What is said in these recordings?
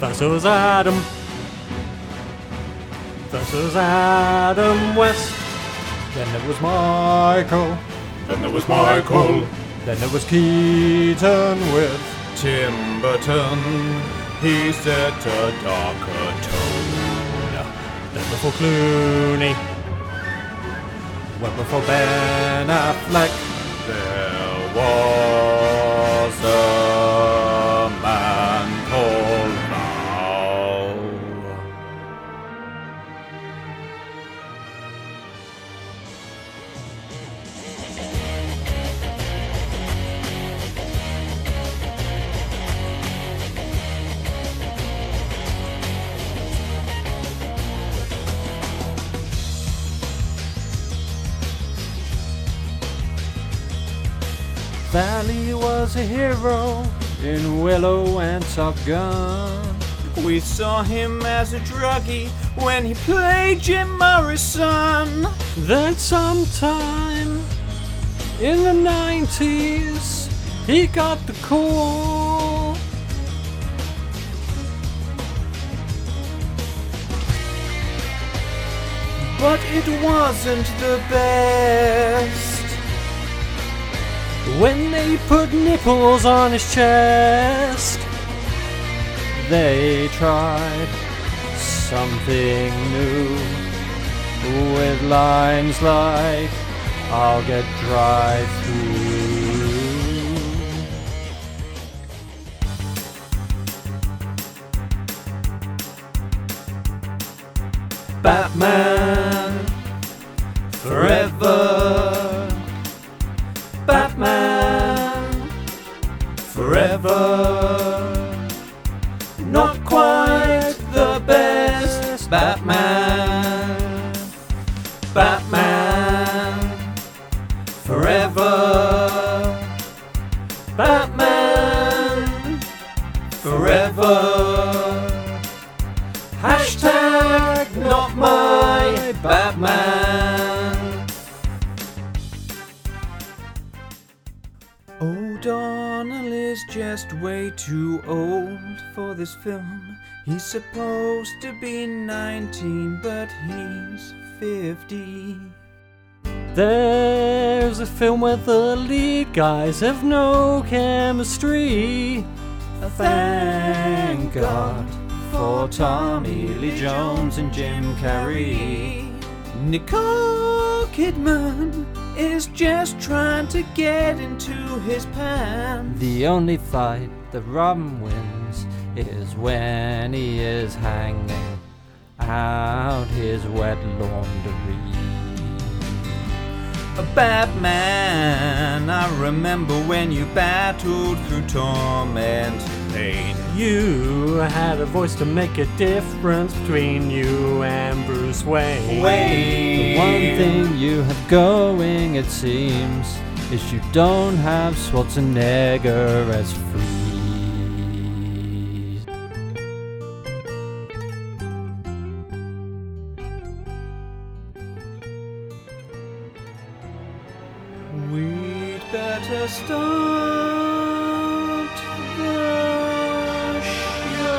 That was Adam. That was Adam West. Then it was Michael. Then there was Michael, Then it was Keaton with Tim Burton. he set a darker tone. Then before Clooney. Went before Ben Affleck. There was a man called Mal. Valley was a hero in Willow and Top Gun. We saw him as a druggie when he played Jim Morrison. Then sometime in the 90s, he got the call. But it wasn't the best. When they put nipples on his chest, They tried something new with lines like I'll get drive through. Batman forever. Batman forever. Not quite the best Batman. Batman forever. Batman forever. Hashtag not my Batman. O'Donnell is just way too old for this film. He's supposed to be 19, but he's 50. there's a film where the lead guys have no chemistry. Thank God for Tommy Lee Jones and Jim Carrey. Nicole Kidman is just trying to get into his pants. The only fight that Robin wins is when he is hanging out his wet laundry. Batman, I remember when you battled through torment and pain. You had a voice to make a difference between you and Bruce Wayne. The Wayne. one thing you have going, it seems, is you don't have Schwarzenegger as free. We'd better start the show.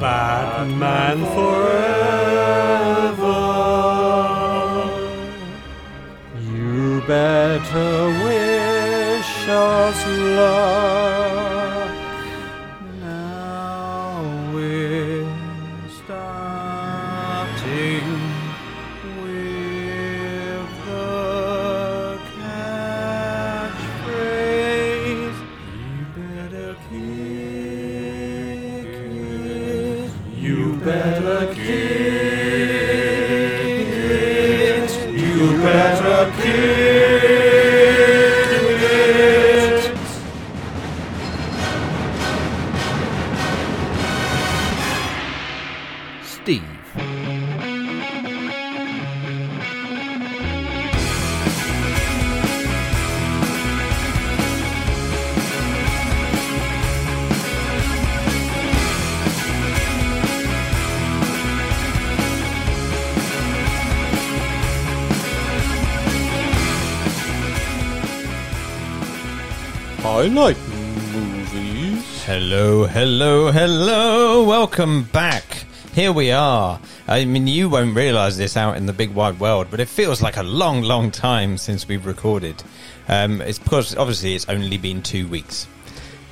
Batman forever. You better wish us luck. Now we're starting with the catchphrase. You better kick it. You better kick it. You better kick it. Steve. I like movies. Hello, hello, hello. Welcome back. Here we are. I mean, you won't realize this out in the big wide world, but it feels like a long, long time since we've recorded. Um, it's because obviously it's only been two weeks,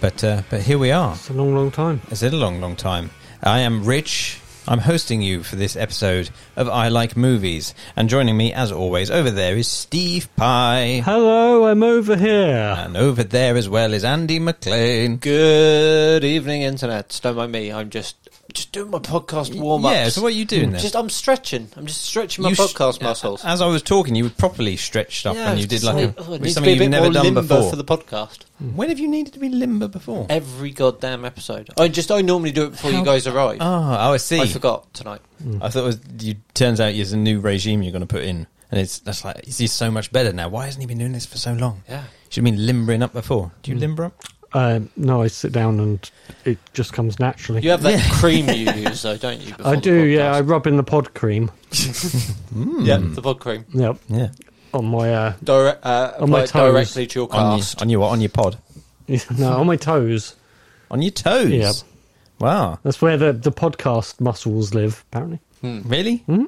but uh, but here we are. It's a long, long time. It's been a long, long time. I am Rich. I'm hosting you for this episode of I Like Movies, and joining me, as always, over there is Steve Pye. Hello, I'm over here. And over there as well is Andy McLean. Good evening, internet. Don't mind me. I'm just just doing my podcast warm up. Yeah, so what are you doing then? Just I'm stretching. I'm just stretching my You sh- uh, podcast muscles. As I was talking, you would properly stretched up Yeah, and you it's did just like a, oh, it which needs is to something be a you've bit never more done limber before. for the Eh. podcast. When have you needed to be limber before? Every goddamn episode. I just I normally do it before you guys arrive. Oh, oh, I see. I forgot tonight. I thought it was, you, turns out it's a new regime you're going to put in, and it's that's like he's so much better now. Why hasn't he been doing this for so long? Yeah. Should have been limbering up before. Do you Mm. limber up? Um, no, I sit down and it just comes naturally. You have that cream you use though, don't you? before I the do, yeah. I podcast? rub in the pod cream. yeah, Hmm. the pod cream. Yep, Yeah. on my uh, Direct, uh, On my apply it toes. directly to your On your, cast. on your what? On your pod? no, on my toes. On your toes? Yeah. Wow. That's where the the podcast muscles live. Apparently, Really? Mm-hmm.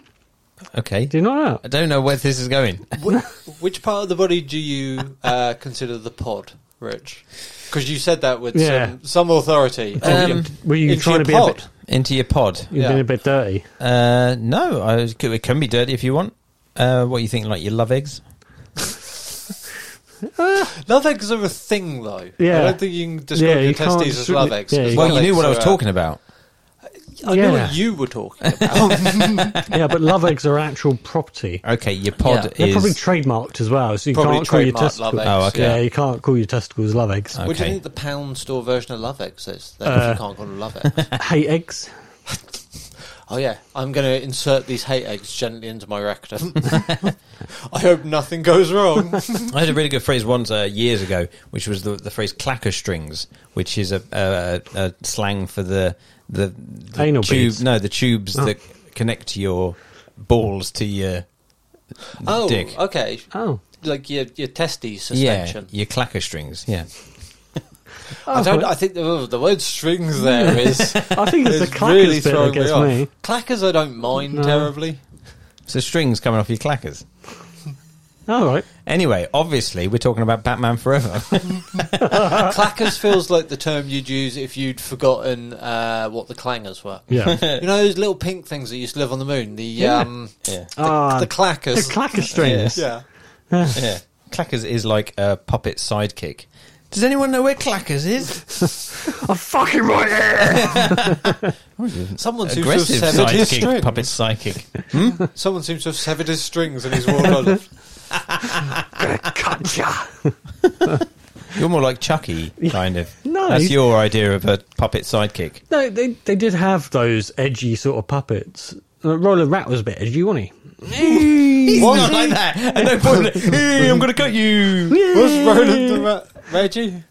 Okay. Um, do you know that? I don't know where this is going. Wh- Which part of the body do you uh, consider the pod, Rich? Because you said that with Yeah. some, some authority. Um, Were you Into trying your to be a pod. bit? Into your pod. You've Yeah. been a bit dirty. Uh, no, I, it can be dirty if you want. Uh, what you think? Like you love eggs? Love eggs are a thing, though. Yeah. I don't think you can describe Yeah, your you can't testes as descri- love eggs. yeah, because you Well, love you knew eggs what I was are, uh, talking about. I knew Yeah. what you were talking about. yeah, but love eggs are actual property. Okay, your pod They're probably is. trademarked as well, so you Probably can't call your trademarked testicles. love eggs. Oh, okay. Yeah, you can't call your testicles love eggs. Okay. What do you think the pound store version of love eggs is? Then Uh, if you can't call them love eggs. Hate eggs. oh, yeah. I'm going to insert these hate eggs gently into my rectum. I hope nothing goes wrong. I had a really good phrase once uh, years ago, which was the, the phrase clacker strings, which is a, a, a slang for the the, the Anal tube. beads. No, the tubes Oh. that connect to your balls to your oh, dick. okay. Oh, Like your, your testes Yeah, suspension. your clacker strings. Yeah, I, don't, I think the, oh, the word strings there is I think it's the It's clackers really bit that throwing me gets off. me. clackers, I don't mind No. terribly. so strings coming off your clackers. All right. Anyway, obviously, we're talking about Batman Forever. clackers feels like the term you'd use if you'd forgotten uh, what the clangers were. Yeah. You know those little pink things that used to live on the moon? The um, yeah, Ah, the the, clackers. clacker strings. yeah. yeah. Clackers is like a puppet sidekick. Does anyone know where Clackers is? I'm fucking right here. Someone seems to have Aggressive severed his sidekick, strings. puppet sidekick. Someone seems to have severed his strings and he's walked on. Cut ya. You're more like Chucky, kind of. No, that's he- your idea of a puppet sidekick. No, they they did have those edgy sort of puppets. Uh, Roller Rat was a bit edgy, wasn't he? He's not like that. At no point, hey, I'm going to cut you. was Roland the rat Reggie?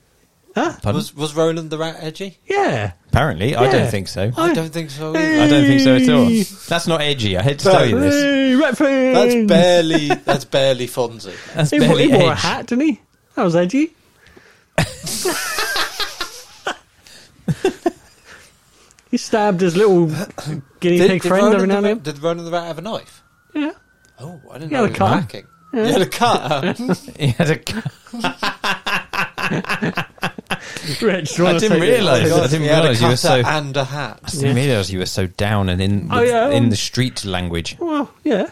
Pardon? Was was Roland the rat edgy? Yeah. Apparently, I Yeah. don't think so. I don't think so. I Either. don't think so at all. That's not edgy. I had to tell you this. Hey, Rat That's Fiend. barely that's barely Fonzie. That's He, wore- he barely wore a edge. hat, didn't he? That was edgy. he stabbed his little guinea pig friend every Roland now and the, then. Rat- did Roland the rat have a knife? Yeah. Oh, I didn't He know had he a was cutter. hacking. He had a He had a cutter. cu- Rich, do you I wanna didn't take it? realise. I didn't He had a realise you were cutter so. I and a hat. didn't realise you were so down and in Oh, yeah. in the street language. Well, yeah.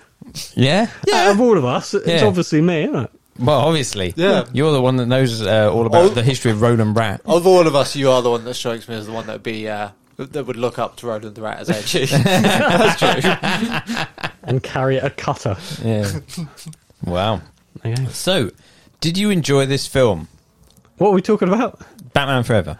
Yeah. Out of all of us, it's Yeah. obviously me, isn't it? Well, obviously. Yeah. You're the one that knows uh, all about Oh. the history of Roland Rat. Of all of us, you are the one that strikes me as the one that would be uh, that would look up to Roland the Rat as edgy. That's true. And carry a cutter. Yeah. wow. Okay. So, did you enjoy this film, What are we talking about? Batman Forever?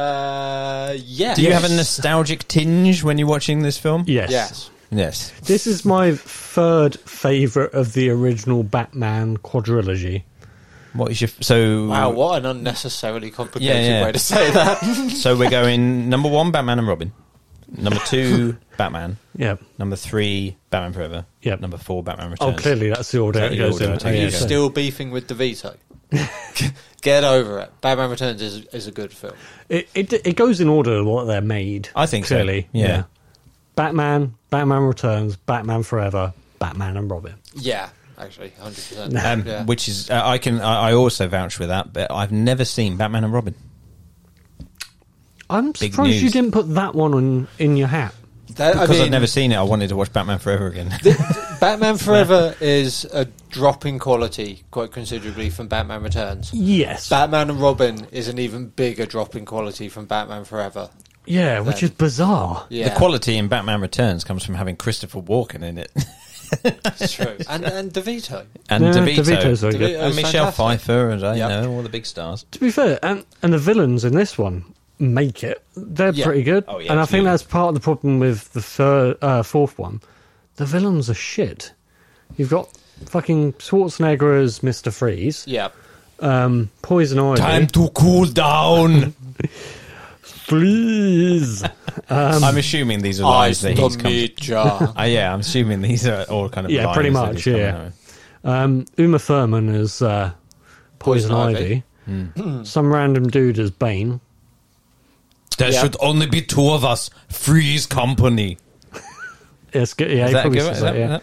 Uh, yeah. Do you have a nostalgic tinge when you're watching this film? Yes. Yes. Yes. This is my third favourite of the original Batman quadrilogy. What is your so? Wow, what an unnecessarily complicated Yeah, yeah. way to say that. So we're going number one, Batman and Robin. Number two, Batman. Yeah. Number three, Batman Forever. Yep. Number Oh, four, Batman Returns. Oh, clearly that's the order Is that it the goes order in. it Oh, takes? yeah. You so- Still beefing with DeVito. Get over it. Batman Returns is is a good film. It, it it goes in order what they're made. I think so, clearly. yeah. Batman, Batman Returns, Batman Forever, Batman and Robin. Yeah, actually, hundred percent. Um, Yeah. Which is uh, I can I, I also vouch for that, but I've never seen Batman and Robin. I'm Big surprised you news. didn't put that one on in your hat. That- I Because mean, I've never seen it, I wanted to watch Batman Forever again. Batman Forever is a drop in quality quite considerably from Batman Returns. Yes. Batman and Robin is an even bigger drop in quality from Batman Forever. yeah, which is bizarre. Yeah, The quality in Batman Returns comes from having Christopher Walken in it, is true. And and DeVito. and Yeah, DeVito, DeVito's very good. DeVito. and It's Michelle fantastic. Pfeiffer, and I Yep. know all the big stars. To be fair, and and the villains in this one make it. They're Yeah. pretty good. Oh, yeah, and I absolutely. think that's part of the problem with the third, uh, fourth one. The villains are shit. You've got fucking Schwarzenegger as Mister Freeze, Yeah, um, Poison Ivy, to cool down. please. Um, I'm assuming these are I lies that he's come. jar. Uh, yeah, I'm assuming these are all kind of Yeah, lines pretty that much, he's coming yeah. up with. Um, Uma Thurman as uh, Poison, Poison Ivy. Hmm. Some random dude as Bane. There Yeah. should only be two of us. Freeze company. It's good. Yeah, Is he that probably good? says Is that, that, yeah.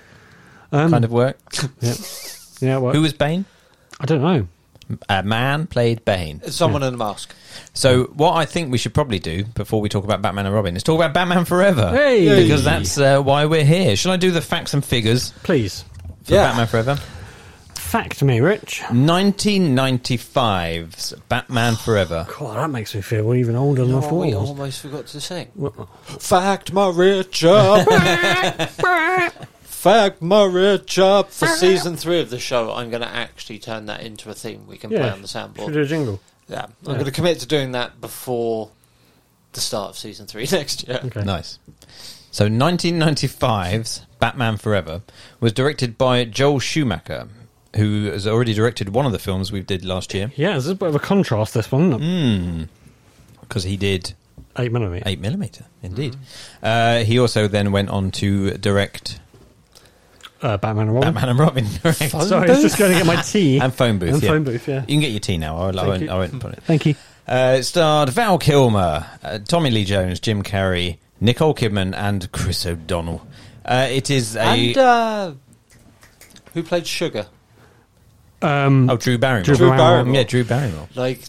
that Um, kind of work? Yeah, well, Who was Bane? I don't know. A man played Bane. Someone in a mask. So what I think we should probably do before we talk about Batman and Robin is talk about Batman Forever. Hey! Because that's uh, why we're here. Shall I do the facts and figures Please for Yeah. Batman Forever? fact me, Rich. 1995's Batman Forever. God, that makes me feel even older than I Oh, thought. we I was. almost forgot to sing. Well- Fact my rich up. Fact my rich up. For season three of the show, I'm going to actually turn that into a theme we can play on the Should soundboard. do a jingle. Yeah, I'm going to commit to doing that before the start of season three next year. Okay. Nice. So 1995's Batman Forever was directed by Joel Schumacher, who has already directed one of the films we did last year Yeah, this is a bit of a contrast, this one. isn't it? because he did Eight millimeter. 8 millimeter. Indeed. Mm-hmm. Uh, he also then went on to direct Uh, Batman and Robin. Batman and Robin. correct. Sorry, I was just going to get my tea. And phone booth. And yeah. phone booth, yeah. You can get your tea now. I won't, I Thank won't, you. I won't put it. Thank you. Uh, it starred Val Kilmer, uh, Tommy Lee Jones, Jim Carrey, Nicole Kidman, and Chris O'Donnell. Uh, it is a And uh, who played Sugar? Um, oh Drew Barrymore. Drew Drew Barrymore. Barrymore. Yeah, Drew Barrymore. Like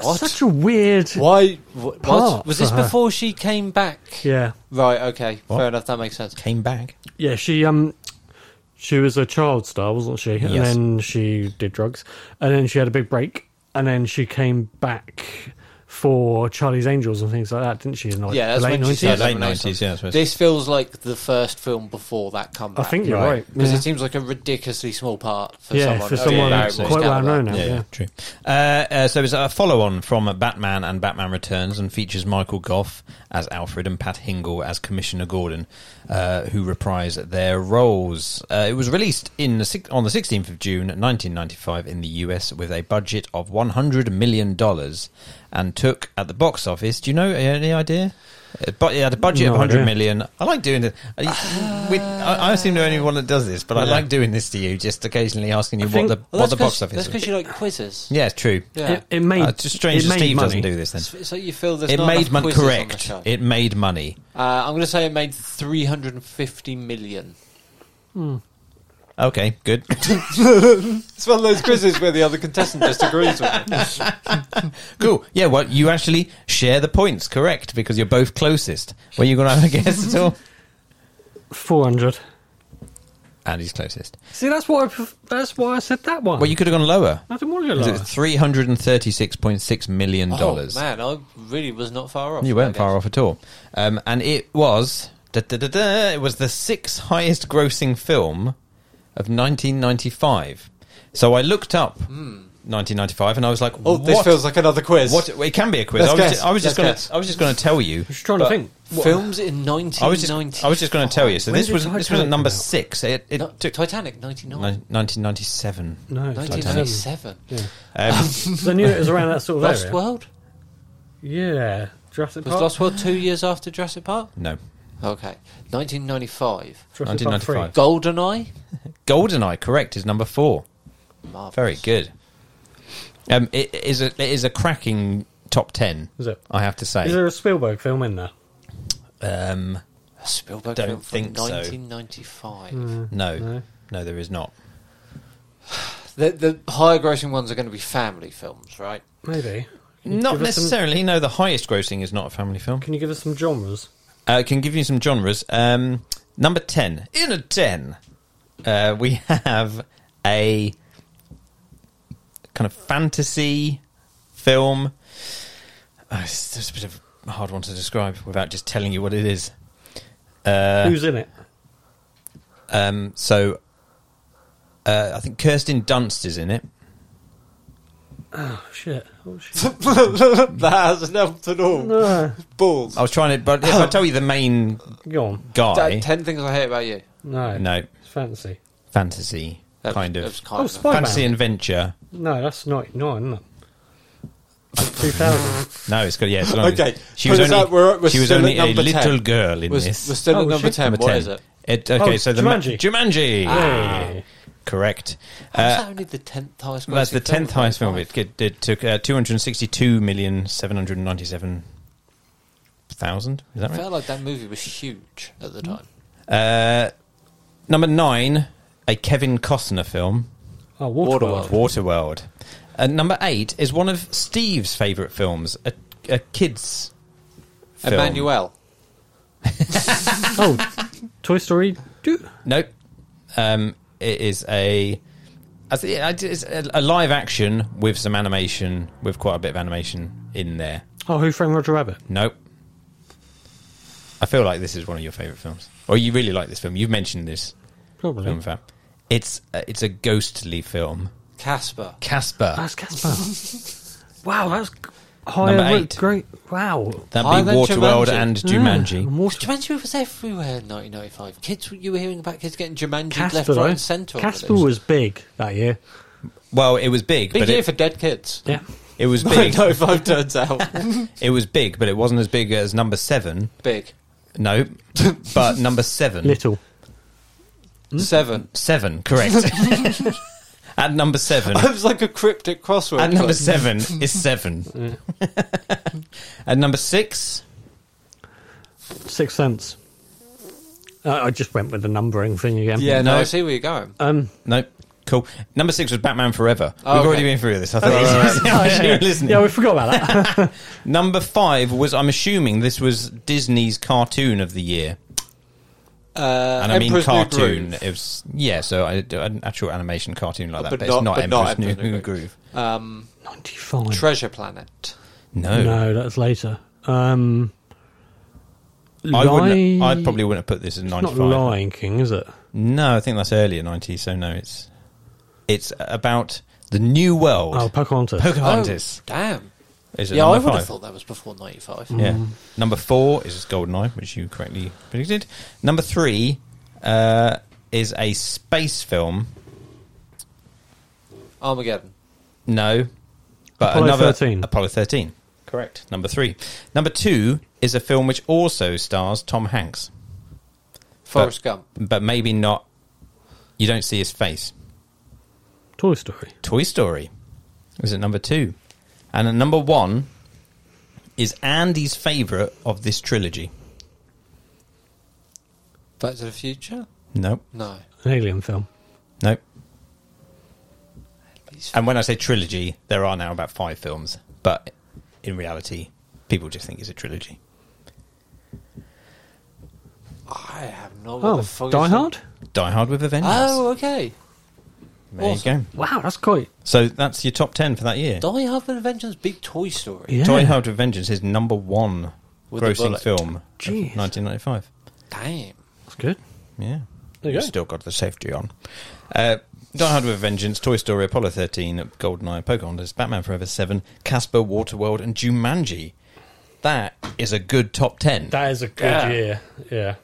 what? Such a weird. Why? What, Part what? Was this for her. before she came back? Yeah. Right. Okay. What? Fair enough. That makes sense. Came back. Yeah, she um she was a child star, wasn't she? And Yes. then she did drugs. And then she had a big break. And then she came back for Charlie's Angels and things like that, didn't she? In like Yeah, that's the late when she 90s. said Yeah, late Lemonade 90s, Song. yeah, I suppose. this feels like the first film before that I comeback. think you're Right. right. because yeah. it seems like a ridiculously small part for Yeah, someone. for of someone Barrymore's quite well caliber. known now. Yeah, Yeah. true. Uh, uh, so it's a follow-on from Batman and Batman Returns, and features Michael Goff as Alfred and Pat Hingle as Commissioner Gordon, uh, who reprise their roles. Uh, it was released in the six, on the 16th of June 1995 in the US with a budget of 100 million dollars, and took at the box office. Do you know any idea? Uh, But it had a budget of No 100 idea. million. I like doing it. I, we, I, I seem to be the only one that does this, but I like doing this to you, just occasionally asking you I think- what the what Well, that's the 'cause- box office. That's is. because you like quizzes. Yeah, it's true. Yeah. It, it made Uh, it's just strange it that made Steve money. doesn't do this then. It's- So you feel there's It not made enough money. quizzes on the Correct. show. It made money. Uh, I'm going to say it made 350 million. Okay, good. It's one of those quizzes where the other contestant disagrees with me. cool. Yeah, well, you actually share the points, correct? Because you're both closest. Were you going to have a guess at all? 400. And he's closest. See, that's why I, pref- that's why I said that one. Well, you could have gone lower. I didn't want to go It lower. was $336.6 million. Oh, man, I really was not far off. You weren't I far guess. off at all. Um, and it was da, da, da, da, it was the sixth highest grossing film of 1995. So I looked up 1995 and I was like, Hmm. Oh, this what? feels like another quiz. What it can be a quiz. Let's I was, guess. I was just Let's going guess. to. I was just going to tell you. I'm just trying to but think. Films in I was 1990. just. I was just going to tell you. So When this did was this was Titanic at number come out? six. It, it No, took Titanic, 99. ni- 1997. No, it's 1997. 1997. Um, I knew it was around that sort of Lost area. World? Yeah. Jurassic Was Park. Lost World two years after Jurassic Park? no, Okay. 1995. Jurassic Park 3. 1995. GoldenEye? Goldeneye, correct, is number four. Marvelous. Very good. Um, it is a it is a cracking top ten. Is it? I have to say. Is there a Spielberg film in there? um, A Spielberg Don't film from think so. 1995. no, No. no, there is not. The, the higher grossing ones are going to be family films, right? Maybe. Can you Not give us some- necessarily. No, the highest grossing is not a family film. can you give us some genres? I can give you some genres. Um, number 10. In a 10, uh, we have a kind of fantasy film. Uh, it's just a bit of a hard one to describe without just telling you what it is. Uh, Who's in it? Oh, um, so, uh, I think Kirsten Dunst is in it. Oh shit! Oh shit! that hasn't helped at all. no, Balls. I was trying to, but if Oh. I tell you the main go on. guy, Da- Ten things I hate about you. No, no, it's fantasy. fantasy, That was- kind that of. was kind Oh, of- Spy- Fantasy and venture. No, that's not no, isn't it? Two thousand. No, it's good. Yeah, it's long. Okay, She put was us only, up, we're- we're she was still only at a number 10. little girl in We're, we're this. still Oh, at was she? number ten. Number What 10. is it? Ah. It- okay, Oh, so the Jumanji. Ma- Jumanji. Hey. Correct. How is Uh, that only the tenth highest. that's grossing the tenth film? highest film. It, it, it took uh, two hundred sixty-two million seven hundred ninety-seven thousand. Is that I right? felt like that movie was huge at the Hmm. time. Uh, number nine, a Kevin Costner film, Oh, Waterworld. Waterworld. Uh, number eight is one of Steve's favourite films, a, a kids. Film. Emmanuel. oh, Toy Story. Two. Nope. Um, it is a. I thi- I d- It's a a live action with some animation, with quite a bit of animation in there. Oh, Who Framed Roger Rabbit? Nope. I feel like this is one of your favourite films, or you really like this film. You've mentioned this Probably. film, Fab. It's uh, it's a ghostly film. Casper. Casper. That's Casper. wow, that's g- higher. Number Number eight. Great. Wow. That'd Higher be than Waterworld Jumanji. and Yeah, Jumanji. and Water- Jumanji was everywhere in 1995. Kids, you were hearing about kids getting Jumanji left, Casper. right, though. and centre. on the Casper list. was big that year. Well, it was big, big but year it, for dead kids. Yeah. it was big. 1995 turns out It was big, but it wasn't as big as number seven. big. No, but number seven. Little. Hmm? Seven. Seven, correct. At number seven. It was like a cryptic crossword. At number Like, seven is seven. At number six, Sixth Sense. Uh, I I just went with the numbering thing again. Yeah, no, No. Uh, I see where you're going. Um, nope. Cool. Number six was Batman Forever. Oh, We've okay. already been through this. I thought you were listening. yeah, we forgot about that. Number five was, I'm assuming this was Disney's cartoon of the year. Uh, And I mean Emperor's New cartoon. Groove. It was, yeah, so I, an actual animation cartoon like that, but, But it's not- not but not Emperor's Emperor's New, New Groove. Groove. Um, Ninety-five. Treasure Planet. No. No, that's later. Um, I wouldn't, Li- I probably wouldn't have put this in It's 95. Not Lion King, is it? No, I think that's earlier 90s, so no, it's it's about the new world. Oh, Pocahontas. Pocahontas. Oh, damn. Is it Yeah, I number would five? have thought that was before 95. Hmm. Yeah. Number four is Goldeneye, which you correctly predicted. Number three uh, is a space film. Armageddon. No, but Apollo another 13. Apollo thirteen. Correct. Number three. Number two is a film which also stars Tom Hanks, Forrest Gump. but maybe not. You don't see his face. Toy Story. Toy Story is at number two, and at number one is Andy's favorite of this trilogy. Back to the Future? Nope. No. An alien film. Nope. He's- And when I say trilogy, there are now about five films, but in reality, people just think it's a trilogy. I have no what the Oh, fuck Die is that? Hard? Die Hard with a Vengeance. Oh, okay. there you go. Wow, that's quite. So that's your top ten for that year. Die Hard with a Vengeance, Big Toy Story. Yeah. Die Hard with Vengeance is number one With a grossing bullet. film Jeez. of 1995. Damn. That's good. Yeah. There you go. Still got the safety on. Uh, Die Hard with a Vengeance, Toy Story, Apollo 13, GoldenEye, Pocahontas, Batman Forever 7, Casper, Waterworld, and Jumanji. That is a good top 10. That is a good Yeah. year. Yeah.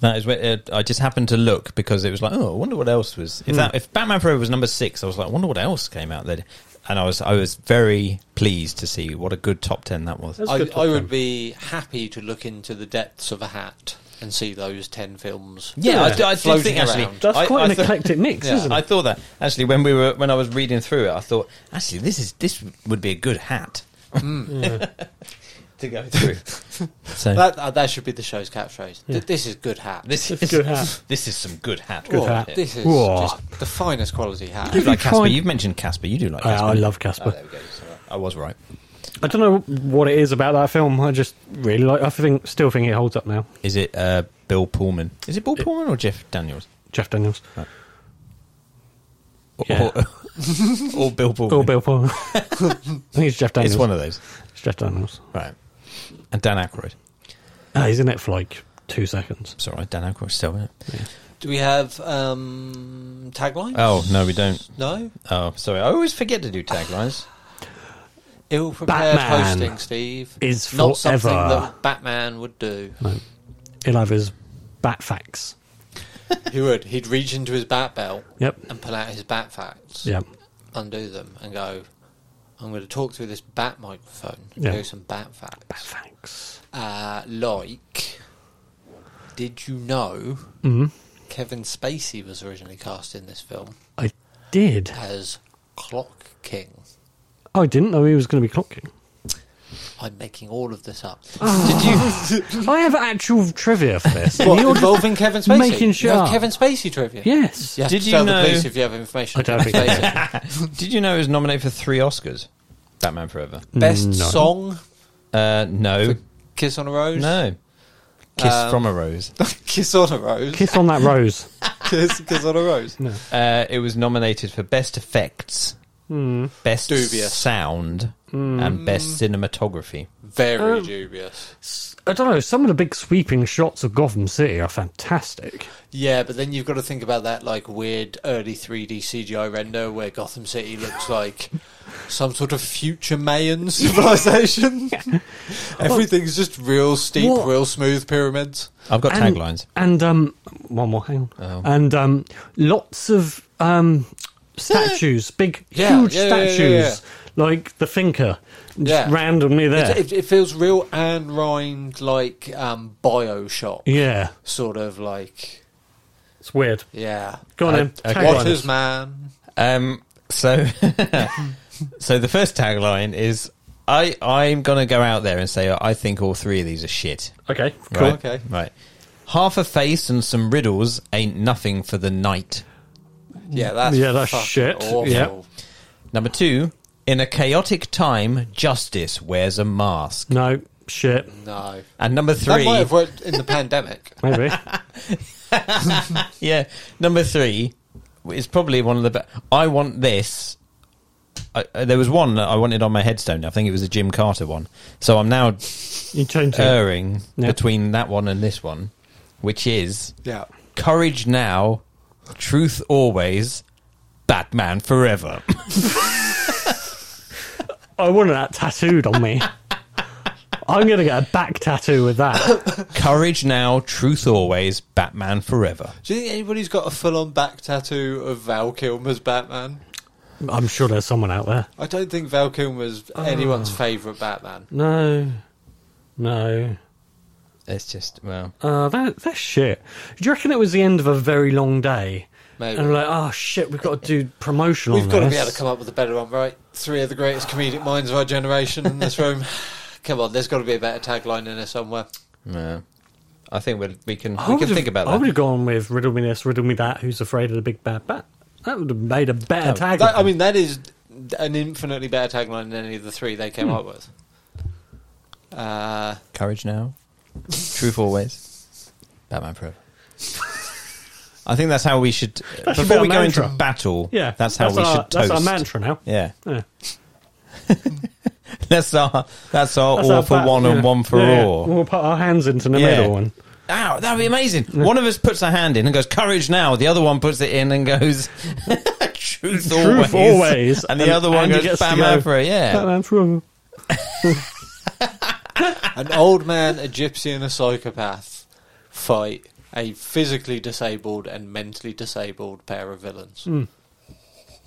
That is where uh, I just happened to look because it was like, oh, I wonder what else was. Hmm. If that if Batman Forever was number six, I was like, I wonder what else came out there. And I was I was very pleased to see what a good top ten that was. That's I, good top I ten. would be happy to look into the depths of a hat. and see those 10 films. Yeah, Yeah. I, I do Floating think actually around. That's I- quite I an thought- eclectic mix, Yeah. isn't I it? thought that actually when we were when I was reading through it, I thought actually this is this would be a good hat to go through. so Mm. That, uh, that should be the show's catchphrase. Th- this is good hat. this It's is good hat. This is some good hat. Good Whoa, hat. This is Whoa. just the finest quality hat. You like If you Casper? find- Ah, You've mentioned Casper. You do like Uh, I, Casper. I love Casper. Oh, there we go. So I was right. I don't know what it is about that film. I just really like. I think, still think it holds up now. Is it uh, Bill Pullman? Is it Bill Pullman or Jeff Daniels? Jeff Daniels Or- Yeah. Or, or Bill Pullman? or Bill Pullman. I think it's Jeff Daniels. It's one of those. It's Jeff Daniels. Right. And Dan Aykroyd. Ah, he's in it for like two seconds. It's all right. Dan Aykroyd's still in it. Do we have um, taglines? Oh, no, we don't. No? Oh, sorry. I always forget to do taglines. Ill prepared Batman hosting, Steve. is Not something forever. that Batman would do. He'll have his bat facts. he would. He'd reach into his bat belt Yep. and pull out his bat facts, Yep. undo them, and go, I'm going to talk through this bat microphone and Yeah. go some bat facts. Bat facts. Uh, like, did you know Mm-hmm. Kevin Spacey was originally cast in this film I did. Oh, as Clock King? I didn't know he was going to be clocking. I'm making all of this up. Ah. I have actual trivia for this. and What, you're just- involving Kevin Spacey? making You shit have up. Kevin Spacey trivia? yes. You have Did to you tell know- the police if you have information. I on don't Kevin think Spacey. Did you know it was nominated for three Oscars? Batman Forever. Best No. song, Uh, no. Kiss on a Rose? No. Kiss from a Rose. Kiss on a Rose? Kiss on that rose. Kiss, kiss on a Rose? Uh, it was nominated for Best Effects, Best Dubious. Sound, and Best Cinematography. Oh. Very dubious. I don't know. Some of the big sweeping shots of Gotham City are fantastic. Yeah, but then you've got to think about that like weird early 3D CGI render where Gotham City looks like some sort of future Mayan civilization. Everything's just real steep, What? real smooth pyramids. I've got and, taglines. And um, one more. Hang on. Oh. And um, lots of um, statues, big, Yeah, huge yeah, yeah, yeah, statues, like the Thinker, just Yeah. randomly there. It, it feels real Anne Rind like um, Bioshock, yeah, sort of like it's weird. yeah. Go on, I- then. okay. Tagline Uh, What us. is man? Um, so, so the first tagline is I, I'm going to go out there and say I think all three of these are shit. Okay, cool. Right? Okay. Right. Half a face and some riddles ain't nothing for the night. Yeah, that's Yeah, that's fucking shit. Awful. Yeah. Number two, in a chaotic time, justice wears a mask. No shit, No, And number that three, might have worked in the pandemic. maybe. yeah, number three is probably one of the best. I want this. I, uh, there was one that I wanted on my headstone. I think it was a Jim Carter one. So I'm now you change it. Oh. erring Yeah. between that one and this one, which is Yeah. courage now, truth always, Batman forever. I wanted that tattooed on me. I'm gonna get a back tattoo with that. courage now, truth always, Batman forever. Do you think anybody's got a full-on back tattoo of Val Kilmer's Batman? I'm sure there's someone out there. I don't think Val Kilmer's anyone's Oh. favourite Batman. No, no. It's just well, Uh, that that's shit. Do you reckon it was the end of a very long day? Maybe. And we're like, oh shit, we've got to do promotion. We've on got to this. be able to come up with a better one, right? Three of the greatest comedic minds of our generation in this room. Come on, there's got to be a better tagline in there somewhere. no. I think we'll, we can I we can would've- think about I would that. have gone with riddle me this, riddle me that. Who's afraid of the big bad bat? That would have made a better Oh, tagline. That, I mean, that is an infinitely better tagline than any of the three they Hmm. came up with. Uh, Courage now, truth always, Batman forever. I think that's how we should. should before we be our go into mantra. battle, yeah, that's how we our, should toast. That's our mantra now. Yeah, Yeah. that's our that's our That's all our for bat- one yeah. and one for Yeah, yeah. all. We'll put our hands into the Yeah. middle one. Ow, that'd be amazing. One of us puts a hand in and goes, courage now. The other one puts it in and goes, truth, always. Truth always. And the other one Andy goes, gets to Batman go, for it. Yeah. Batman forever. an old man, a gypsy, and a psychopath fight a physically disabled and mentally disabled pair of villains.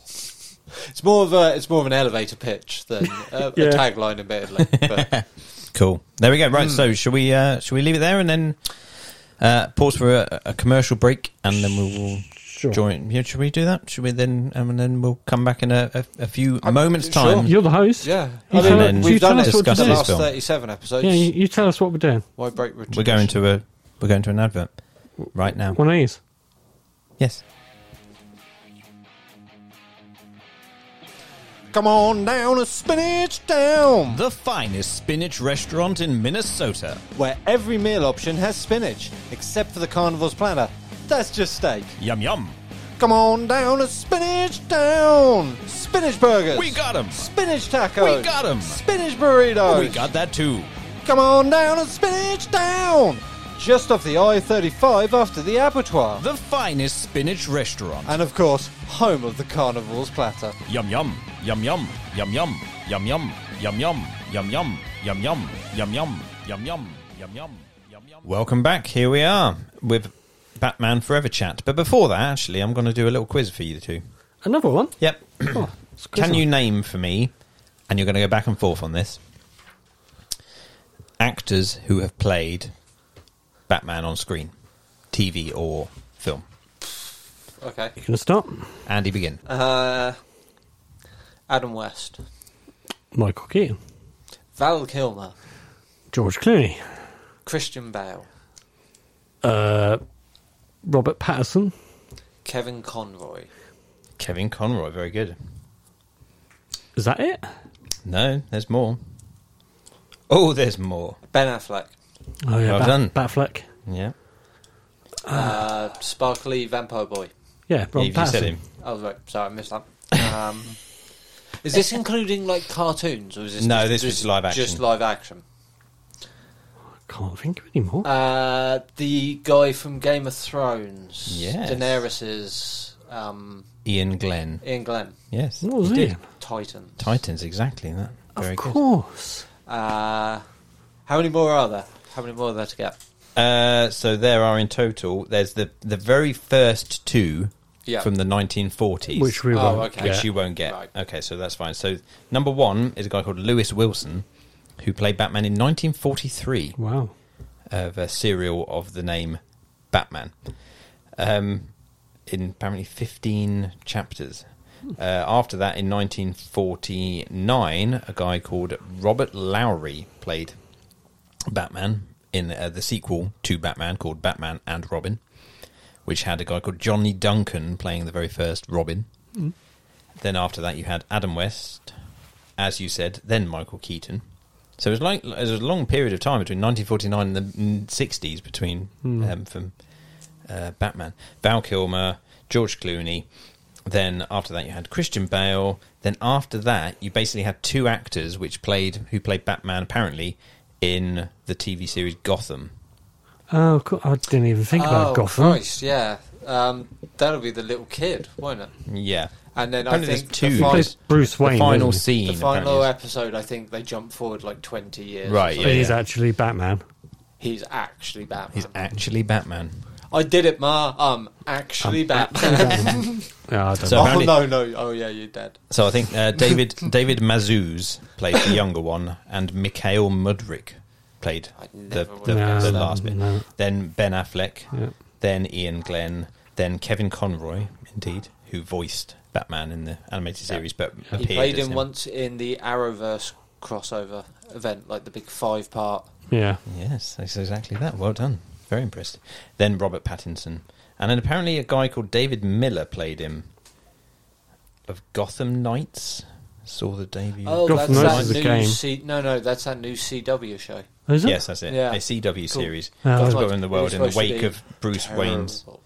It's more of a it's more of an elevator pitch than a, Yeah. a tagline, admittedly. But Hmm. Cool. There we go. Right. So should we, uh, should we leave it there and then Uh, pause for a, a commercial break, and then we will Sure. join. Yeah, should we do that? Should we then? um, And then we'll come back in a, a, a few moments' sure. time. You're the host. Yeah. You I tell mean, us- you we've done tell it us for what to the do. last Film. 37 episodes. Yeah, you, you tell us what we're doing. Why break routine? We're going to a we're going to an advert right now. One of these. Yes. Come on down to Spinach Down, The finest spinach restaurant in Minnesota. where every meal option has spinach, except for the carnival's platter. That's just steak. Yum yum. Come on down to Spinach Down. Spinach burgers. We got 'em. Spinach tacos. We got 'em. Spinach burritos. We got that too. Come on down to Spinach Down. Just off the I-35 after the abattoir. The finest spinach restaurant. And of course, home of the carnival's platter. Yum yum yum yum yum yum yum yum yum yum yum yum yum yum yum yum yum yum yum yum yum yum. Welcome back. Here we are with Batman Forever chat. But before that, actually, I'm going to do a little quiz for you two. Another one. Yep. Oh, it's Can good. you name for me? And you're going to go back and forth on this. Actors who have played Batman on screen, TV or film. Okay. You can stop. Andy, begin. Uh, Adam West. Michael Keaton, Val Kilmer. George Clooney, Christian Bale. uh, Robert Patterson, Kevin Conroy. Kevin Conroy, very good. Is that it? No, there's more. Oh, there's more. Ben Affleck. Oh yeah, Well done. Batfleck. Yeah, Uh, sparkly Vampire Boy. Yeah, Robert Eve, you Patterson. said him. Oh, right. Sorry, I missed that. Um, is this including, like, cartoons? Or is this No, just- this was just- live action. Just live action. Can't think of any more. Uh, the guy from Game of Thrones. Yes. Daenerys's... Um, Ian Glenn. Ian Glenn. Yes, what was he Oh, he? did. Titan. Titans, exactly that. Very Of good. course. Uh, how many more are there? How many more are there to get? Uh, so there are in total. There's the the very first two Yeah. from the 1940s, Which we Oh, won't okay. which get. you won't get. Right. Okay, so that's fine. So number one is a guy called Lewis Wilson, who played Batman in 1943 Wow. of a serial of the name Batman. Um, in apparently 15 chapters. Uh, after that, in 1949, a guy called Robert Lowry played Batman in uh, the sequel to Batman called Batman and Robin, which had a guy called Johnny Duncan playing the very first Robin. Then after that, you had Adam West, as you said, then Michael Keaton. So it was like it was a long period of time between 1949 and the mm, 60s between um, from uh, Batman, Val Kilmer, George Clooney. Then after that, you had Christian Bale. Then after that, you basically had two actors which played who played Batman apparently in the TV series Gotham. Oh, co- I didn't even think oh, about Gotham. Christ, yeah. Um, that'll be the little kid, won't it? Yeah, And then Apparently I there's think two. the, He fi- plays Bruce Wayne. the final doesn't scene. the final apparently episode, I think they jump forward like 20 years. is- right? he? Yeah, He's yeah. actually Batman. He's actually Batman. he's actually Batman. I did it, Ma. I'm actually Batman. Yeah, I don't So- know. oh, Apparently- no, no. Oh, yeah, you're dead. So I think uh, David David Mazouz played the younger one, and Mikhail Mudrick played I the, never the, would have the guessed last that. bit. No. Then Ben Affleck, Yeah. then Ian Glenn, then Kevin Conroy, indeed, who voiced Batman in the animated series, but He appeared played as him once in the Arrowverse crossover event, like the big five part. Yeah. Yes, that's exactly that. Well done. Very impressed. Then Robert Pattinson, and then apparently a guy called David Miller played him of Gotham Knights. Saw the debut. Oh, Gotham that's Knights that is a new game. C- No, no, that's that new CW show. Oh, Is it? Yes, that's it. Yeah. A CW Cool. series. Oh. Gotham Gotham in the Knights world is in the supposed to wake be of Bruce Wayne's. Terrible.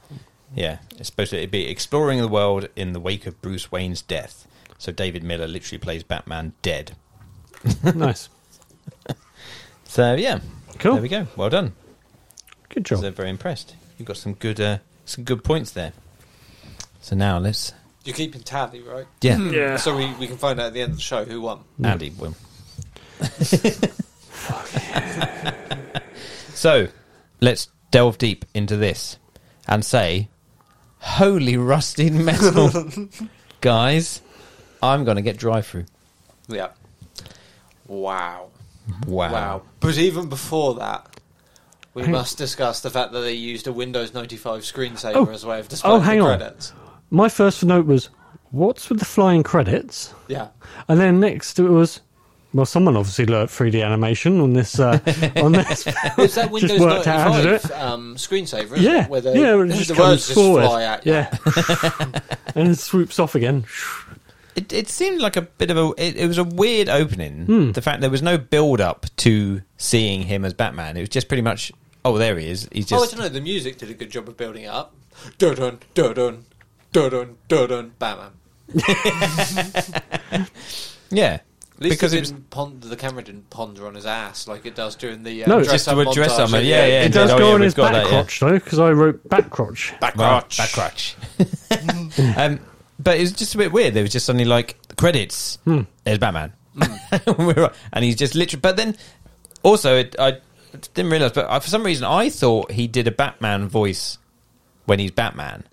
Yeah, it's supposed to be exploring the world in the wake of Bruce Wayne's death. So David Miller literally plays Batman dead. nice. So yeah, Cool. There we go. Well done. Good job. So very impressed. You got some good, uh, some good points there. So now let's, You're keeping tally, right? yeah, Yeah. So we, we can find out at the end of the show who won. Andy will. so let's delve deep into this and say, holy rusted metal, guys! I'm going to get drive through. Yeah. Wow. Wow. Wow. But even before that, We Hang- must discuss the fact that they used a Windows 95 screensaver Oh. as a way of displaying Oh, hang the on. credits. My first note was, "What's with the flying credits?" Yeah. And then next it was, well, someone obviously learnt 3D animation on this. Uh, on this, It's that Just Windows worked out how to do 95 um, screensaver, isn't yeah, it? Where they, yeah, it the just words comes just forward, fly at you. yeah, and it swoops off again. It, it seemed like a bit of a. It, it was a weird opening. The fact there was no build up to seeing him as Batman. It was just pretty much. Oh, there he is. He's Oh, I just. don't know. The music did a good job of building it up. Dun dun dun dun dun dun dun dun. Batman. yeah, At least because it it was. didn't pond- the camera didn't ponder on his ass like it does during the uh, No, dress just up do a dress up, montage. yeah, yeah. It does oh, go yeah, on we've his got that, back yeah. crotch though, because I wrote back crotch. Well, back crotch. um, but it was just a bit weird. There was just suddenly like credits. There's Batman, We were- and he's just literally. But then also, it, I didn't realize. But I, for some reason, I thought he did a Batman voice when he's Batman,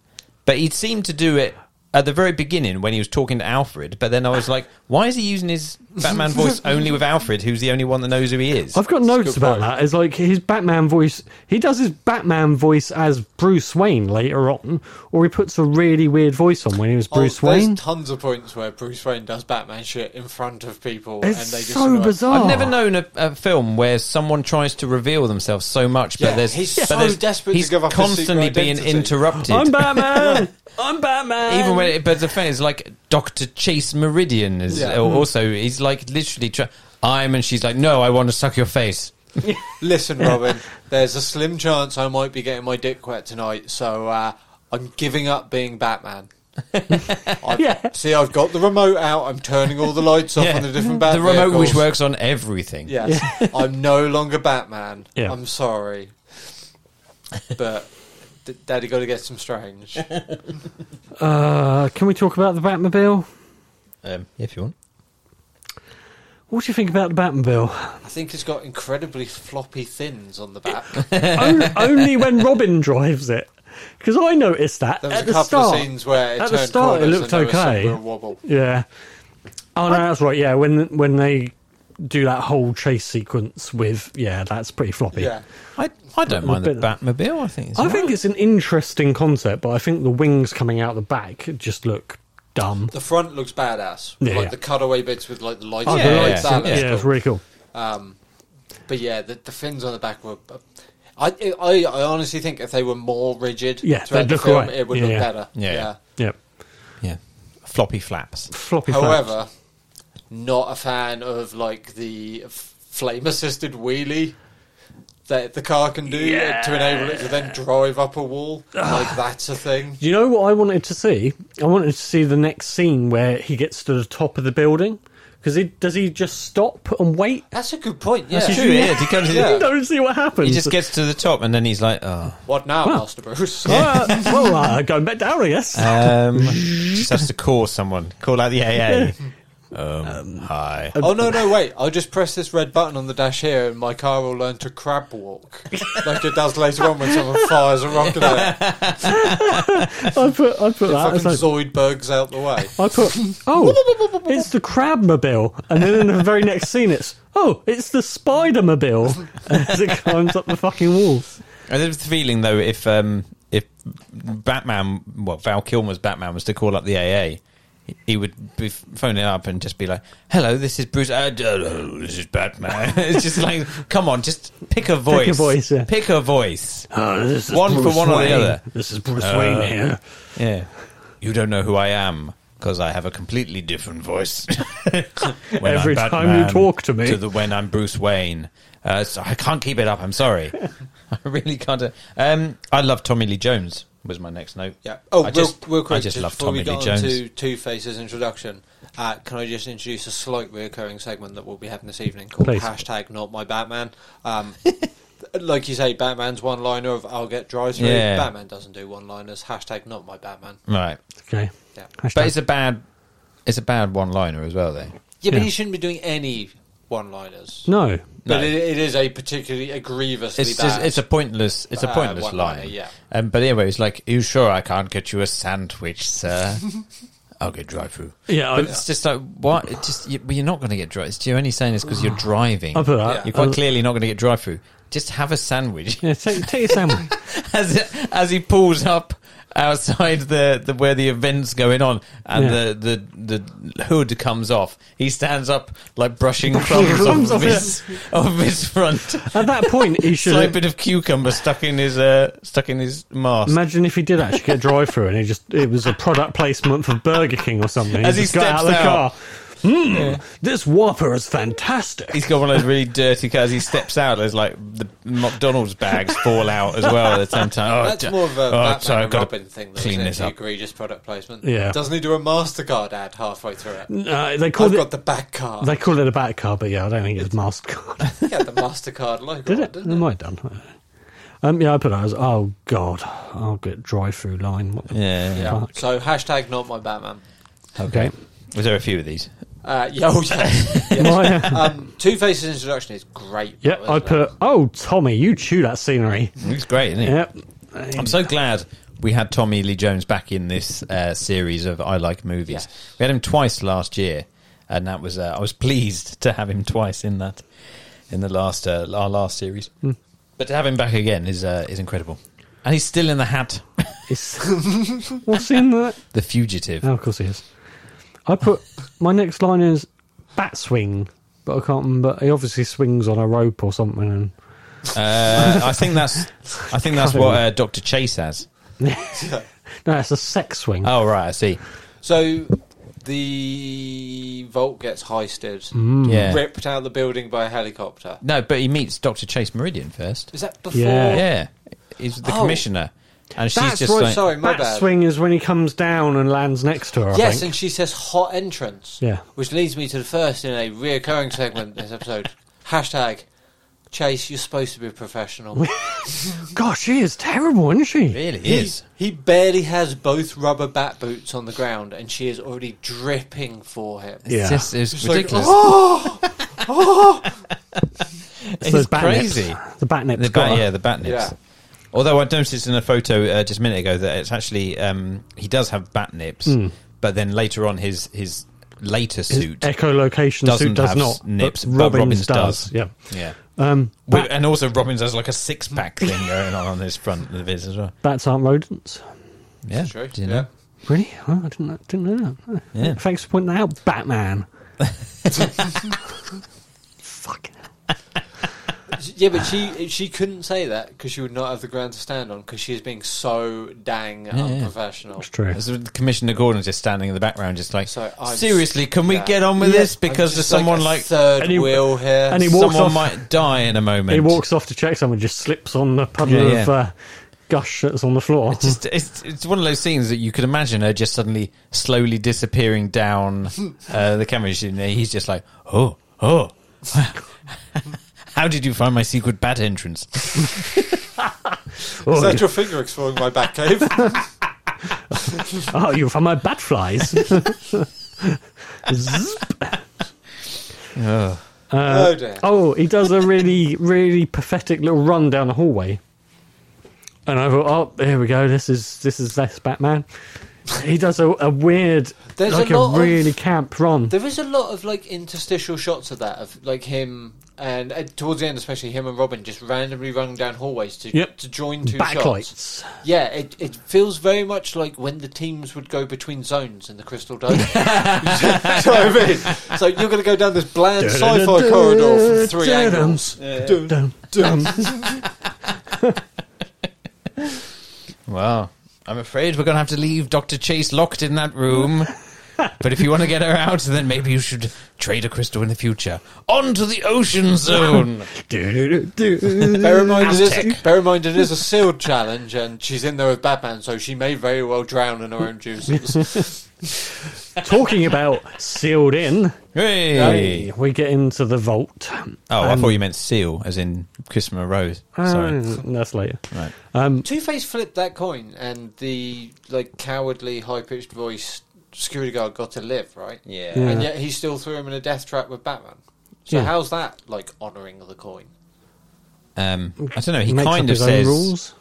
but he seemed to do it. At the very beginning, when he was talking to Alfred, but then I was like, "Why is he using his Batman voice only with Alfred, who's the only one that knows who he is?" I've got notes about that. It's like his Batman voice. He does his Batman voice as Bruce Wayne later on, or he puts a really weird voice on when he was Oh, Bruce Wayne. There's tons of points where Bruce Wayne does Batman shit in front of people, and It's they just so sort of like- bizarre. I've never known a, a film where someone tries to reveal themselves so much, but Yeah, there's he's but so there's- desperate to he's give up his constantly secret being identity. interrupted. I'm Batman. I'm Batman. even when, it, but the thing is, like Doctor Chase Meridian is Yeah. also he's like literally try, I'm, and she's like, no, I want to suck your face. Listen, Robin, there's a slim chance I might be getting my dick wet tonight, so uh, I'm giving up being Batman. I, Yeah. See, I've got the remote out. I'm turning all the lights off on the different the Batman. remote which works on everything. Yes, I'm no longer Batman. Yeah. I'm sorry, but d- Daddy got to get some strange. Uh, can we talk about the Batmobile? Um, if you want. What do you think about the Batmobile? I think it's got incredibly floppy thins on the back. On- only when Robin drives it, because I noticed that There was at a the couple start. of scenes where it at the turned start, it corners looked and there was some okay. real wobble. Yeah. Oh no, that's right. Yeah, when when they do that whole chase sequence with yeah, that's pretty floppy. Yeah. I, I don't mind the bit- Batmobile. I think it's I think it's an interesting concept, but I think the wings coming out the back just look dumb. The front looks badass. Yeah, like yeah. the cutaway bits with like the lights. Oh, on the it, Yeah, lights that and- yeah. looks yeah, it's cool. really cool. Um, but yeah, the, the fins on the back were. uh, I, I I honestly think if they were more rigid, Yeah, throughout they'd the look film, alright. it would Yeah, look yeah. better. Yeah, Yep. yeah, floppy flaps. Floppy. flaps. However, not a fan of like the flame assisted wheelie that the car can do to enable it to then drive up a wall. like that's a thing. Do you know what I wanted to see? I wanted to see the next scene where he gets to the top of the building. Because he, does he just stop and wait? That's a good point. Yeah. True, it is. He comes. You Yeah. don't see what happens. He just gets to the top, and then he's like, oh. What now, Master Bruce? Uh, well, uh, going back down, I guess. Um, just has to call someone. Call out the AA. Um, hi. Oh no no wait! I'll just press this red button on the dash here, and my car will learn to crab walk, like it does later on when someone fires a rocket at it. I put, I put that. Fucking As like, Zoidberg's out the way. I put, oh, it's the crab mobile, and then in the very next scene, it's oh, it's the spider mobile as it climbs up the fucking walls. I have the feeling though, if um, if Batman, well, Val Kilmer's Batman was to call up the AA, he would be phoning up and just be like, "Hello, this is Bruce. Uh, hello, this is Batman." it's just like, come on, just pick a voice. voice, yeah. Pick a voice. Oh, this is One for one or the other. This is Bruce Wayne here. Yeah. Uh, You don't know who I am because I have a completely different voice. When Every I'm time you Batman talk to me. to the when I'm Bruce Wayne. Uh, so I can't keep it up. I'm sorry. I really can't. uh, Um, I love Tommy Lee Jones. Was my next note. Yeah. Oh, I real, just, real quick, I just love before Tommy we Lee get Jones. on to Two Faces introduction, uh, can I just introduce a slight reoccurring segment that we'll be having this evening called Please. hashtag Not My Batman. Um, like you say, Batman's one liner of "I'll get drive through." Yeah. Batman doesn't do one liners. Hashtag Not My Batman. Right, Okay, Yeah. but Hashtag- it's a bad, it's a bad one-liner as well, though. Yeah, Yeah. but you shouldn't be doing any one liners. no, No. But it, it is a particularly a grievously It's bad. just, it's a pointless, it's a Bad pointless one-liner, line. yeah. Um, but anyway, it's like, you sure I can't get you a sandwich, sir? I'll get drive through. Yeah, I, But it's just like what? It just you, well, you're not going to get drive. It's, you're only saying this because you're driving. I'll put that. You're quite clearly not going to get drive through. Just have a sandwich. Yeah, take, take your sandwich. as as he pulls up outside the, the where the event's going on and Yeah. the, the the hood comes off he stands up like brushing crumbs, crumbs off, off, his, off his front At that point, he should slight have, bit of cucumber stuck in his uh, stuck in his mask imagine if he did actually get drive through and he just it was a product placement for Burger King or something. As he just got out of the steps out. car. Mmm, this Whopper is fantastic. He's got one of those really dirty cars. He steps out. There's like the McDonald's bags fall out as well at the same time. Oh, That's d- more of a oh, Batman sorry, I've and got to Robin thing, though, clean isn't this it? The up. egregious product placement. Yeah. Doesn't he do a Mastercard ad halfway through it? Uh, they I've called got it the back card. they called it a back car, but yeah, I don't think it's mask card. yeah, the Mastercard logo. Did on, Oh, it? It Didn't might have done. Um, yeah, I put it as oh god, I'll get drive through line. What the Yeah, yeah. Yeah. fuck? So hashtag not my Batman. Okay. Was there a few of these? Uh, yeah, oh, yeah. My- uh, Um, Two Face's introduction is great. yeah, though, I isn't it? put oh Tommy, you chew that scenery. Looks great, isn't it? Yep. I'm so glad we had Tommy Lee Jones back in this uh, series of I Like Movies. We had him twice last year, and that was uh, I was pleased to have him twice in that in the last uh, our last series. Hmm. But to have him back again is uh, is incredible, and he's still in the hat. It's- what's in that? The fugitive. Oh, of course he is. I put my next line is bat swing, but I can't remember. He obviously swings on a rope or something. And Uh, I think that's I think that's what uh, Doctor Chase has. no, it's a sex swing. Oh right, I see. So the vault gets hoisted, Mm. Yeah. ripped out of the building by a helicopter. No, but he meets Doctor Chase Meridian first. Is that before? Yeah. Yeah, he's the Oh. commissioner, and she's That's just right. like, Sorry, my bat bad. swing is when he comes down and lands next to her. I Yes, think. and she says hot entrance. Yeah. Which leads me to the first in a reoccurring segment this episode. Hashtag Chase, you're supposed to be a professional. Gosh, she is terrible, isn't she? really He- is. He barely has both rubber bat boots on the ground and she is already dripping for him. Yeah. It's just it's It's like, "Oh!" ridiculous. It's those It's bat nips. crazy. The bat nips. The got bat, her. yeah, the bat nips. Yeah. Although I noticed in a photo uh, just a minute ago that it's actually um, he does have bat nips, but then later on his his later Hmm. His suit, echolocation doesn't suit does have not. nips, but but Robbins, Robbins does. does. Yeah. yeah, Um, With- bat- and also Robbins has like a six pack thing going on on his front of his as well. bats aren't rodents. Yeah, True. Do you yeah. know? Really? Oh, I didn't know, didn't know that. Oh, Yeah. Thanks for pointing that out, Batman. Fucking hell. Yeah, but she she couldn't say that because she would not have the ground to stand on because she is being so dang yeah. unprofessional. That's true. So the Commissioner Gordon just standing in the background, just like So I'm- seriously, can we yeah. get on with Yeah. this? Because I'm there's just someone a like, third And he- wheel here. and he walks someone off- might die in a moment. He walks off to check someone, just slips on the puddle Yeah, of yeah. uh, gush that's on the floor. It's just it's, it's one of those scenes that you could imagine her just suddenly slowly disappearing down uh, the camera. She- And he's just like, oh, oh. How did you find my secret bat entrance? oh, Is that you, your finger exploring my back cave? oh, you found my bat flies. Zzz. Uh, oh dear. oh, he does a really, really pathetic little run down the hallway. And I thought, oh, here we go. This is this is less Batman. He does a, a weird, There's a like a, lot of- really camp run. There is a lot of like interstitial shots of that, of like him and uh, towards the end, especially him and Robin just randomly running down hallways to Yep. to join two shots. Backlights. Yeah, it, it feels very much like when the teams would go between zones in the Crystal Dome. Do you know what I mean? So you're going to go down this bland sci-fi corridor from three Dun-dun-dun-dun. angles. Dun. Dum, dum. Well, I'm afraid we're going to have to leave Dr. Chase locked in that room. but if you want to get her out, then maybe you should trade a crystal in the future. On to the ocean zone! Du-du-du-du. Bear in mind, it is, Aztec. bear in mind it is a sealed E challenge, and she's in there with Batman, so she may very well drown in her own juices. Talking about sealed in, hey! we get into the vault. Oh, I thought you meant seal, as in Christmas Rose. Sorry. Um, Uh, that's later. Right. Two Face flipped that coin, and the like cowardly, high pitched voice security guard got to live, right? Yeah. And yet he still threw him in a death trap with Batman. So Yeah. how's that like honouring of the coin? Um, I don't know. He Makes kind up of his own says rules.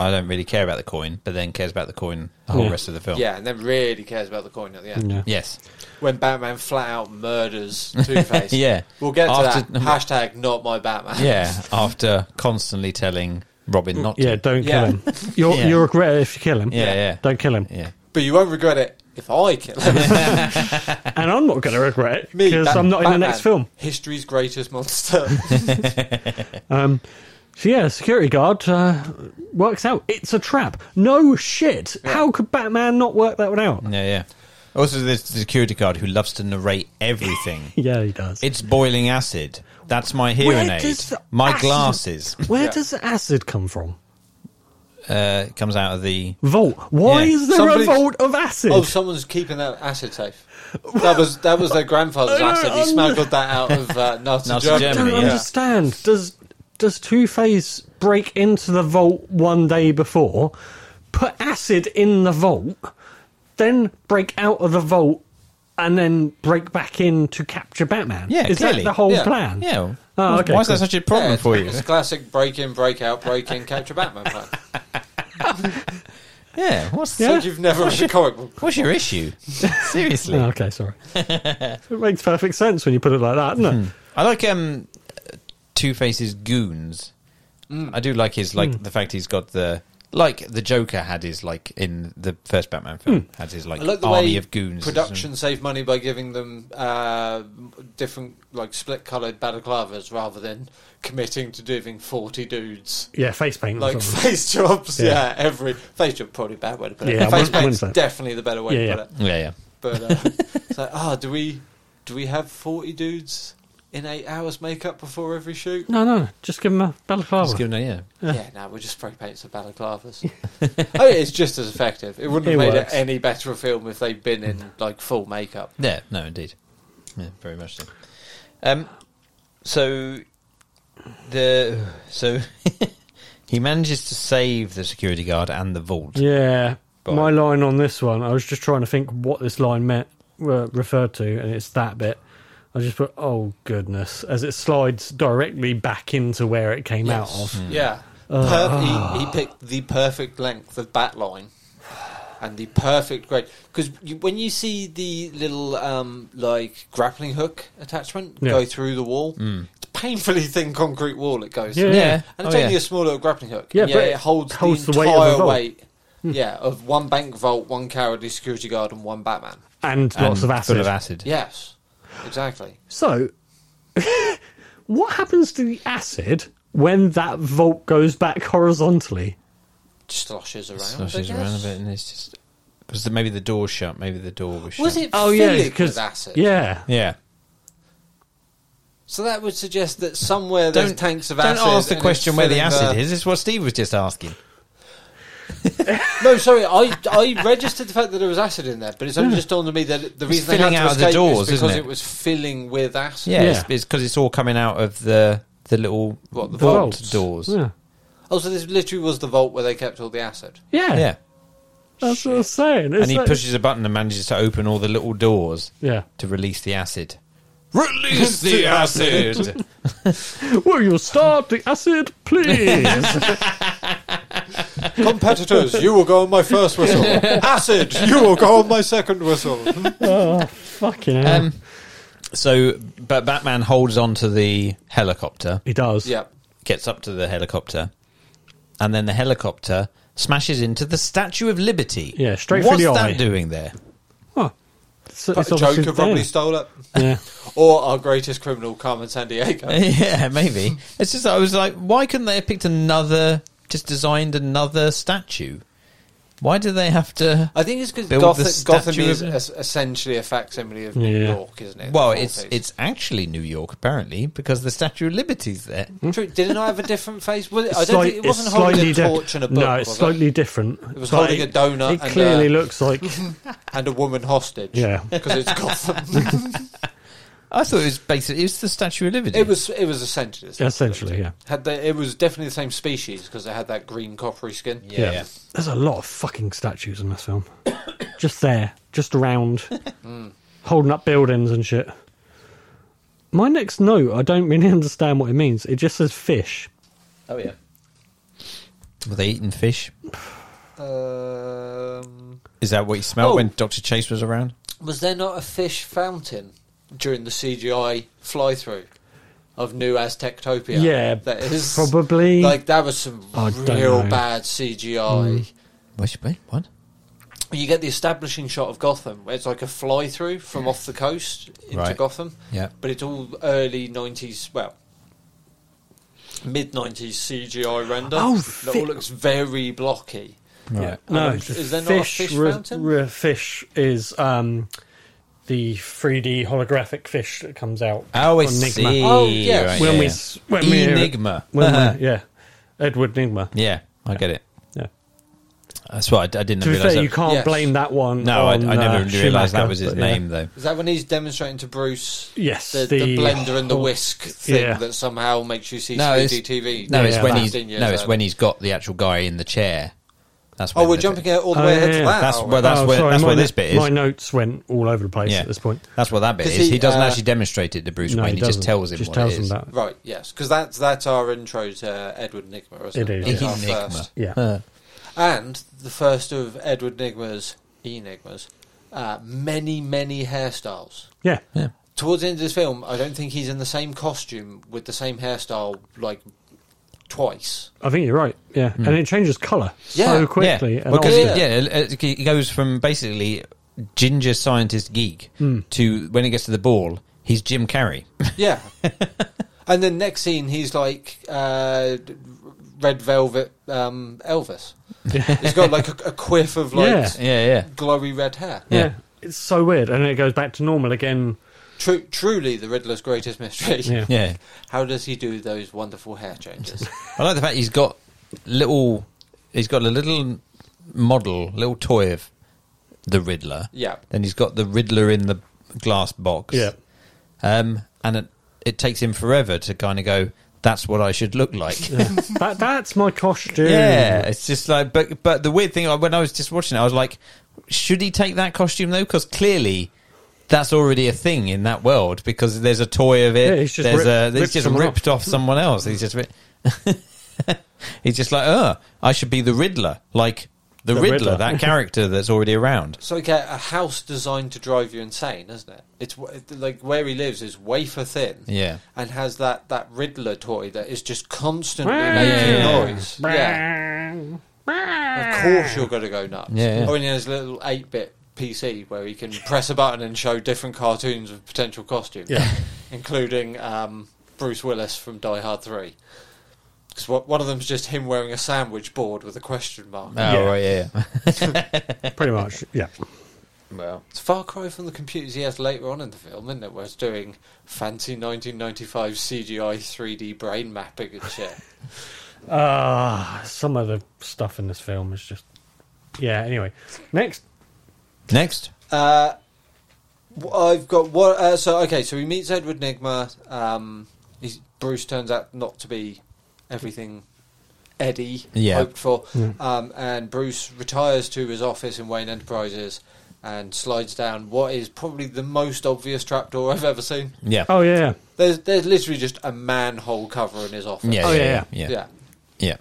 I don't really care about the coin, but then cares about the coin the whole Yeah. rest of the film. Yeah, and then really cares about the coin at the end. Yeah. Yes. When Batman flat out murders Two Face. Yeah. We'll get to After- that. Hashtag not my Batman. Yeah. After constantly telling Robin not Yeah, to. don't kill Yeah. him. You'll, Yeah. you'll regret it if you kill him. Yeah, yeah. Don't kill him. Yeah. But you won't regret it if I kill him. And I'm not going to regret it Me, because Bat- I'm not in Batman, the next film. History's greatest monster. So yeah, security guard uh, works out. It's a trap. No shit. How could Batman not work that one out? Yeah, yeah. Also, there's the security guard who loves to narrate everything. Yeah, he does. it's boiling acid. That's my hearing aid. does the My acid- glasses. Where Yeah. does the acid come from? Uh, it comes out of the. Vault. Why Yeah. is there Somebody- a vault of acid? oh, someone's keeping that acid safe. That was that was their I grandfather's don't acid. He under- smuggled that out of uh, Nazi, Nazi Germany. I don't Germany, yeah. understand. Does does Two Face break into the vault one day before, put acid in the vault, then break out of the vault, and then break back in to capture Batman? Yeah, is clearly. that the whole Yeah. plan? Yeah. Oh, okay, Why is that cool. such a problem Yeah, for you? It's classic break in, break out, break in, capture Batman plan. Yeah. What's Yeah. Like you've never read a comic book. What's your issue? Seriously. Oh, okay, sorry. it makes perfect sense when you put it like that, doesn't it? I like um, Two Face's goons. Mm. I do like his like Mm. the fact he's got the like the Joker had his like in the first Batman film Mm. had his like, I like the army way of goons production saved money by giving them uh, different, like split coloured balaclavas rather than committing to doing 40 dudes. Yeah, face paint. Like or something. face jobs, yeah. Yeah. Every face job probably a bad way to put it. Yeah, I face wouldn't- I wouldn't paint's say that. definitely the better way Yeah, to put it. Yeah, yeah. But uh, it's like, ah, do we do we have forty dudes in eight hours makeup before every shoot? no, no, just give him a balaclava. Just give him a- yeah. Yeah, no, we'll just spray paint some balaclavas. oh, yeah, it's just as effective. It wouldn't have It made works. Mm. it any better a film if they'd been in like full makeup. Yeah, no, indeed. Yeah, very much so. Um, so the so he manages to save the security guard and the vault. Yeah, Bye. my line on this one, I was just trying to think what this line meant, uh, referred to, and it's that bit. I just put, oh goodness, as it slides directly back into where it came out of. Hmm. Uh, Yeah. Per- he, he picked the perfect length of bat line and the perfect grade. Because you, when you see the little, um, like, grappling hook attachment Yeah. go through the wall, Hmm. it's a painfully thin concrete wall it goes Yeah. through. Yeah. And it's Oh, only yeah. a small little grappling hook. Yeah, Yeah, but it holds, holds the the weight of the entire vault. Hmm. weight. Yeah, of one bank vault, one cowardly security guard, and one Batman. And and lots of acid. Full of acid. Yes, exactly. So, what happens to the acid when that vault goes back horizontally? Sloshes around. Sloshes I guess. around a bit, and it's just because maybe the door's shut. Maybe the door was shut. Was it Oh, oh, yeah, with because. acid? Yeah. Yeah. So that would suggest that somewhere there's Don't tanks of don't acid. ask the and question it's uh, where the filling acid is. It's what Steve was just asking. No, sorry, I I registered the fact that there was acid in there, but it's only just dawned on me that it- the reason they had Hmm. filling to out of the escape doors, is isn't because it? it? was filling with acid. Yeah, Yeah. it's because it's all coming out of the the little What, the vault vaults. doors. Yeah. Oh, so this literally was the vault where they kept all the acid. Yeah. Yeah. That's what I'm saying. It's and he like- pushes a button and manages to open all the little doors Yeah. to release the acid. Release the acid. Will you start the acid, please? Competitors, you will go on my first whistle. acid, you will go on my second whistle. oh, fucking hell. um, so, but Batman holds on to the helicopter, he does. yeah, gets up to the helicopter, and then the helicopter smashes into the Statue of Liberty. Yeah, straight through What's the that eye. doing there? Huh. So it's obviously Joker probably there. stole it, Yeah. or our greatest criminal, Carmen San Diego. yeah, maybe. It's just I was like, why couldn't they have picked another? Just designed another statue. Why do they have to? I think it's because Build the Gotham, Gotham statue is of- es- essentially a facsimile of New Yeah. York, isn't it? Well, The it's whole piece. it's actually New York apparently because the Statue of Liberty's there. True. Didn't I have a different face? Was it, I Hmm? It's don't slight- think it it's wasn't holding slightly a diff- torch and a book. No, it's was it? slightly different. It was But holding it- a donut It and, clearly uh, looks like and a woman hostage. Yeah. because it's Gotham. I thought it was basically it was the Statue of Liberty. it was it was essentially the same. essentially, yeah. Had they, it was definitely the same species because they had that green coppery skin. yeah. yeah. There's a lot of fucking statues in this film. just there, just around, Hmm. holding up buildings and shit. My next note, I don't really understand what it means. It just says fish. Oh yeah. Were they eating fish? Um, Is that what you smelled Oh. when Doctor Chase was around? was there not a fish fountain during the CGI fly through of New Aztectopia? Yeah, that is probably. like that was some I don't real know. Hmm. bad CGI. What's your What? You get the establishing shot of Gotham, where it's like a fly through from off the coast into Right. Gotham, Yeah. but it's all early nineties. Well. Mid 90s CGI render. Oh, that fi- all looks very blocky. Right. No, Um, is there not a fish re- fountain? re- fish is um, the 3D holographic fish that comes out. Ah. Oh, I on Enigma. see. Oh, yeah. Right, When yeah, we yeah. s- when we Enigma. When we- yeah, Edward Nigma. yeah, I get it. Yeah. That's what I, I didn't To be realize. fair, you that. can't Yes. blame that one. No, I, on, I never uh, realized that Schumacher, was his but yeah. name, though. Is that when he's demonstrating to Bruce Yes, the, the, the- blender and the whisk thing yeah. that somehow makes you see No, speedy it's- TV? No, it's Yeah, when that- he's no, it's when he's got the actual guy in the chair. That's Oh, when we're the- jumping out all the Oh, way yeah, ahead to yeah. that. That's are we? where that's oh, where sorry, that's my, where no- this bit is. My notes went all over the place Yeah. at this point. That's what that bit 'Cause is. He, he, doesn't uh, actually demonstrate it to Bruce No, Wayne. He, just doesn't. tells him Just what tells it him is. that. Right, yes, because that's that's our intro to Edward Nigma, isn't It it? is, That's our Enigma. first. Yeah. And the first of Edward Nigma's enigmas, uh, many many hairstyles. yeah. Towards the end of this film, I don't think he's in the same costume with the same hairstyle like twice. I think you're right. Yeah, and it changes colour Yeah. so quickly. Hmm. Yeah, and because all- he- also- yeah, uh, uh, he goes from basically ginger scientist geek Hmm. to when it gets to the ball, he's Jim Carrey. Yeah. and then next scene, he's like uh, d- red velvet um, Elvis. he's got like a, a quiff of like Yeah. yeah, yeah. glowy red hair. yeah. yeah. it's so weird, and then it goes back to normal again. Tru- truly, the Riddler's greatest mystery. Yeah, Yeah, How does he do those wonderful hair changes? I like the fact he's got little. He's got a little model, little toy of the Riddler. Yeah. Then he's got the Riddler in the glass box. Yeah. Um, and it, it takes him forever to kind of go. That's what I should look like. Yeah. that that's my costume. it's just like, but but the weird thing, like, when I was just watching it, I was like, should he take that costume though? Because clearly, that's already a thing in that world. Because there's a toy of it. Yeah, it's just there's rip- a, ripped it's just someone off. ripped off. someone else. He's just, a bit- he's just like, oh, I should be the Riddler, like the, The Riddler, Riddler. that character that's already around. It's like a, a house designed to drive you insane, isn't it? It's w- like where he lives is wafer thin. Yeah. And has that, that Riddler toy that is just constantly Yeah. making Yeah. noise. Yeah. Of course you're going to go nuts. Oh, Yeah, yeah. Or in his little 8 bit PC where he can press a button and show different cartoons of potential costumes, Yeah. including um, Bruce Willis from Die Hard 3. Because one of them's just him wearing a sandwich board with a question mark. Oh, yeah. Right, yeah, yeah. pretty much. Yeah, Well, It's far cry from the computers he has later on in the film, isn't it? Where it's doing fancy 1995 CGI 3D brain mapping and shit. uh, some of the stuff in this film is just. Yeah. Anyway, next. next. Uh, w- I've got what. Uh, so okay, so he meets Edward Nigma. Um, he's, Bruce turns out not to be everything Eddie Yeah. hoped for, um, and Bruce retires to his office in Wayne Enterprises and slides down what is probably the most obvious trapdoor I've ever seen. Yeah. Oh yeah. There's there's literally just a manhole cover in his office. Yeah, Oh, yeah, yeah, yeah, yeah, Yeah.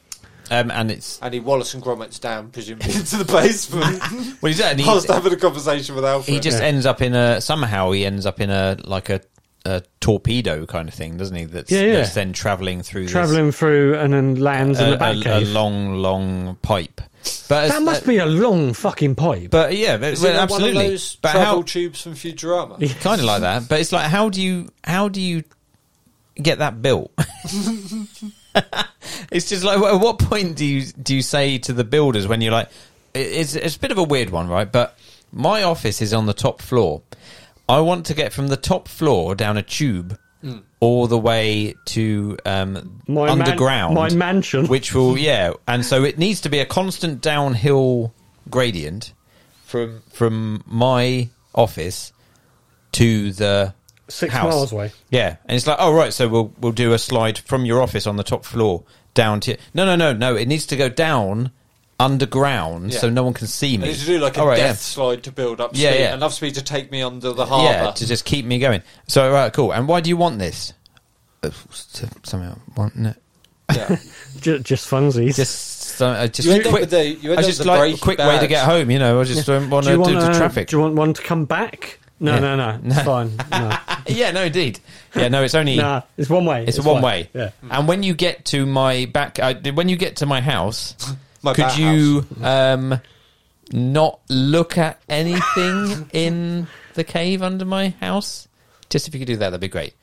yeah. Um, and it's And he Wallace and Gromit's down, presumably into the basement. well, he's, and he's, Whilst having a conversation with Alfred. he just Yeah. ends up in a somehow he ends up in a like a, a torpedo kind of thing, doesn't he? That's, Yeah, yeah. that's then traveling through this- Traveling through and then lands in a, the Uh, back a, a cave. long, long pipe. But uh, that must be a long fucking pipe. But yeah, but, Is well, it like absolutely. One of those but travel how tubes from Futurama. kind of like that? But it's like how do you how do you get that built? it's just like at what point do you do you say to the builders when you're like it- it's it's a bit of a weird one, right? But my office is on the top floor. I want to get from the top floor down a tube all the way to um, My man- underground, my mansion. which will yeah, and so it needs to be a constant downhill gradient from from my office to the Six house. miles away. Yeah, and it's like, oh right, so we'll we'll do a slide from your office on the top floor down to no, no, no, no. It needs to go down underground Yeah. so no one can see me. They need to do like a All right, death yeah. slide to build up Yeah, speed, yeah. enough speed to take me under the yeah, harbour. to just keep me going. So right, cool. And why do you want this? Uh, s- Somehow wanting it. Yeah. J- just funsies. Just, so, I just You end up quick, with the- you end I up just with the like break a quick way bad. to get home. You know, I just don't want do to you do want the uh, traffic. Do you want one to come back? No, Yeah. no, no, It's fine. No, yeah, no, indeed. Yeah, no, it's only Nah, it's one way. it's, a one fine. way. Mm. Yeah. And when you get to my back, uh, when you get to my house, My could back you um, not look at anything in the cave under my house? Just if you could do that, that'd be great.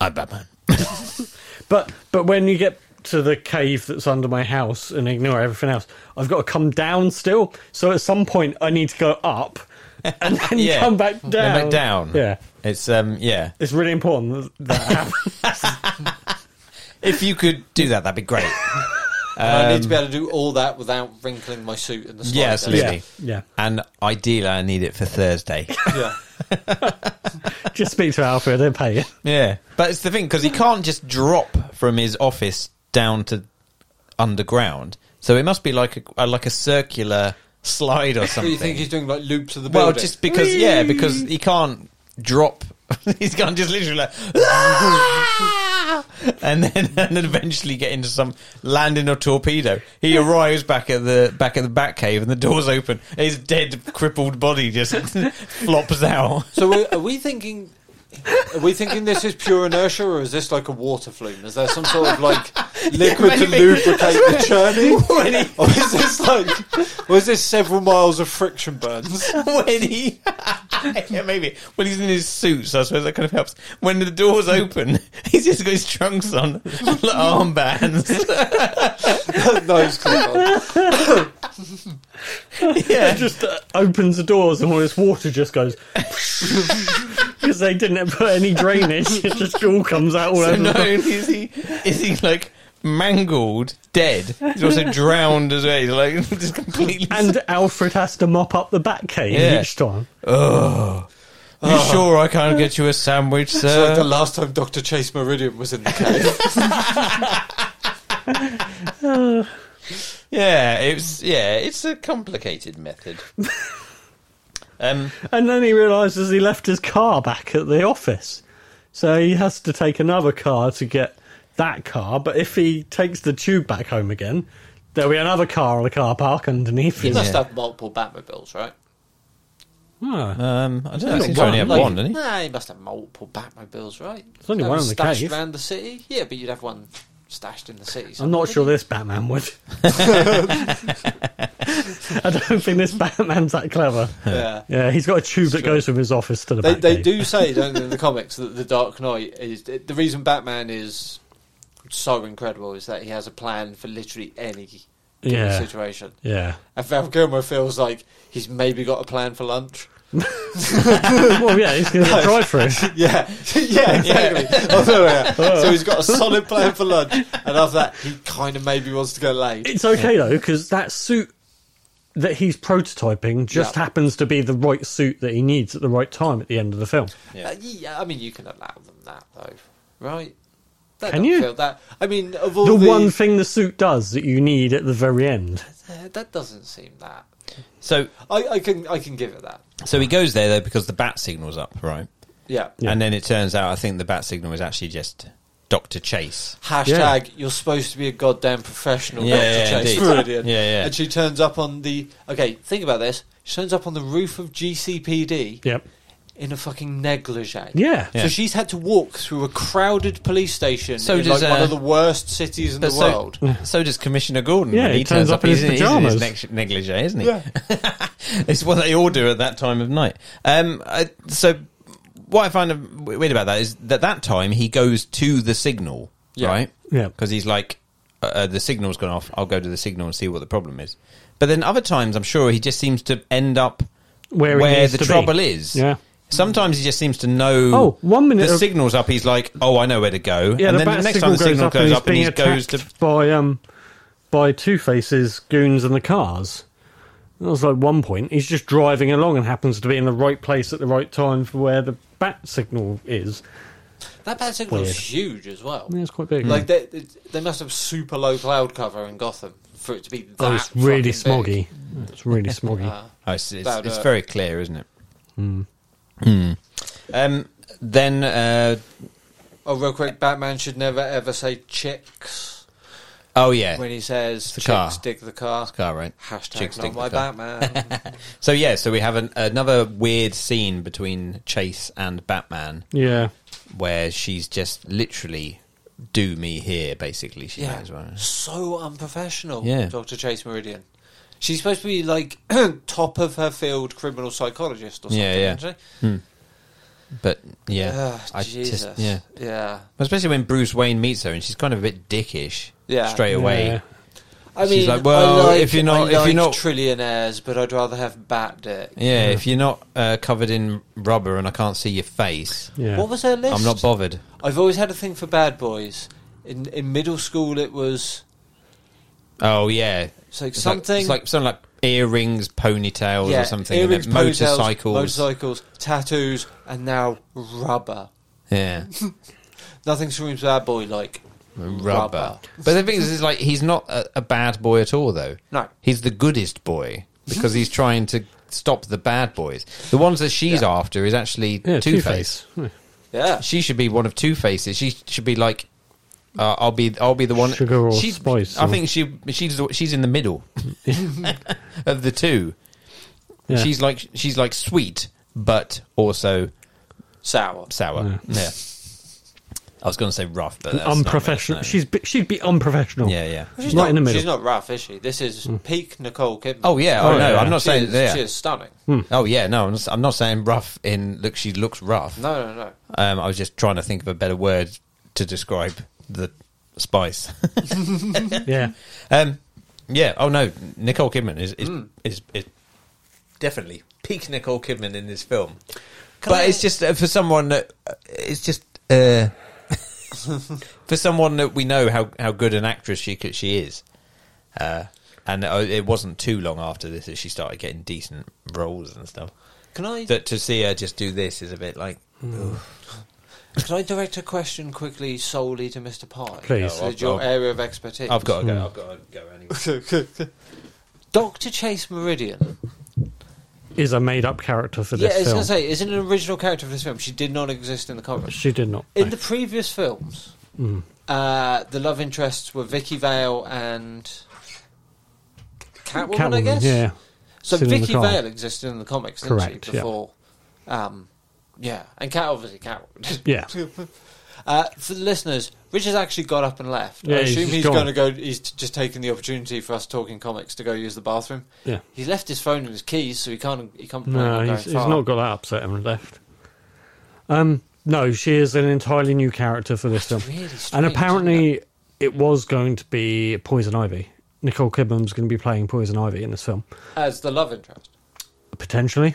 I'm Batman. But but when you get to the cave that's under my house and ignore everything else, I've got to come down still. So at some point, I need to go up and then Yeah. come back down. Come back down. Yeah, It's um, yeah. it's really important that that happens. If you could do that, that'd be great. and I need to be able to do all that without wrinkling my suit in the slightest. Um, Yeah, absolutely. yeah, yeah. And ideally, I need it for Thursday. Yeah. Just speak to Alfred; they'll pay you. yeah, but it's the thing because he can't just drop from his office down to underground. So it must be like a, a like a circular slide or So something. you think he's doing like loops of the building? well, just because yeah, because he can't drop. he's can't just literally like. "Ah!" And then, and then eventually get into some land in a torpedo. He arrives back at the back at the Batcave, and the doors open. His dead, crippled body just flops out. So are, are we thinking? Are we thinking this is pure inertia, or is this like a water flume? Is there some sort of like liquid to maybe. lubricate the churning, or is this like, or is this several miles of friction burns? when he yeah maybe when he's in his suit so I suppose that kind of helps when the doors open he's just got his trunks on like armbands Those clip on. yeah Just uh, opens the doors and all this water just goes. Because they didn't put any drainage, it just all comes out all so over. the not only is he is he like mangled dead he's also drowned as well he's like just completely And Alfred has to mop up the back cave Yeah. each time. oh you sure I can't get you a sandwich It's like the sir last time Doctor Chase Meridian was in the cave. yeah it's yeah it's a complicated method um And then he realises he left his car back at the office. So he has to take another car to get that car. But if he takes the tube back home again, there'll be another car on the car park underneath He him. must have multiple Batmobiles, right? Ah, um I don't know Only I think he's only one, had like- one didn't he Nah, he must have multiple Batmobiles, right? There's only Have one them in the stashed cave. around the city. Yeah, but you'd have one stashed in the city. I'm not somewhere, sure wouldn't this Batman would. I don't think this Batman's that clever. you? Yeah. Yeah, he's got a tube that goes from his office to the They, back they cave. do say, don't they, in the comics that the Dark Knight is the reason Batman is so incredible is that he has a plan for literally any given Yeah. situation. Yeah. And Val Kilmer feels like he's maybe got a plan for lunch. well, yeah, he's going to drive through. Yeah, yeah, exactly. Oh, no, no, no. So he's got a solid plan for lunch, and after that, he kind of maybe wants to go late. It's okay though, because that suit that he's prototyping just Yeah. happens to be the right suit that he needs at the right time at the end of the film. Yeah. uh, yeah, I mean, you can allow them that though, right? They Can don't you? Feel that. I mean, of all the the, one thing the suit does that you need at the very end. Uh, that doesn't seem that. so I, I can I can give it that. So he goes there though because the bat signal's up, right? Yeah. Yeah. And then it turns out I think the bat signal was actually just Doctor Chase. Hashtag, you're supposed to be a goddamn professional, Yeah, yeah, Dr. Chase indeed. Meridian. Yeah, yeah. And she turns up on the. Okay, think about this. She turns up on the roof of GCPD Yep. in a fucking negligee. Yeah. Yeah. So she's had to walk through a crowded police station So in like does, one uh, of the worst cities in the so, world. so does Commissioner Gordon. Yeah, when he turns up in his he's in his pyjamas. neg- negligee, isn't he? it's what they all do at that time of night. Um, I, so what I find w- weird about that is that that time he goes to the signal, Yeah. right? Yeah. because he's like, uh, uh, the signal's gone off. I'll go to the signal and see what the problem is. But then other times, I'm sure he just seems to end up Where he needs the to be. trouble is. Yeah. Sometimes he just seems to know. Oh, one minute the of- signal's up. He's like, "Oh, I know where to go." Yeah, and the then bat the next time signal the goes signal up and goes he's up, and being he goes attacked to. by um by Two Face's goons and the cars. That was like one point. He's just driving along and happens to be in the right place at the right time for where the bat signal is. That bad signal Weird. is huge as well. Mm. Yeah, it's quite big. Like, they, they must have super low cloud cover in Gotham for it to be that. oh, it's really fucking big. smoggy. It's really smoggy. Uh, Oh, it's, it's, That'd it's hurt. very clear, isn't it? Hmm. Um. Then, uh, oh, real quick Batman should never ever say chicks. Oh yeah, when he says the chicks car. dig the car. car right. Hashtag Chicks dig not my the car. Batman. So yeah, so we have an, another weird scene between Chase and Batman Yeah. where she's just literally do me here. Basically, she yeah, knows. Right? so unprofessional. Yeah. Doctor Chase Meridian. She's supposed to be like top of her field criminal psychologist or something. Yeah, yeah. Isn't But she? yeah, Ah, I Jesus. just yeah. yeah. Especially when Bruce Wayne meets her and she's kind of a bit dickish. Yeah. Straight away. Yeah. I mean, She's like, well, I like, if you're not- I if you're like not- trillionaires, but I'd rather have bat dick. Yeah, if you're not uh, covered in rubber and I can't see your face, Yeah. What was her list? I'm not bothered. I've always had a thing for bad boys. In in middle school, it was Oh yeah, it's like It's like- something. it's like something like earrings, ponytails, yeah, or something. Earrings, and then ponytails, motorcycles. motorcycles, tattoos, and now rubber. Yeah, Nothing screams bad boy like rubber. But the thing is, is like he's not a, a bad boy at all, though. No. he's the goodest boy because he's trying to stop the bad boys. The ones that she's after is actually Yeah, Two Face. Two-Face. Yeah, She should be one of Two Faces. She should be like. Uh, I'll be. I'll be the one. Sugar or She's- spice I or- think she. She's. the- She's in the middle of the two. Yeah. She's like. She's like sweet, but also sour. sour. Yeah. I was going to say rough, but that's unprofessional. Not right, She's be, she'd be unprofessional. no. yeah, yeah. She's Right not, in the middle. Mm. She's not rough, is she? This is peak Nicole Kidman. Oh yeah. Oh, Oh, no, yeah. Mm. I'm not she saying is, yeah. she is stunning. Hmm. Oh yeah. No, I'm not, I'm not saying rough. In look, she looks rough. No, no, no. Um, I was just trying to think of a better word to describe the spice. Yeah. um, yeah. Oh no, Nicole Kidman is is is, is definitely peak Nicole Kidman in this film. but it's just uh, for someone that uh, it's just uh, for someone that we know how, how good an actress she could, she is. Uh, and uh, it wasn't too long after this that she started getting decent roles and stuff. Can I That to see her just do this is a bit like can I direct a question quickly solely to Mr. Pye? Please. It's your area of expertise. I've got to go. I've got to go anyway. Doctor Chase Meridian. Is a made up character for Yeah, this I was film. going to say, isn't an original character for this film? She did not exist in the comics. she did not. In no. the previous films, Mm. uh, the love interests were Vicky Vale and Catwoman, I Catwoman, guess. Yeah. So Sitting in the Vicky car. Vale existed in the comics, didn't Correct, she? yeah. Before, um, yeah, and Cat obviously Cat. Yeah. uh, for the listeners, Richard's actually got up and left. Yeah, I he's assume just he's gone. going to go. He's t- just taking the opportunity for us talking comics to go use the bathroom. Yeah. He's left his phone and his keys, so he can't. He can't. No, going he's, he's far. not got that upset and left. Um, no, she is an entirely new character for this film. really and strange, apparently, it was going to be Poison Ivy. Nicole Kidman's going to be playing Poison Ivy in this film, as the love interest. potentially.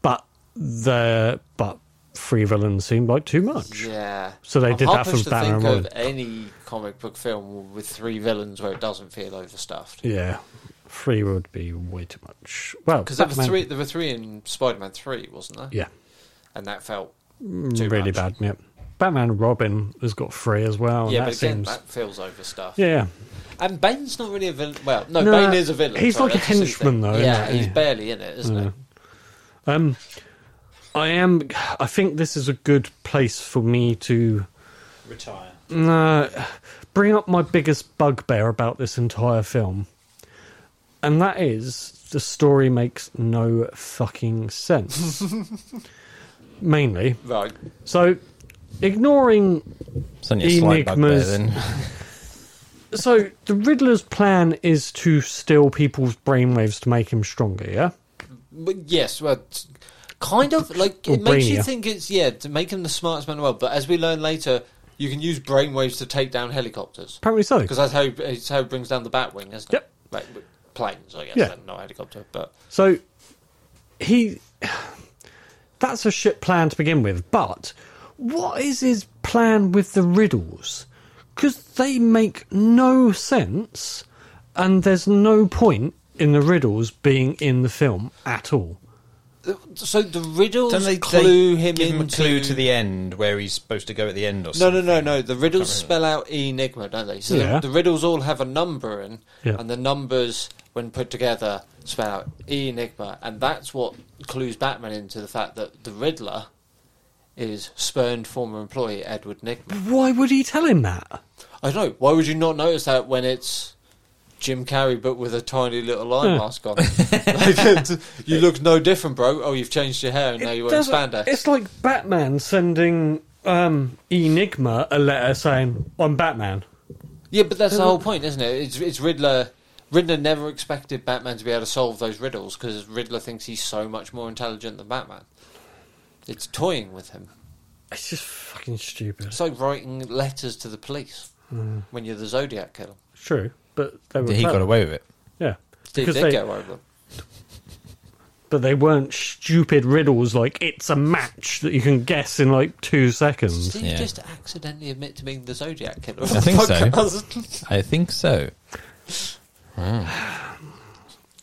But the but three villains seemed like too much. Yeah. So they I'm did that hard for pushed to Batman think and of Robin. any comic book film with three villains where it doesn't feel overstuffed. Yeah, three would be way too much. Well, Because there were Batman- three. There were three in Spider-Man Three, wasn't there? Yeah, and that felt too really much. bad. Yeah, Batman and Robin has got three as well. yeah, and but that again, seems. that feels overstuffed. Yeah, And Bane's not really a villain. Well, no, No, Bane is a villain. he's sorry, like a that's silly henchman, thing. though, isn't Yeah, he? he's Yeah. barely in it, isn't Um, I am. I think this is a good place for me to Retire. uh, bring up my biggest bugbear about this entire film, and that is the story makes no fucking sense. Mainly, he? Right. so ignoring It's only a slight bugbear Enigmas. then. so the Riddler's plan is to steal people's brainwaves to make him stronger. Yeah, But yes, well, it's kind of like Or it makes you brainier. think it's yeah to make him the smartest man in the world. But as we learn later, you can use brainwaves to take down helicopters apparently so. because that's how it's how it brings down the Batwing, isn't Yep. it? Like with planes, I guess. Yeah. and Not helicopter, but So he that's a shit plan to begin with, but what is his plan with the riddles? Cuz they make no sense and there's no point in the riddles being in the film at all. so the riddles Don't they, clue him give into him a clue to the end where he's supposed to go at the end or No, something? no, no, no. The riddles spell out enigma, don't they? So Yeah. the, the riddles all have a number in, Yeah. and the numbers, when put together, spell out enigma, and that's what clues Batman into the fact that the Riddler is spurned former employee Edward Nickman. Why would he tell him that? I don't know. Why would you not notice that when it's Jim Carrey but with a tiny little eye mask on? Like, it's- you look no different, bro. Oh, you've changed your hair and now you're wearing doesn't- spandex. It's like Batman sending um, Enigma a letter saying, "I'm Batman." Yeah, but that's the whole point, isn't it? It's, it's Riddler. Riddler never expected Batman to be able to solve those riddles because Riddler thinks he's so much more intelligent than Batman. It's toying with him. It's just fucking stupid. It's like writing letters to the police when you're the Zodiac killer. True, but they were. He clever. got away with it. Yeah, Did because they, they, get away with it? but they weren't stupid riddles like it's a match that you can guess in like two seconds. Did you Yeah. just accidentally admit to being the Zodiac killer? on I the think so. podcast? I think so.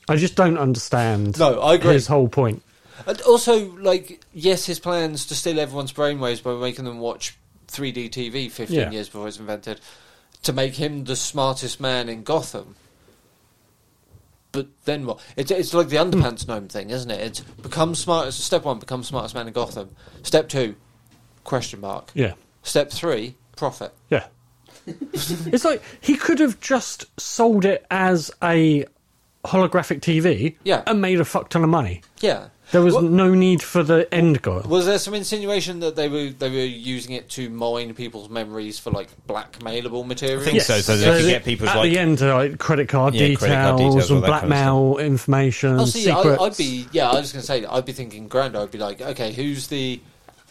I just don't understand. No, I agree. His whole point. And also, like, yes, his plans to steal everyone's brainwaves by making them watch 3D TV 15 Yeah. years before it's invented, to make him the smartest man in Gotham. But then what? It's, it's like the underpants gnome thing, isn't it? It's become smart. Step one, become smartest man in Gotham. Step two, question mark. Yeah, Step three, profit. yeah. it's like he could have just sold it as a holographic TV. Yeah. and made a fuck ton of money. Yeah. There was Well- no need for the end goal. Was there some insinuation that they were they were using it to mine people's memories for like blackmailable material? think so, so they could the- get people's, at like- the end uh, like credit card, Yeah, details, credit card details, all and that kind of blackmail information. Oh, see, I, secrets. I'd be yeah. I was going to say I'd be thinking grander. I'd be like, okay, who's the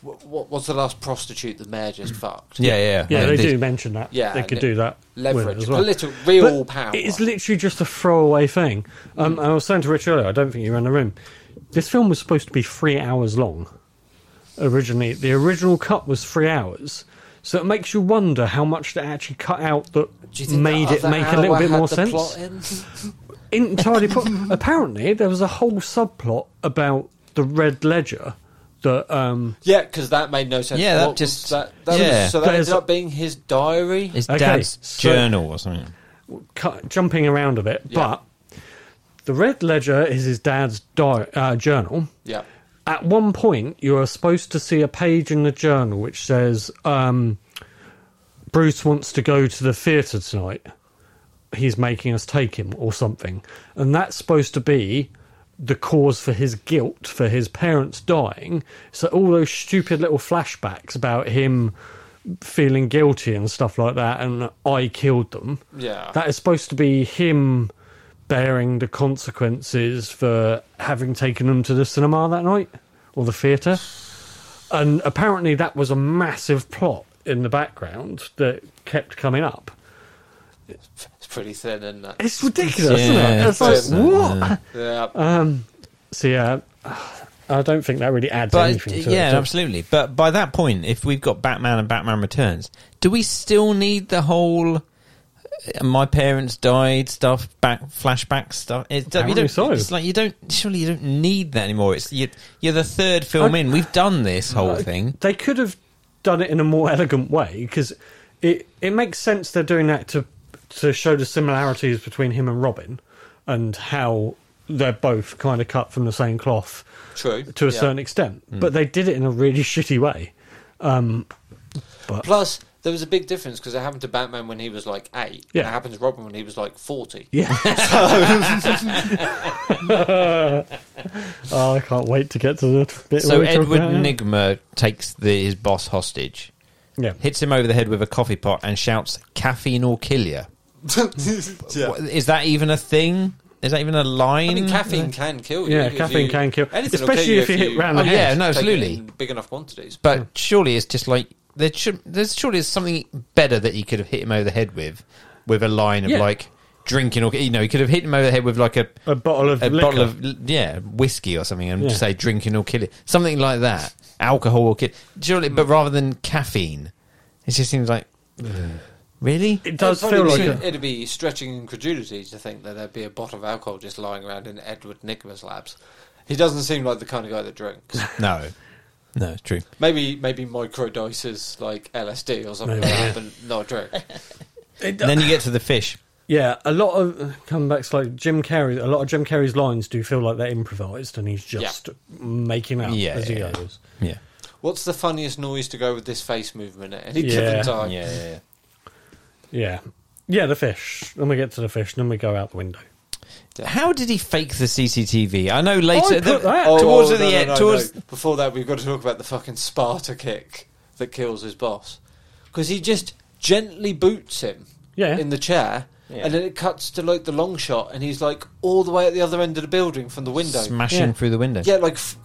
what, what's the last prostitute the mayor just fucked? Yeah, yeah. Yeah, they did- do mention that. Yeah, they could and it- do that. with it leverage, as well. political, real But power. It is literally just a throwaway thing. Um, I was saying to Rich earlier, I don't think you were in the room. This film was supposed to be three hours long. Originally, the original cut was three hours, so it makes you wonder how much they actually cut out that Do you think made that it other make a hour little bit had more the sense. plot in? entirely put. Apparently, there was a whole subplot about the Red Ledger that um, Yeah, because that made no sense. Yeah, that What was just- that, that yeah. was, so that There's- ended up being his diary. His Okay, dad's so- journal or something. cut, jumping around a bit, Yeah. but the Red Ledger is his dad's di- uh, journal. Yeah, At one point, you are supposed to see a page in the journal which says, um, Bruce wants to go to the theatre tonight. He's making us take him, or something. And that's supposed to be the cause for his guilt for his parents dying. So, all those stupid little flashbacks about him feeling guilty and stuff like that, and I killed them. yeah. That is supposed to be him bearing the consequences for having taken them to the cinema that night or the theatre. And apparently, that was a massive plot in the background that kept coming up. it's pretty thin, isn't it? It's ridiculous, Yeah, isn't it? It's it's, uh, like, what? Uh, Yeah. So, yeah, I don't think that really adds But anything to yeah, it. does it? absolutely. But by that point, if we've got Batman and Batman Returns, do we still need the whole uh, "my parents died" stuff, back flashback stuff? It, don't- you Apparently don't. so. It's like you don't. Surely you don't need that anymore. It's you, you're the third film I- in. We've done this whole thing. They could have done it in a more elegant way because it, it makes sense they're doing that to to show the similarities between him and Robin and how they're both kind of cut from the same cloth True. to a yeah. certain extent. But they did it in a really shitty way. Plus, there was a big difference because it happened to Batman when he was like eight. Yeah. And it happened to Robin when he was like forty. Yeah. oh, I can't wait to get to the bit. So where we talk Edward about- Nigma takes the, his boss hostage, Yeah. hits him over the head with a coffee pot, and shouts, "Caffeine or kill ya." yeah. What- Is that even a thing? Is that even a line? I mean, caffeine can kill you. Mm, Yeah, if caffeine you- can kill- anything will especially kill you if you hit round the Oh, head. yeah, no, take it absolutely. in big enough quantities. But Hmm. surely it's just like there should, there's surely something better that you could have hit him over the head with, with a line of Yeah. like drinking or you know you could have hit him over the head with like a A bottle of a liquor. bottle of yeah whiskey or something and Yeah. say drinking or kill it something like that alcohol or kill surely but rather than caffeine it just seems like really It does It'd feel like probably a, be- it'd be stretching incredulity to think that there'd be a bottle of alcohol just lying around in Edward Nickman's labs. He doesn't seem like the kind of guy that drinks. no no it's true maybe maybe microdoses like LSD or something Maybe, like that, but not a drink. and then you get to the fish Yeah, a lot of coming back to like Jim Carrey. A lot of Jim Carrey's lines do feel like they're improvised, and he's just making out Yeah, as he yeah, yeah. goes. yeah what's the funniest noise to go with this face movement at any Yeah. given time? Yeah, yeah, yeah. Yeah. Yeah, the fish. Then we get to the fish, and then we go out the window. How did he fake the CCTV? I know later, I put the- that. Oh, towards oh, the no, no, end, no, towards no. before that, we've got to talk about the fucking Sparta kick that kills his boss because he just gently boots him Yeah. in the chair, Yeah. and then it cuts to like the long shot, and he's like all the way at the other end of the building from the window. smashing Yeah. through the window. yeah, like f-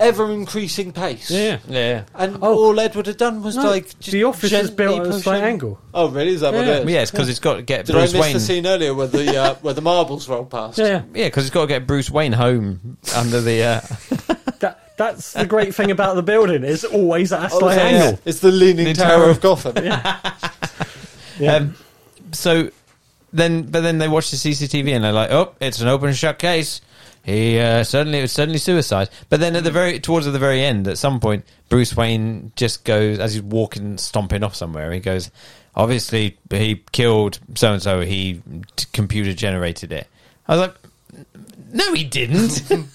ever increasing pace. yeah. yeah, And Oh. all Edward had done was No, like just the office is gently built at a slight pushing- angle. Oh, really? Is that what Yeah. it Well, is? yeah. It's because it's got to get Did Bruce I miss Wayne. the scene earlier where the uh, where the marbles roll past? Yeah, yeah. Yeah, because it's got to get Bruce Wayne home under the. Uh, That, that's the great thing about the building. It's always at a Oh, slight yeah, yeah. angle. It's the Leaning The Tower, Tower. of Gotham. Yeah. um, so then, but then they watch the CCTV and they're like, "Oh, it's an open and shut case." He uh, suddenly it was suddenly suicide. But then at the very towards the very end, at some point, Bruce Wayne just goes as he's walking, stomping off somewhere. He goes, "Obviously, he killed so and so. He t- computer generated it." I was like. No, he didn't.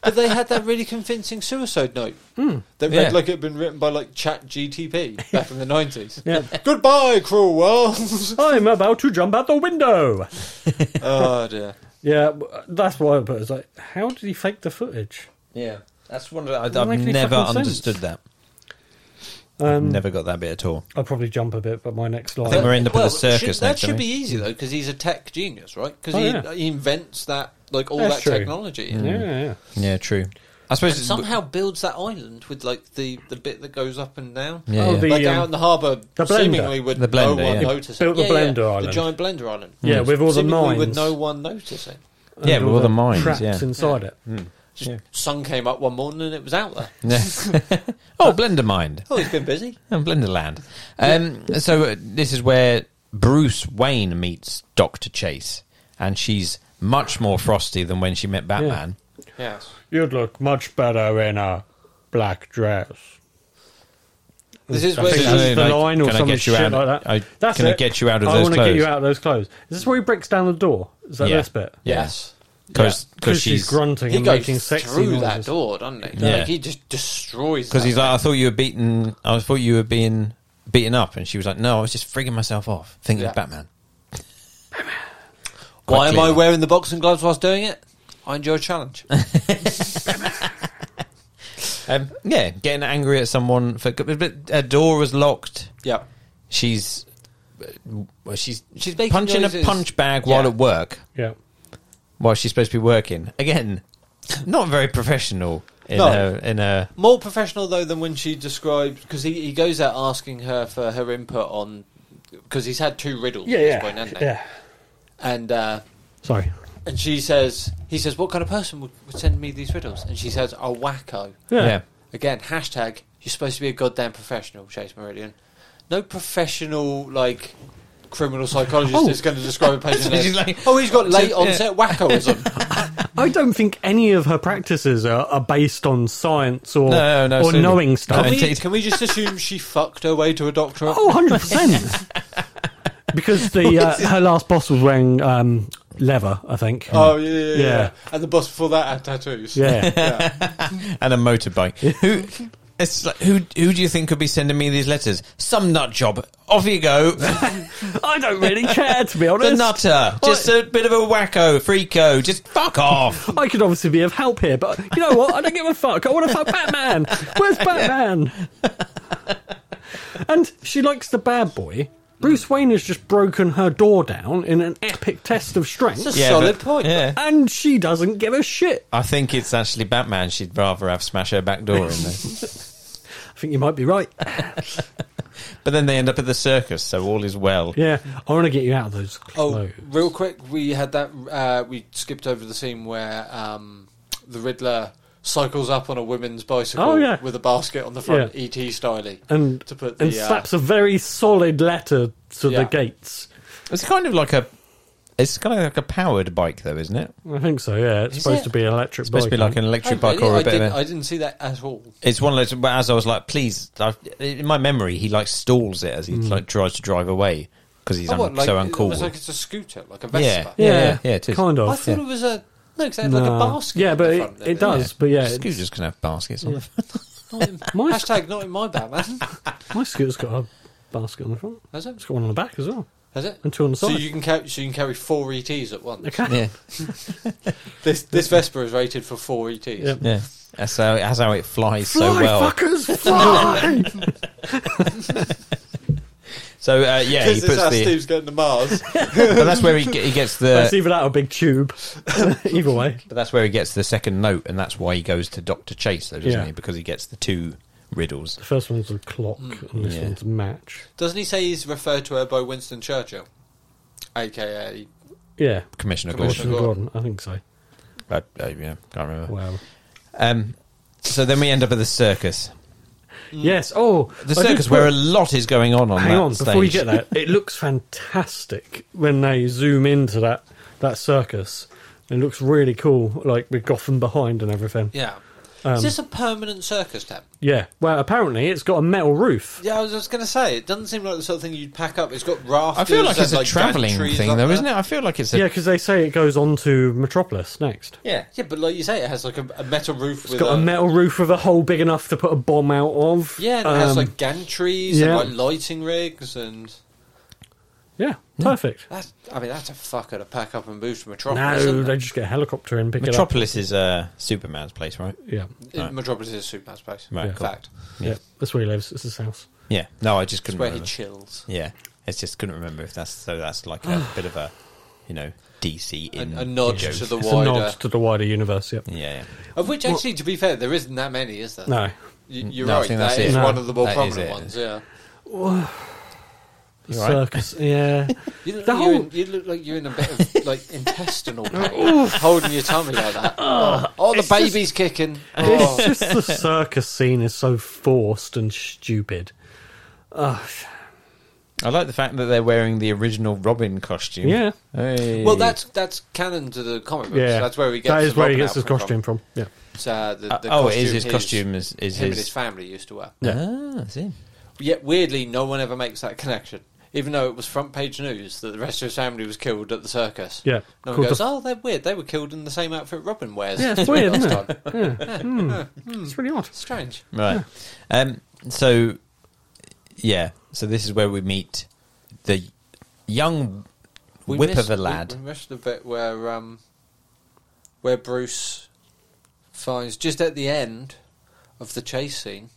But they had that really convincing suicide note Hmm. that read Yeah. like it had been written by like Chat GTP back in the nineties. Yeah. Goodbye, cruel world. I'm about to jump out the window. oh dear. Yeah, w- that's why I put it. It's like, how did he fake the footage? yeah, that's one of the, Doesn't I've make any never fucking sense. understood that. Um, never got that bit at all. I'll probably jump a bit, but my next line. I think we're end up at well, the circus should, that next. should aren't be we? easy though because he's a tech genius, right? Because Oh, he, yeah. he invents that like all That's that true. Mm. technology. yeah, yeah. Yeah, true. I And suppose it's- somehow builds that island with like the, the bit that goes up and down. Yeah, Oh, yeah. The, like um, out in the harbour, the blender. seemingly with The blender, no one yeah. noticing. Built the Yeah, yeah, blender island. the giant blender island. Yeah, with all the Seemingly with mines. no one noticing. And Yeah, with all the mines, traps yeah. inside it. Just sun came up one morning and it was out there. Yeah. oh, Blender Mind. Oh, he's been busy. Oh, Blenderland. Um, so uh, this is where Bruce Wayne meets Dr. Chase, and she's much more frosty than when she met Batman. Yes. You'd look much better in a black dress. This is I where think Yeah. that's Yeah. the Like, line or can I some get you shit out- like that. I- That's can I it. get you out of I those wanna get clothes? you out of those clothes. Is this where he breaks down the door? Is that Yeah. this bit? Yes. Because Because she's, she's grunting He and goes making through sexy noises. that door, doesn't he? Yeah. Like, he just destroys because that he's like, I thought you were beaten. I thought you were being beaten up, and she was like, No, I was just frigging myself off, thinking Yeah. of Batman. thing. Why am I clearly. wearing the boxing gloves whilst doing it? I enjoy a challenge. Um, yeah, getting angry at someone for but a door was locked. yeah. She's uh, well, she's She's making punching noises. a punch bag while Yeah. at work. Yeah. while she's supposed to be working. Again, not very professional in No. her in her More professional, though, than when she described. Because he, he goes out asking her for her input on. Because he's had two riddles Yeah, at this yeah. point, hasn't he? yeah. And, uh, Sorry. and she says, he says, what kind of person would, would send me these riddles? And she says, a wacko. Yeah. yeah. Again, hashtag, you're supposed to be a goddamn professional, Chase Meridian. No professional, like, criminal psychologist is going to describe a patient She's as, like- oh, he's got late onset wackoism. I don't think any of her practices are, are based on science or, No, no, or absolutely. knowing stuff. No, can, we, Indeed. can we just assume she fucked her way to a doctorate? Oh, 100%. because the uh, her last boss was wearing um, leather, I think. Oh, yeah, yeah, yeah, Yeah. And the boss before that had tattoos. Yeah. and a motorbike. who it's like who who do you think could be sending me these letters? Some nut job. Off you go. I don't really care, to be the honest. nutter. Just a bit of a wacko, freako. Just fuck off. I could obviously be of help here, but you know what? I don't give a fuck. I want to fuck Batman. Where's Batman? and she likes the bad boy. Bruce Wayne has just broken her door down in an epic test of That's strength, a solid but- point. Yeah. and she doesn't give a shit. I think it's actually Batman. She'd rather have smash her back door in there. I think you might be right. but then they end up at the circus, so all is well. Yeah, I want to get you out of those Oh, clothes. real quick, we had that. Uh, we skipped over the scene where um, the Riddler cycles up on a women's bicycle Oh, yeah. with a basket on the front, E ET styly, and to put the and uh, slaps a very solid letter to the Yeah. gates. It's kind of like a it's kind of like a powered bike though, isn't it? I think so. Yeah, it's supposed it? to be an electric. It's supposed to be bike, like an Oh, electric bike really? or a I bit didn't, of a, I didn't see that at all. It's one of those. But as I was like, please, I, in my memory, he like stalls it as he Mm. like tries to drive away because he's Oh, un- what, like, so It uncool. was like it's a scooter, like yeah, a Vespa. yeah, yeah, Yeah, yeah, it is. kind of. I thought yeah. it was a no, 'cause it had like a No. basket. Yeah, on but the it- front, it didn't does. but yeah, it's- scooters can have baskets on. them. Not in, My- hashtag not in my Batman. My scoot's got a basket on the front. Has it? It's got one on the back as well, Has it? and two on the So side. you can carry, so you can carry four ETs at once. okay. Yeah, This this Vespa is rated for four E ETs. Yeah. yeah. That's how, that's how it flies Fly, so well. fuckers, fly! So uh, yeah, he Because puts it's how the. Steve's going to Mars. But that's where he, ge- he gets That's the. either that or a big tube. either way. But that's where he gets the second note, and that's why he goes to Doctor Chase, though, doesn't Yeah. he? Because he gets the two riddles. The first one's a clock, and this Yeah. one's a match. Doesn't he say he's referred to her by Winston Churchill, aka Yeah. Commissioner, Commissioner Gordon. Commissioner Gordon, I think so. Uh, uh, yeah, can't remember. Wow. Um, so then we end up at the circus. Yes. Oh, The I did circus put- where a lot is going on on Hang that on, stage. before you get there, it looks fantastic when they zoom into that that circus. It looks really cool, like with Gotham behind and everything. yeah. is Um, this a permanent circus tent? Yeah. Well, apparently it's got a metal roof. Yeah, I was just going to say it doesn't seem like the sort of thing you'd pack up. It's got rafters. I feel like and, it's a travelling gantries thing, up though, there. isn't it? I feel like it's a Yeah, because they say it goes on to Metropolis next. yeah. Yeah, but like you say, it has like a, a metal roof. It's with got a metal roof with a hole big enough to put a bomb out of. Yeah, and it has Um, like gantries yeah. and like lighting rigs, and yeah, perfect. that's. I mean, that's a fucker to pack up and move to Metropolis. No, isn't they it? just get a helicopter and pick Metropolis is uh, Superman's place, right? it up. Yeah, It- Right. Metropolis is Superman's place. Right, in cool. fact, yeah, that's where he lives. It's his house. Yeah. No, I just it's couldn't where he remember. chills. yeah, it's just couldn't remember if that's so. That's like a bit of a you know DC A, in a nod joke. to the It's a wider, nod to the wider universe. Yep. yeah. yeah. of which actually, to be fair, there isn't that many, is there? No. Y- You're No, I right. think That that's is it. one No. of the more That is prominent it. ones. Yeah. The You're right. circus. Yeah. You look, The like whole- you're in, you look like you're in a bit of like intestinal pain, holding your tummy like that. Oh, oh, the baby's kicking. It's Oh. just the circus scene is so forced and stupid. I like the fact that they're wearing the original Robin costume. Yeah. Hey. Well, that's that's canon to the comic books. Yeah, That's where he gets. that is the where he Robin gets his outfit costume from. Yeah, It's, uh, the, Uh, the oh, it costume is his costume is is him and his his. family used to wear. Ah, I see. Yet weirdly, no one ever makes that connection. Even though it was front page news that the rest of his family was killed at the circus. yeah. No one Called goes, the- oh, they're weird. They were killed in the same outfit Robin wears. Yeah, it's weird, last isn't time." it? Yeah. Hmm. It's really odd. Strange. Right. Um, so, yeah. So this is where we meet the young We whip missed- of a lad. We, we missed the bit where um, where Bruce finds just at the end of the chase scene,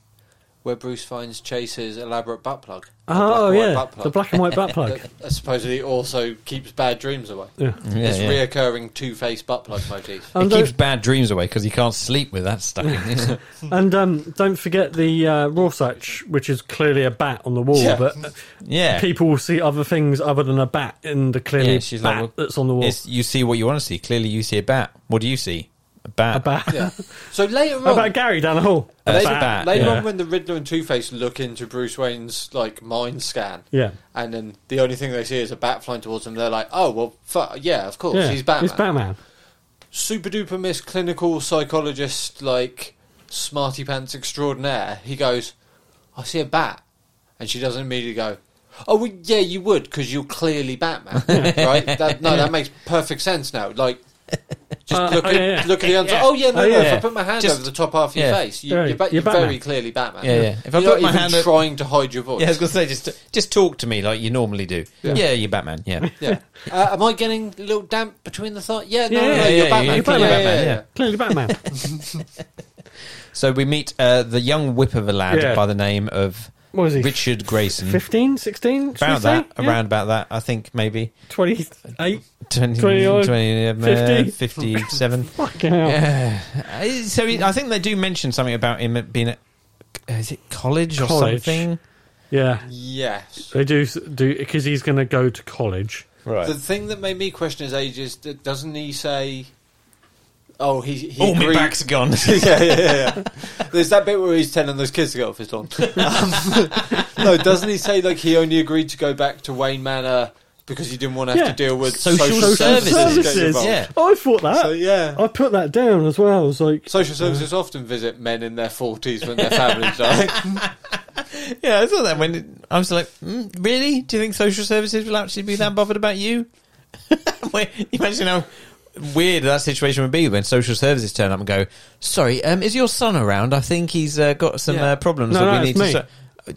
where Bruce finds Chase's elaborate butt plug. The black Oh and white yeah, butt plug the black and white butt plug. that uh, supposedly also keeps bad dreams away. yeah. Yeah, this yeah. reoccurring two face butt plug motif. It And, keeps bad dreams away because he can't sleep with that stuck in his. don't, and um, don't forget the uh, Rorschach, which is clearly a bat on the wall, Yeah. but yeah. people will see other things other than a bat in the clearly Yeah, she's like, bat well, that's on the wall. It's, you see what you want to see. Clearly, you see a bat. What do you see? A bat. A bat. Yeah. So later on, How about Gary down the hall? A later, bat. later yeah. on, when the Riddler and Two Face look into Bruce Wayne's like mind scan, Yeah. and then the only thing they see is a bat flying towards them. They're like, "Oh well, fu- yeah, of course, Yeah, he's Batman." He's Batman. super duper miss clinical psychologist like smarty pants extraordinaire he goes i see a bat and she doesn't immediately go oh well, yeah you would because you're clearly batman right that, no that makes perfect sense now like just Uh, look, oh, at, yeah, yeah. look at the answer. Yeah. Oh yeah, no, Oh, no. If yeah. I put my hand Just- over the top half of your yeah. face, you, Right. you're, ba- You're you're very Batman. clearly Batman. Yeah, yeah. If I put my hand o- trying to hide your voice. Yeah, I was gonna say just just talk to me like you normally do. Yeah, Yeah. you're Batman. Yeah, Yeah. Uh, am I getting a little damp between the thought? Yeah, no, Yeah, no, no, yeah, you're yeah, Batman. you're Batman, Batman, yeah. Clearly Batman. So we meet uh, the young whip of a lad Yeah. by the name of What was he? Richard Grayson. 15, 16? should we Around that, say? Yeah. around about that, I think maybe 28. 20, 20, 20, 50. uh, 57. Fucking hell. Yeah. Uh, So he- I think they do mention something about him at being at is it college or College. something? Yeah, Yes. they do s- do because he's going to go to college. Right. The thing that made me question his age is that doesn't he say, "Oh, he he All my agreed." back's gone. yeah, yeah, yeah, yeah. There's that bit where he's telling those kids to get off his lawn. Um, no, doesn't he say like he only agreed to go back to Wayne Manor because he didn't want to have Yeah. to deal with Social social, services. services? getting involved? Yeah. I thought that. So yeah. I put that down as well. I was like, Social services often visit men in their 40s when their families die. yeah, I saw that when it, I was like, mm, really? Do you think social services will actually be that bothered about you? Wait, Imagine how weird that situation would be when social services turn up and go, "Sorry, um, is your son around? I think he's uh, got some Yeah. uh, problems No, that no, we it's need to." me. So-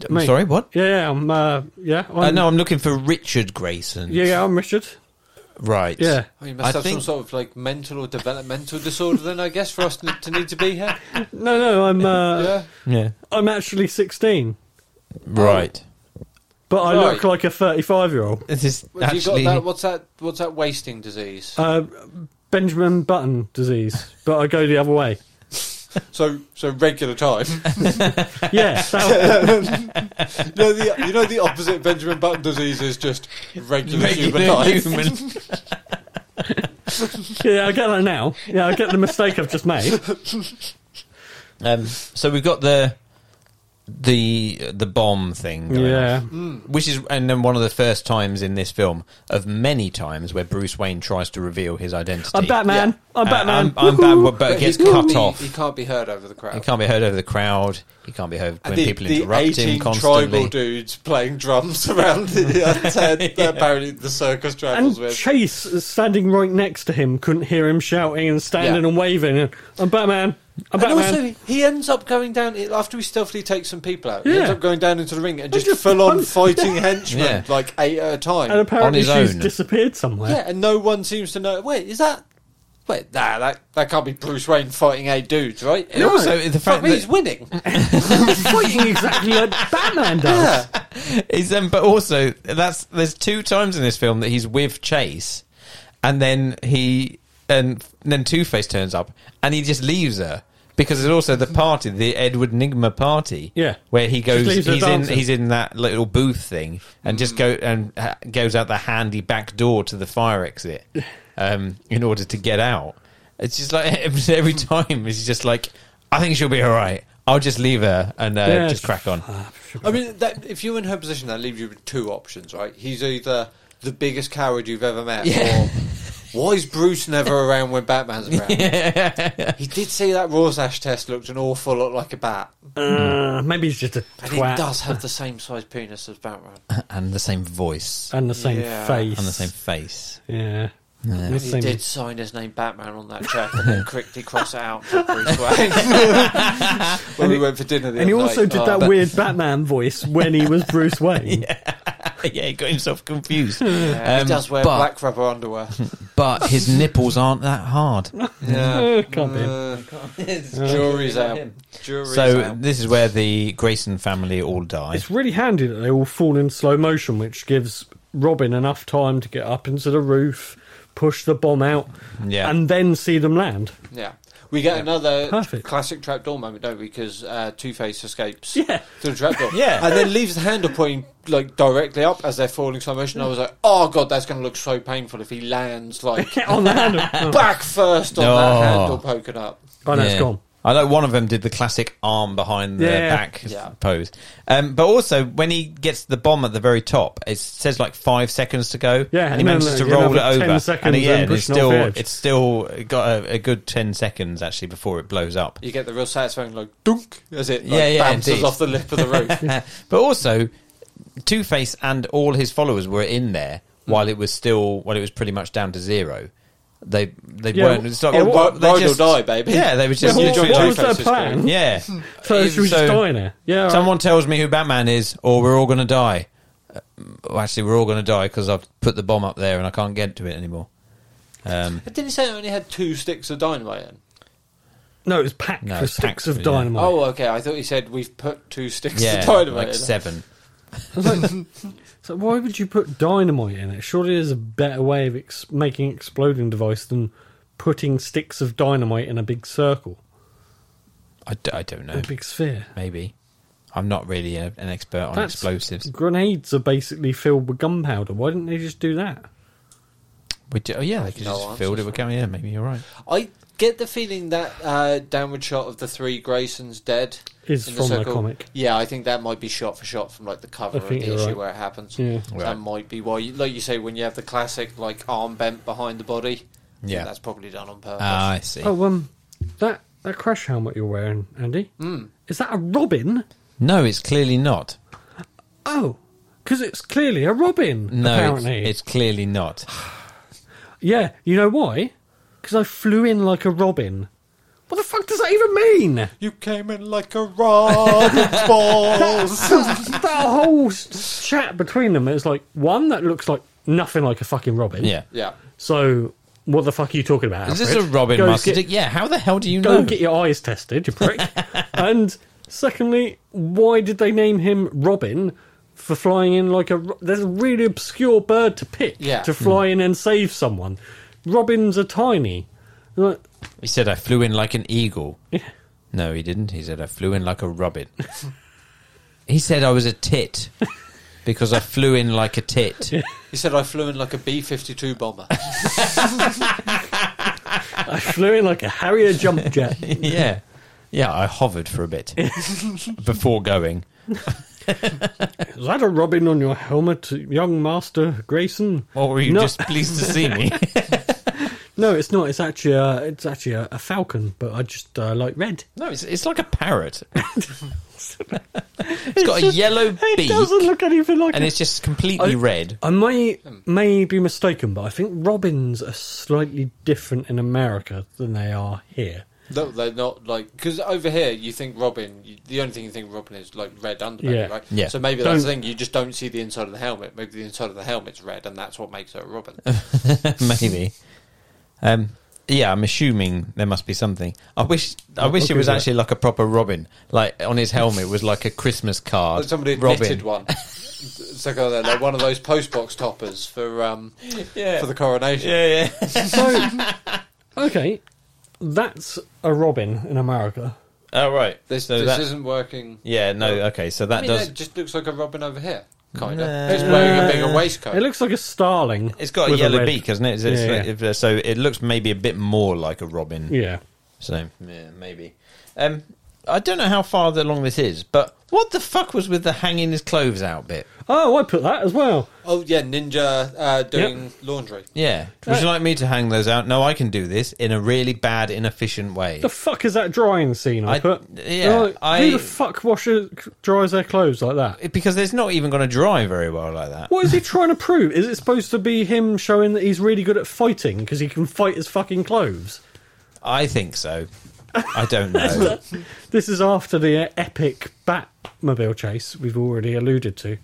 I'm Me. sorry, what? Yeah, yeah, I'm, uh, yeah. I'm, Uh, no, I'm looking for Richard Grayson. Yeah, yeah, I'm Richard. Right. Yeah. Oh, you must I have think- some sort of like mental or developmental disorder, then I guess, for us n- to need to be here. No, no, I'm, uh, Yeah. Yeah. I'm actually 16, Right. Oh. but I Right. look like a 35 year old. This is Well, have actually. you got that? What's that? What's that wasting disease? Uh, Benjamin Button disease, but I go the other way. so, so regular time. Yeah, that, you, know, the, you know the opposite of Benjamin Button disease is just regular, human Regular life. human. yeah, I get that now. Yeah, I get the mistake I've just made. Um, so we've got the the the bomb thing, going Yeah, off, Mm. which is and then one of the first times in this film of many times where Bruce Wayne tries to reveal his identity. I'm Batman. I'm Uh, I'm, Batman. I'm Woohoo. Batman, but it he gets can't cut be- off. He can't be heard over the crowd. He can't be heard over the crowd. He can't be heard when the, people the interrupt 18 him constantly. tribal dudes playing drums around the undead that apparently the circus travels And with. Chase uh, standing right next to him couldn't hear him shouting and standing Yeah. and waving. And, I'm Batman. I'm and Batman. also, he ends up going down after he stealthily takes some people out. He Yeah. ends up going down into the ring and just, just full on punch- fighting henchmen Yeah. like eight at a time. and apparently on his she's own. disappeared somewhere. yeah, and no one seems to know. Wait, is that? Wait, nah, that that can't be Bruce Wayne fighting eight dudes, right? And also, the Fuck fact me, he's that winning. Fighting exactly like Batman does. Yeah. is, um, but also that's there's two times in this film that he's with Chase, and then he and then Two Face turns up and he just leaves her because there's also the party, the Edward Nigma party, Yeah. where he goes, leaves her he's in, dancing. he's in that little booth thing, and just go and ha- goes out the handy back door to the fire exit, um, in order to get out. It's just like every time it's just like I think she'll be all right. I'll just leave her and uh, Yeah, just she- crack on. I mean, that, if you're in her position, that leaves you with two options, right? He's either the biggest coward you've ever met, or why is Bruce never around when Batman's around? He did say that raw sash test looked an awful lot like a bat, Uh, maybe he's just a and twat he does have the same size penis as Batman. and the same voice and the same Yeah. face. and the same face. Yeah. Yeah. The He same- did sign his name Batman on that check, and then quickly cross it out for Bruce Wayne when we went for dinner. The And he other also night. did Oh, that weird Batman voice when he was Bruce Wayne. yeah, he got himself confused. yeah, um, he does wear but- black rubber underwear. But his nipples aren't that hard. Yeah, Uh, can't be him. jury's out. Jury's So out. this is where the Grayson family all die. It's really handy that they all fall in slow motion, which gives Robin enough time to get up into the roof, push the bomb out, Yeah. and then see them land. Yeah. We get another Perfect. classic trapdoor moment, don't we? Because uh, Two Face escapes Yeah. through the trapdoor. Yeah. And then leaves the handle pointing like directly up as they're falling slow motion. I was like, oh god, that's going to look so painful if he lands like Get on the handle. Oh, back first on Oh. that handle poking up. oh no, it's Yeah. gone. I know one of them did the classic arm behind the Yeah. back Yeah. pose. Um, but also, when he gets the bomb at the very top, it says like five seconds to go. Yeah, and he and then, manages to like, roll it another 10 over. seconds he- and it's pushing off still, the edge. it's still got a, a good 10 seconds actually before it blows up. You get the real satisfying like dunk as it like, Yeah, yeah, bounces indeed. off the lip of the roof. Uh, But also, Two Face and all his followers were in there while it was still while it was pretty much down to zero. They they Yeah, weren't. It's like, yeah, well, ri- they ride or just- die, baby. Yeah, they were just Yeah, what- literally what like- was their Two-Face is plan? going, yeah. So she was just so- dying there. Yeah. all Someone tells me who Batman is, or we're all going to die. Uh, well, actually, we're all going to die because I've put the bomb up there and I can't get to it anymore. Um, But Didn't he say it only had two sticks of dynamite in? right. No, it was packed No, with it was packed sticks of with- dynamite. Oh, okay. I thought he said we've put two sticks yeah, of dynamite like in. seven. So why would you put dynamite in it? Surely there's a better way of ex- making an exploding device than putting sticks of dynamite in a big circle, I, d- I don't know. a big sphere. Maybe I'm not really a, an expert on That's- explosives. Grenades are basically filled with gunpowder. Why didn't they just do that? Would you, oh yeah, they could No just answers filled it with. Yeah, maybe you're right. I get the feeling that uh, downward shot of the three Graysons dead Is in from the circle- comic. Yeah, I think that might be shot for shot from like the cover I of the think issue you're right. where it happens. Yeah. So Right. That might be why, you, like you say, when you have the classic like arm bent behind the body. I think Yeah. that's probably done on purpose. Ah, I see. Oh, um, Hmm. that that crash helmet you're wearing, Andy, is that a robin? No, it's clearly not. Oh, because it's clearly a robin. No, it's, apparently, it's clearly not. yeah. You know why? because I flew in like a robin. What the fuck does that even mean? You came in like a robin's balls. that whole s- chat between them is like one that looks like nothing like a fucking robin. Yeah. yeah. So what the fuck are you talking about? Is this a Alfred? Robin Go Master? get- yeah, how the hell do you Go know? get your eyes tested, you prick. and secondly, why did they name him Robin for flying in like a? ro- There's a really obscure bird to pick Yeah. to fly in and save someone. Robins are tiny. Like, He said, I flew in like an eagle. No, he didn't. He said, I flew in like a robin. he said, I was a tit because I flew in like a tit. He said I flew in like a B 52 bomber. I flew in like a Harrier jump jet. yeah. Yeah, I hovered for a bit before going. Is that a robin on your helmet, young Master Grayson? Or were you No. just pleased to see me? No, it's not. It's actually a, it's actually a, a falcon, but I just uh, like red. no, it's, it's like a parrot. it's got a yellow It beak doesn't look anything like and a- it's just completely I- red. I may may be mistaken, but I think robins are slightly different in America than they are here. no, they're not like because over here you think Robin. You, the only thing you think of Robin is like red underbelly, Yeah. right? Yeah. So maybe that's the Don't- thing. You just don't see the inside of the helmet. Maybe the inside of the helmet's red, and that's what makes it a Robin. Maybe. Um, yeah, I'm assuming there must be something. I wish I wish okay, it was yeah. actually like a proper Robin. Like on his helmet was like a Christmas card. Like somebody had knitted one. It's like, oh, they're like one of those postbox toppers for um Yeah. for the coronation. Yeah, yeah. So, okay, that's a robin in America. Oh right. This so this that, isn't working. yeah, no, okay. So that I mean, does that just looks like a Robin over here, kind of. Nah. it's wearing a bigger waistcoat. It looks like a starling. it's got a with yellow red- beak, hasn't it? It's- it's- Yeah, yeah. if- uh, So it looks maybe a bit more like a Robin. Yeah. So yeah, maybe. Um, I don't know how far along this is, but what the fuck was with the hanging his clothes out bit? Oh, I put that as well. oh yeah, ninja uh, doing laundry. Yeah. Would you like me to hang those out? No, I can do this in a really bad, inefficient way. The fuck is that drying scene? I, I- put. yeah, Like, I- who the fuck washes dries their clothes like that? because it's not even going to dry very well like that. What is he trying to prove? Is it supposed to be him showing that he's really good at fighting because he can fight his fucking clothes? I think so. I don't know. This is after the uh, epic Batmobile chase we've already alluded to.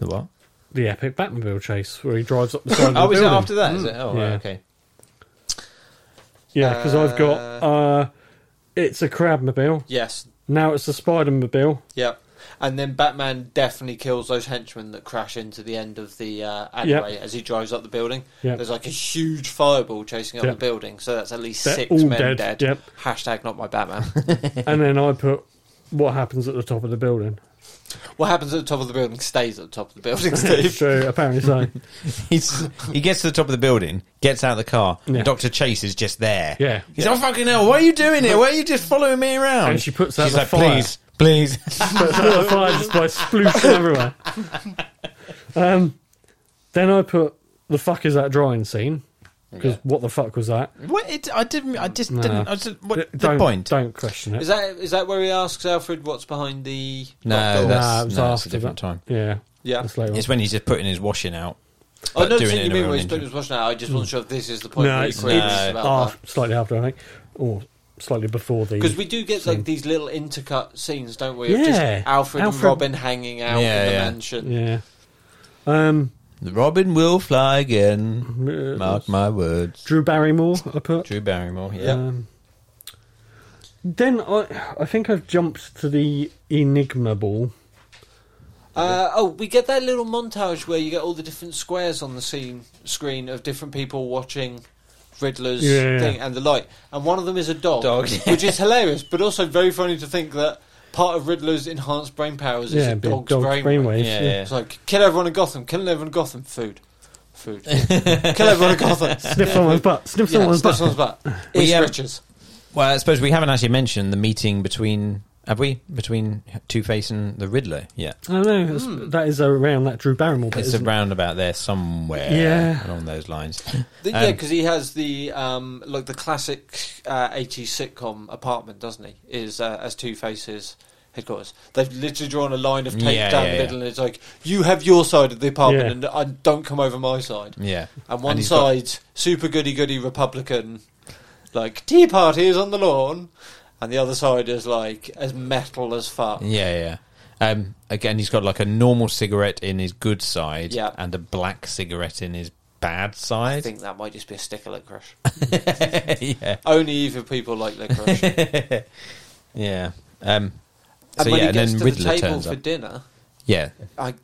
the what? The epic Batmobile chase where he drives up the side of the Oh, is it building. Mm. after that? Is it? Oh, right, Yeah. okay. Yeah, because I've got uh, it's a crabmobile. Yes, Now it's the Spidermobile. yeah. And then Batman definitely kills those henchmen that crash into the end of the uh, Yep. alleyway as he drives up the building. Yep. There's like a huge fireball chasing up Yep. the building, so that's at least They're six all men dead, dead. yep. Hashtag not my Batman. and then I put what happens at the top of the building. what happens at the top of the building stays at the top of the building, Steve. So apparently so. He's, he gets to the top of the building, gets out of the car, Yeah. and Dr. Chase is just there. Yeah. He's oh fucking hell, why are you doing it? Why are you just following me around? And she puts out She's the like, fire. please, please. but it's not a fire just by splooshing everywhere. Um, then I put the fuck is that drawing scene because what the fuck was that? what? It, I didn't, I just No. didn't, I just, what, D- the don't, point? Don't question it. Is that is that where he asks Alfred what's behind the? No, Nah, Oh, that's, it was no, that's after a different that. time. Yeah, Yeah. that's later. on. It's when he's just putting his washing out. I but know what doing it you in a mean real when he's ninja. putting his washing out. I just wasn't sure if this is the point Mm. No, where he it's- queries no. about Ah, that. slightly after I think, or slightly before the. Because we do get like these little intercut scenes, don't we? Of Yeah. just Alfred, and Alfred- Robin hanging out Yeah, in the yeah. mansion. yeah. Um, Robin will fly again. uh, Mark my words. Drew Barrymore. I put. Drew Barrymore, yeah. Um, then I, I think I've jumped to the Enigma ball. Uh, oh, we get that little montage where you get all the different squares on the scene screen of different people watching Riddler's Yeah. thing and the light, and one of them is a dog, Dog. which is hilarious, but also very funny to think that part of Riddler's enhanced brain powers is yeah, a big dog's, dog's brain. brainwaves. Yeah, yeah. It's like kill everyone in Gotham, kill everyone in Gotham, food, food, kill everyone in Gotham, Sniff someone's butt. Sniff Yeah, someone's sniff butt. someone's butt. We, It's um, Richards. Well, I suppose we haven't actually mentioned the meeting between have we between Two Face and the Riddler? Yeah, I know Hmm. that's, that is around that Drew Barrymore. Bit, it's isn't it? around about there somewhere. Yeah. along those lines. The, Um, yeah, because he has the um, like the classic uh, 80s sitcom apartment, doesn't he? Is uh, as Two Faces headquarters. They've literally drawn a line of tape Yeah, down yeah, the yeah. middle, and it's like you have your side of the apartment, Yeah. and I don't come over my side. Yeah. And one Mm. he's got- side's super goody goody Republican, like tea parties on the lawn, and the other side is like as metal as fuck. yeah, yeah. Um, again, he's got like a normal cigarette in his good side Yeah. and a black cigarette in his bad I side. think that might just be a sticker licorice. yeah. Only evil people like licorice. and Yeah. Um, so, when yeah, he and gets then to Riddler the table turns for up. dinner, Yeah. I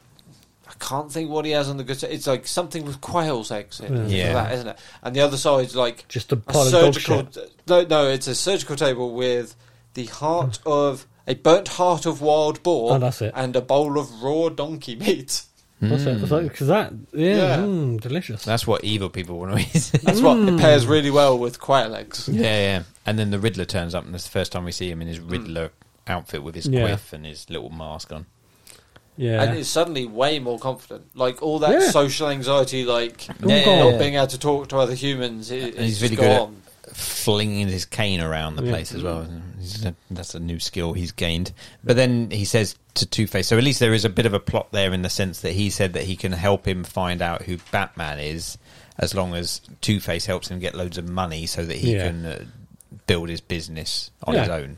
I can't think what he has on the good side. It's like something with quail's eggs in it. Yeah. Yeah. That, isn't it? And the other side's like Just a a pile of dog surgical. shit. No, no, it's a surgical table with the heart of a burnt heart of wild boar Hmm. Oh, that's it. and a bowl of raw donkey meat. That's it. It's Hmm. like, cause that, yeah, Yeah. mm, delicious. That's what evil people want to eat. That's what it Hmm. pairs really well with quail eggs. Yeah, yeah. And then the Riddler turns up, and that's the first time we see him in his Riddler outfit with his Yeah. quiff and his little mask on. yeah, And is suddenly way more confident. Like all that Yeah. Oh social anxiety, like All gone. not being able to talk to other humans, it, it's he's really good at- gone. Flinging his cane around the Yeah. place as well. He's a- That's a new skill he's gained. But then he says to Two Face, so at least there is a bit of a plot there in the sense that he said that he can help him find out who Batman is as long as Two Face helps him get loads of money so that he Yeah. can uh, build his business on his Yeah. own.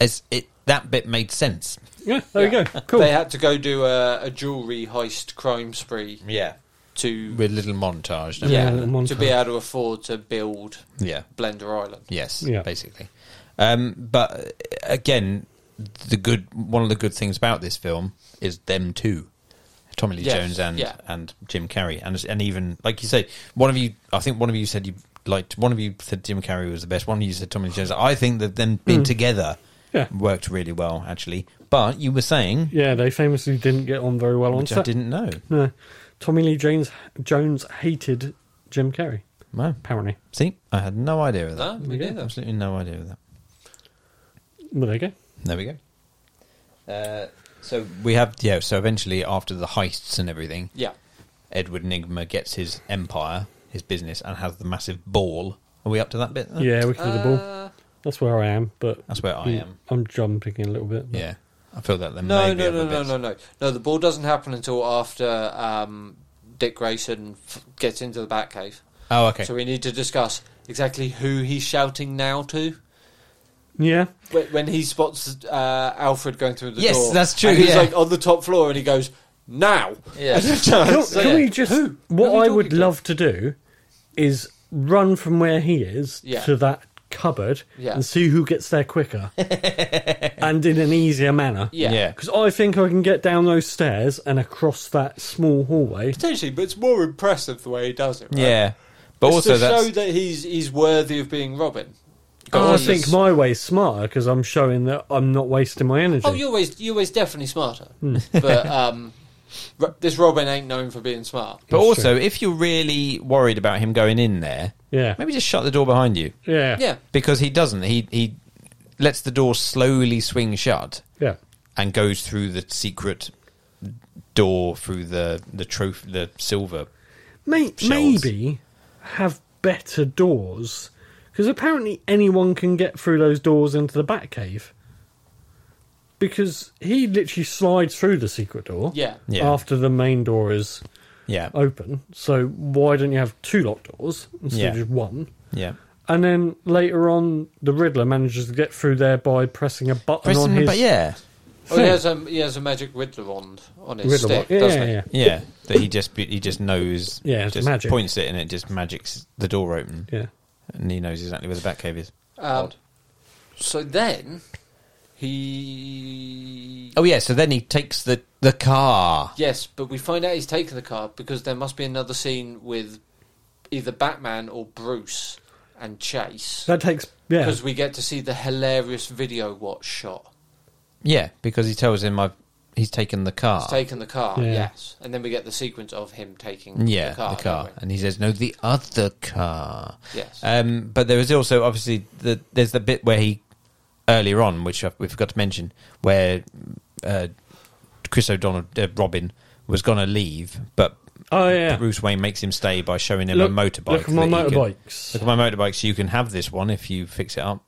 As it that bit made sense. yeah. There Yeah. you go. Cool. They had to go do a, a jewelry heist crime spree Yeah. to With a little montage. don't we? Yeah, yeah, the to be montage. able to afford to build Yeah. Blender Island. Yes, Yeah. basically. Um, but uh, again, the good one of the good things about this film is them two, Tommy Lee Yes, Jones and yeah. and Jim Carrey, and and even like you say, one of you, I think one of you said you liked one of you said Jim Carrey was the best, one of you said Tommy Lee Jones. I think that them being Mm. together Yeah. worked really well actually. But you were saying, Yeah, they famously didn't get on very well on which I set. didn't know. No. Tommy Lee Jones Jones hated Jim Carrey. Wow. Apparently, See, I had no idea of that. No, me Yeah. neither. Absolutely no idea of that. well, there you go. There we go. Uh, so we have yeah. So eventually, after the heists and everything, Yeah, Edward Nigma gets his empire, his business, and has the massive ball. Are we up to that bit? now? Yeah, we can do the ball. Uh, That's where I am, but That's where I I'm- am. I'm jumping in a little bit. but- Yeah, I feel that there No, may no, be no, other no, bits. no, no, no. The ball doesn't happen until after um, Dick Grayson f- gets into the Batcave. Oh, okay. So we need to discuss exactly who he's shouting now to. Yeah. Wh- When he spots uh, Alfred going through the Yes, door, that's true, And he's yeah. like on the top floor, and he goes now. Yeah. Can, So, can yeah. we just? Who? What Who are we I would talking to? love to do is run from where he is Yeah. to that cupboard Yeah. and see who gets there quicker and in an easier manner. Yeah. Yeah. Because I think I can get down those stairs and across that small hallway. Potentially, but it's more impressive the way he does it. Right? Yeah, but It's also to that's show that he's he's worthy of being Robin. I Because- think my way's smarter because I'm showing that I'm not wasting my energy. Oh, you're always you're always definitely smarter. Hmm. but um, Ro- this Robin ain't known for being smart. But That's also, if you're really worried about him going in there, Yeah. maybe just shut the door behind you Yeah. Yeah, because he doesn't. He he lets the door slowly swing shut. Yeah. and goes through the secret door through the the trophy the silver May- Shelves. maybe have better doors because apparently anyone can get through those doors into the Batcave. Because he literally slides through the secret door yeah. Yeah. after the main door is yeah open. So why don't you have two locked doors instead of Yeah. just one? yeah And then later on, the Riddler manages to get through there by pressing a button on Pressing- his. but yeah Oh, he has a he has a magic Riddler wand on his Hmm. Riddler. stick, yeah, doesn't yeah, he? yeah. yeah that he just he just knows Yeah, it's just magic. points it and it just magics the door open yeah. and he knows exactly where the bat cave is Um, so then he oh yeah so then he takes the the car yes, but we find out he's taken the car because there must be another scene with either Batman or Bruce and Chase That takes. Oh, Yeah. because we get to see the hilarious video watch shot. yeah because he tells him I've he's taken the car He's taken the car, Ah. Yeah. yes, and then we get the sequence of him taking yeah the car. don't we? and he says no the other car Yes. Um, but there is also obviously the there's the bit where he earlier on, which I, we forgot to mention, where uh, Chris O'Donnell uh, Robin was going to leave, but oh yeah. Bruce Wayne makes him stay by showing him Look- a motorbike. look at my that he can- motorbikes. Look at my motorbike. So you can have this one if you fix it up.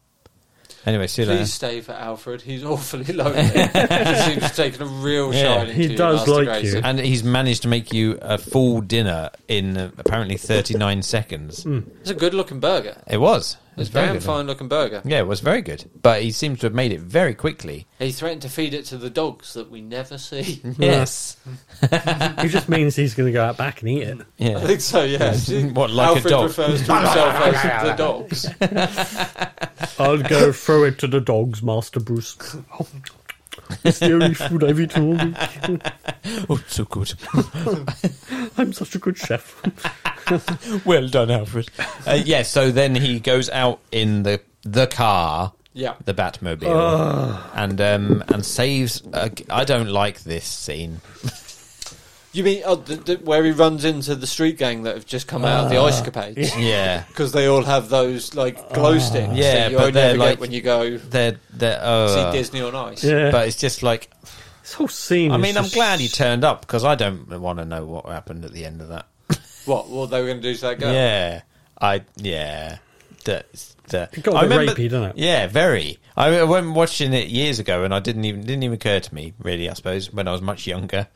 Anyway, see you Please later. stay for Alfred. He's awfully lonely. he seems to have taken a real Yeah, shine he to you, does Master like Grayson. you. And he's managed to make you a full dinner in uh, apparently 39 seconds. Hmm. It's a good looking burger. It was. It was It's a very damn good. fine looking burger. Yeah, it was very good. But he seems to have made it very quickly. He threatened to feed it to the dogs that we never see. Yes. It just means he's going to go out back and eat it. Yeah. I think so, yeah. What, like a Alfred dog? refers to himself as the dogs. I'll go throw it to the dogs, Master Bruce. It's the only food I've eaten all week. Oh, so good. I'm such a good chef. well done, Alfred. Uh, yeah, so then he goes out in the the car, Yeah. the Batmobile, and um, and saves. Uh, I don't like this scene. You mean oh, the, the, where he runs into the street gang that have just come out of the ice capades? Ah. Yeah, Ah. Because they all have those like glow sticks. Yeah, that you but only they're ever like- get when you go they're they're. Uh, see Disney on Ice. Yeah. But it's just like this whole scene. I is mean I'm just- glad he turned up because I don't want to know what happened at the end of that. What? What they were going to do to that girl? Yeah, I yeah. That's that. It got a I bit remember- rapey, didn't it? Yeah, very. I went watching it years ago, and I didn't even didn't even occur to me really. I suppose when I was much younger,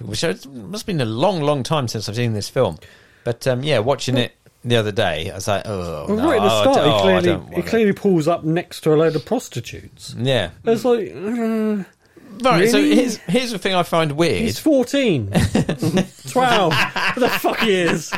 which it must have been a long, long time since I've seen this film. But um, yeah, watching it the other day, I was like, oh, Well, no, right at the oh, start, I don't- oh, I he don't clearly, he want it. clearly pulls up next to a load of prostitutes. yeah. It's like, uh, Right. So Really? here's here's the thing I find weird. he's 14. 12. What the fuck he is?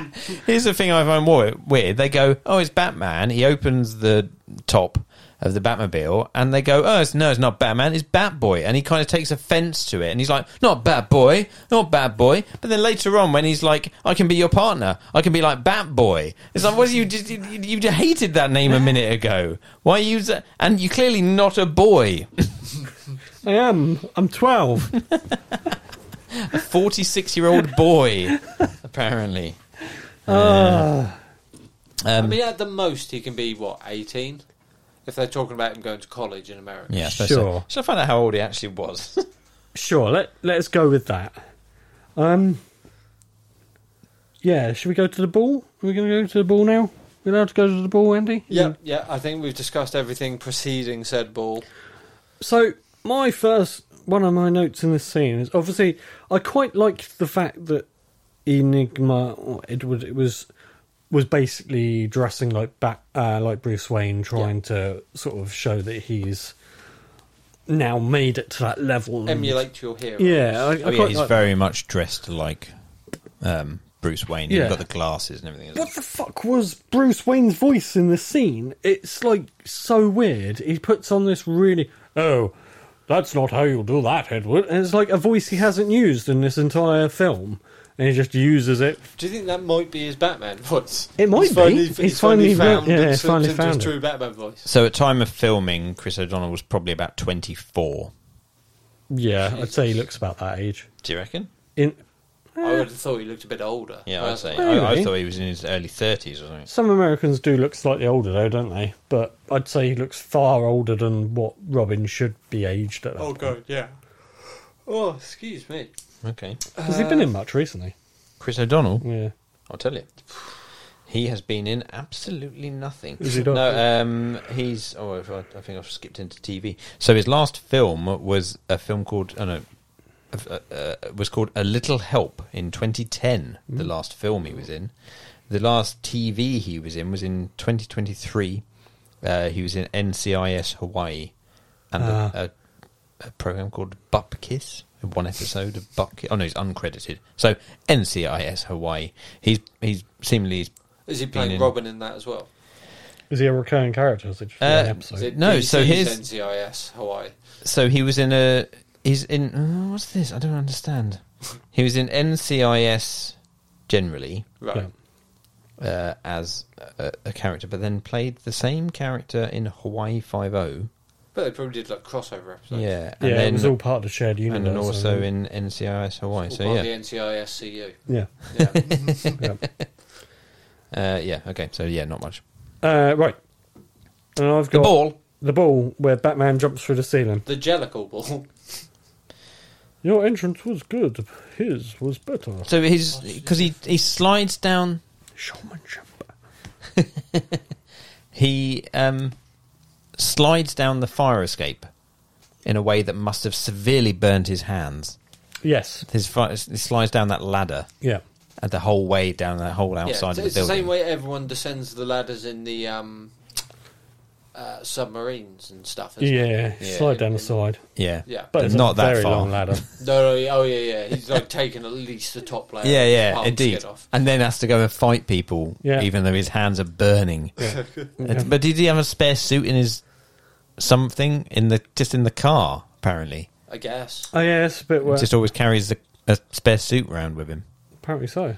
Here's the thing I find more weird. They go, "Oh, it's Batman." He opens the top of the Batmobile, and they go, "Oh, it's, no, it's not Batman. It's Batboy." And he kind of takes offence to it, and he's like, "Not Batboy, not Batboy." But then later on, when he's like, "I can be your partner. I can be like Batboy," it's like, "Was you just you, you just hated that name a minute ago? Why are you?" s- And you're clearly not a boy. I am. I'm 12. A forty-six-year-old boy, apparently. I mean, at the most, he can be what eighteen, if they're talking about him going to college in America. Yeah, I suppose Sure. So. Should I find out how old he actually was? Sure, let, let's go with that. Um, yeah, should we go to the ball? Are we going to go to the ball now? We allowed to go to the ball, Andy? Yeah, yeah. I think we've discussed everything preceding said ball. So my first one of my notes in this scene is obviously I quite liked the fact that Enigma or Edward it was was basically dressing like Bat, uh, like Bruce Wayne, trying to sort of show that he's now made it to that level. and- Emulate your hero. Yeah, I, I Oh, yeah, quite he's like- very much dressed like um, Bruce Wayne. Yeah. He's got the glasses and everything. What the fuck was Bruce Wayne's voice in this scene? It's like so weird. He puts on this really oh, that's not how you do that, Edward. And it's like a voice he hasn't used in this entire film, and he just uses it. Do you think that might be his Batman voice? It might be. He's finally found- yeah, he's finally Simpson's found it. true Batman voice. So at time of filming, Chris O'Donnell was probably about twenty four. Yeah, I'd say he looks about that age. Do you reckon? In I would have thought he looked a bit older. Uh, Yeah, I'd say. personally. I, I Uh, Really? thought he was in his early thirties or something. some Americans do look slightly older though, don't they? But I'd say he looks far older than what Robin should be aged at. Oh god, yeah. Oh, excuse me. Okay. Has he been uh, in much recently? Chris O'Donnell, Yeah. I'll tell you. He has been in absolutely nothing. Is he not? No, um, he's. Oh, if I, I think I've skipped into TV. So his last film was a film called. Oh no, uh, uh, was called A Little Help in 2010, Mm. the last film he was in. The last TV he was in was in 2023. Uh, he was in NCIS Hawaii and Ah. a, a, a program called Butt Kiss. One episode of Butt. Ki- Oh no, he's uncredited. So NCIS Hawaii. He's he's seemingly. he's- Is he Been playing in- Robin in that as well? Is he a recurring character? Is it just Uh, one Is episode? it No, so DC's his- NCIS Hawaii. So he was in a. He's in. uh, What's this? I don't understand. He was in NCIS generally. Right. Yeah. uh, as a, a character, but then played the same character in Hawaii Five O. But they probably did like crossover episodes. Yeah, and Yeah, then it was all part of the shared universe. and then I also think. in NCIS Hawaii. Or So part of yeah, the NCISCU. Yeah. Yeah. yeah. uh, yeah, okay. So yeah, not much. Uh, right. And I've The got ball. the ball where Batman jumps through the ceiling. the Jellicle Ball. Your entrance was good. His was better. So he's because he he slides down. Showmanship. He um slides down the fire escape in a way that must have severely burned his hands. Yes. His fi- he slides down that ladder Yeah. and the whole way down that whole Yeah, outside it's, of it's the the building. same way everyone descends the ladders in the um, uh, submarines and stuff. isn't it? Yeah. Yeah. Slide down the side. Yeah, Yeah. But They're it's not a that very far. long ladder. No, no, yeah, oh yeah, yeah. He's like taking at least the top layer. Yeah, of his yeah, palms to indeed. get off. And then has to go and fight people, Yeah. even though his hands are burning. And- But did he have a spare suit in his something in the just in the car? Apparently, I guess. Oh yeah, it's a bit where just always carries a, a spare suit around with him. apparently so.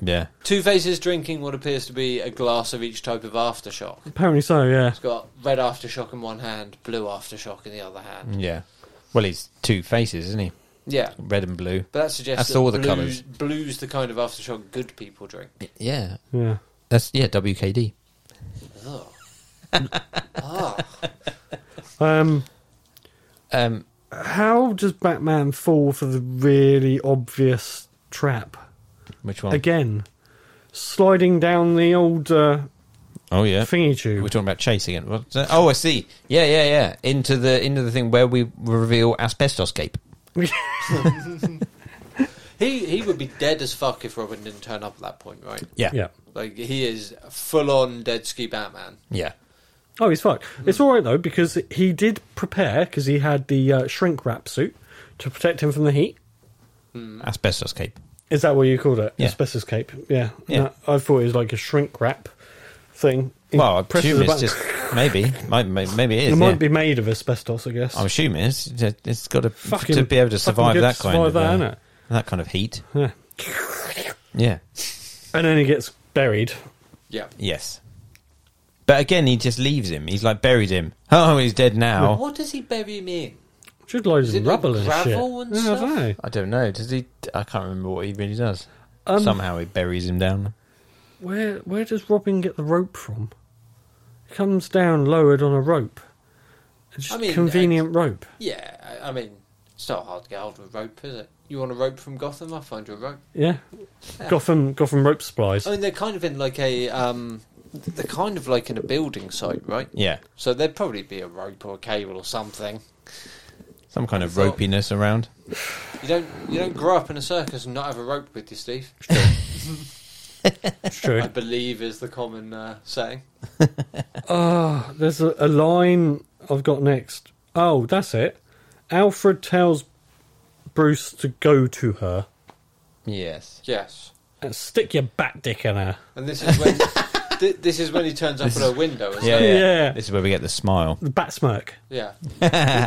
Yeah, Two Faces drinking what appears to be a glass of each type of aftershock. Apparently so, yeah. He's got red aftershock in one hand, blue aftershock in the other hand. yeah. Well, he's two faces, isn't he? Yeah. Red and blue. But that That's suggests that all the blues, colours. Blue's the kind of aftershock good people drink. Yeah, Yeah. that's yeah. WKD. Ugh. ah. Um Um, how does Batman fall for the really obvious trap which one? again? Sliding down the old uh, Oh yeah. thingy We're tube. talking about chase again. What's that? Oh, I see. Yeah, yeah, yeah. Into the into the thing where we reveal asbestos cape. He he would be dead as fuck if Robin didn't turn up at that point, right? Yeah. Like he is full on dead ski Batman. yeah. Oh, he's fine. It's all right though because he did prepare because he had the uh, shrink wrap suit to protect him from the heat. Asbestos cape. Is that what you called it? Yeah. Asbestos cape. Yeah. Yeah. No, I thought it was like a shrink wrap thing. Well, I Presses presume the it's button. just maybe, might- may- maybe it It is. might yeah. be made of asbestos, I guess. I'm assuming it's it's got to Fucking- to be able to fucking survive good that to kind survive of that, uh, innit? that kind of heat. Yeah. Yeah. And then he gets buried. Yeah. Yes. But again, he just leaves him. He's like buried him. Oh, he's dead now. What does he bury him in? Just loads Is of it like rubble and shit. gravel and Yeah, I stuff? dunno. I don't know. Does he? I can't remember what he really does. Um, Somehow he buries him down. Where where does Robin get the rope from? It comes down lowered on a rope. It's just I mean, convenient rope. Yeah, I, I mean, it's not hard to get hold of a rope, is it? You want a rope from Gotham? I'll find you a rope. Yeah. Gotham Gotham rope supplies. I mean, they're kind of in like a, um, they're kind of like in a building site, right? Yeah, So there'd probably be a rope or a cable or something. some kind of So- ropiness around. You don't, you don't grow up in a circus and not have a rope with you, Steve. It's true. I believe is the common uh, saying. Ah, there's a, a line I've got next. Oh, that's it. Alfred tells Bruce to go to her Yes. Yes, and stick your bat dick in her. and this is when, th- this is when he turns up at her window. Isn't Yeah, it? yeah. Yeah. This is where we get the smile. The bat smirk. yeah.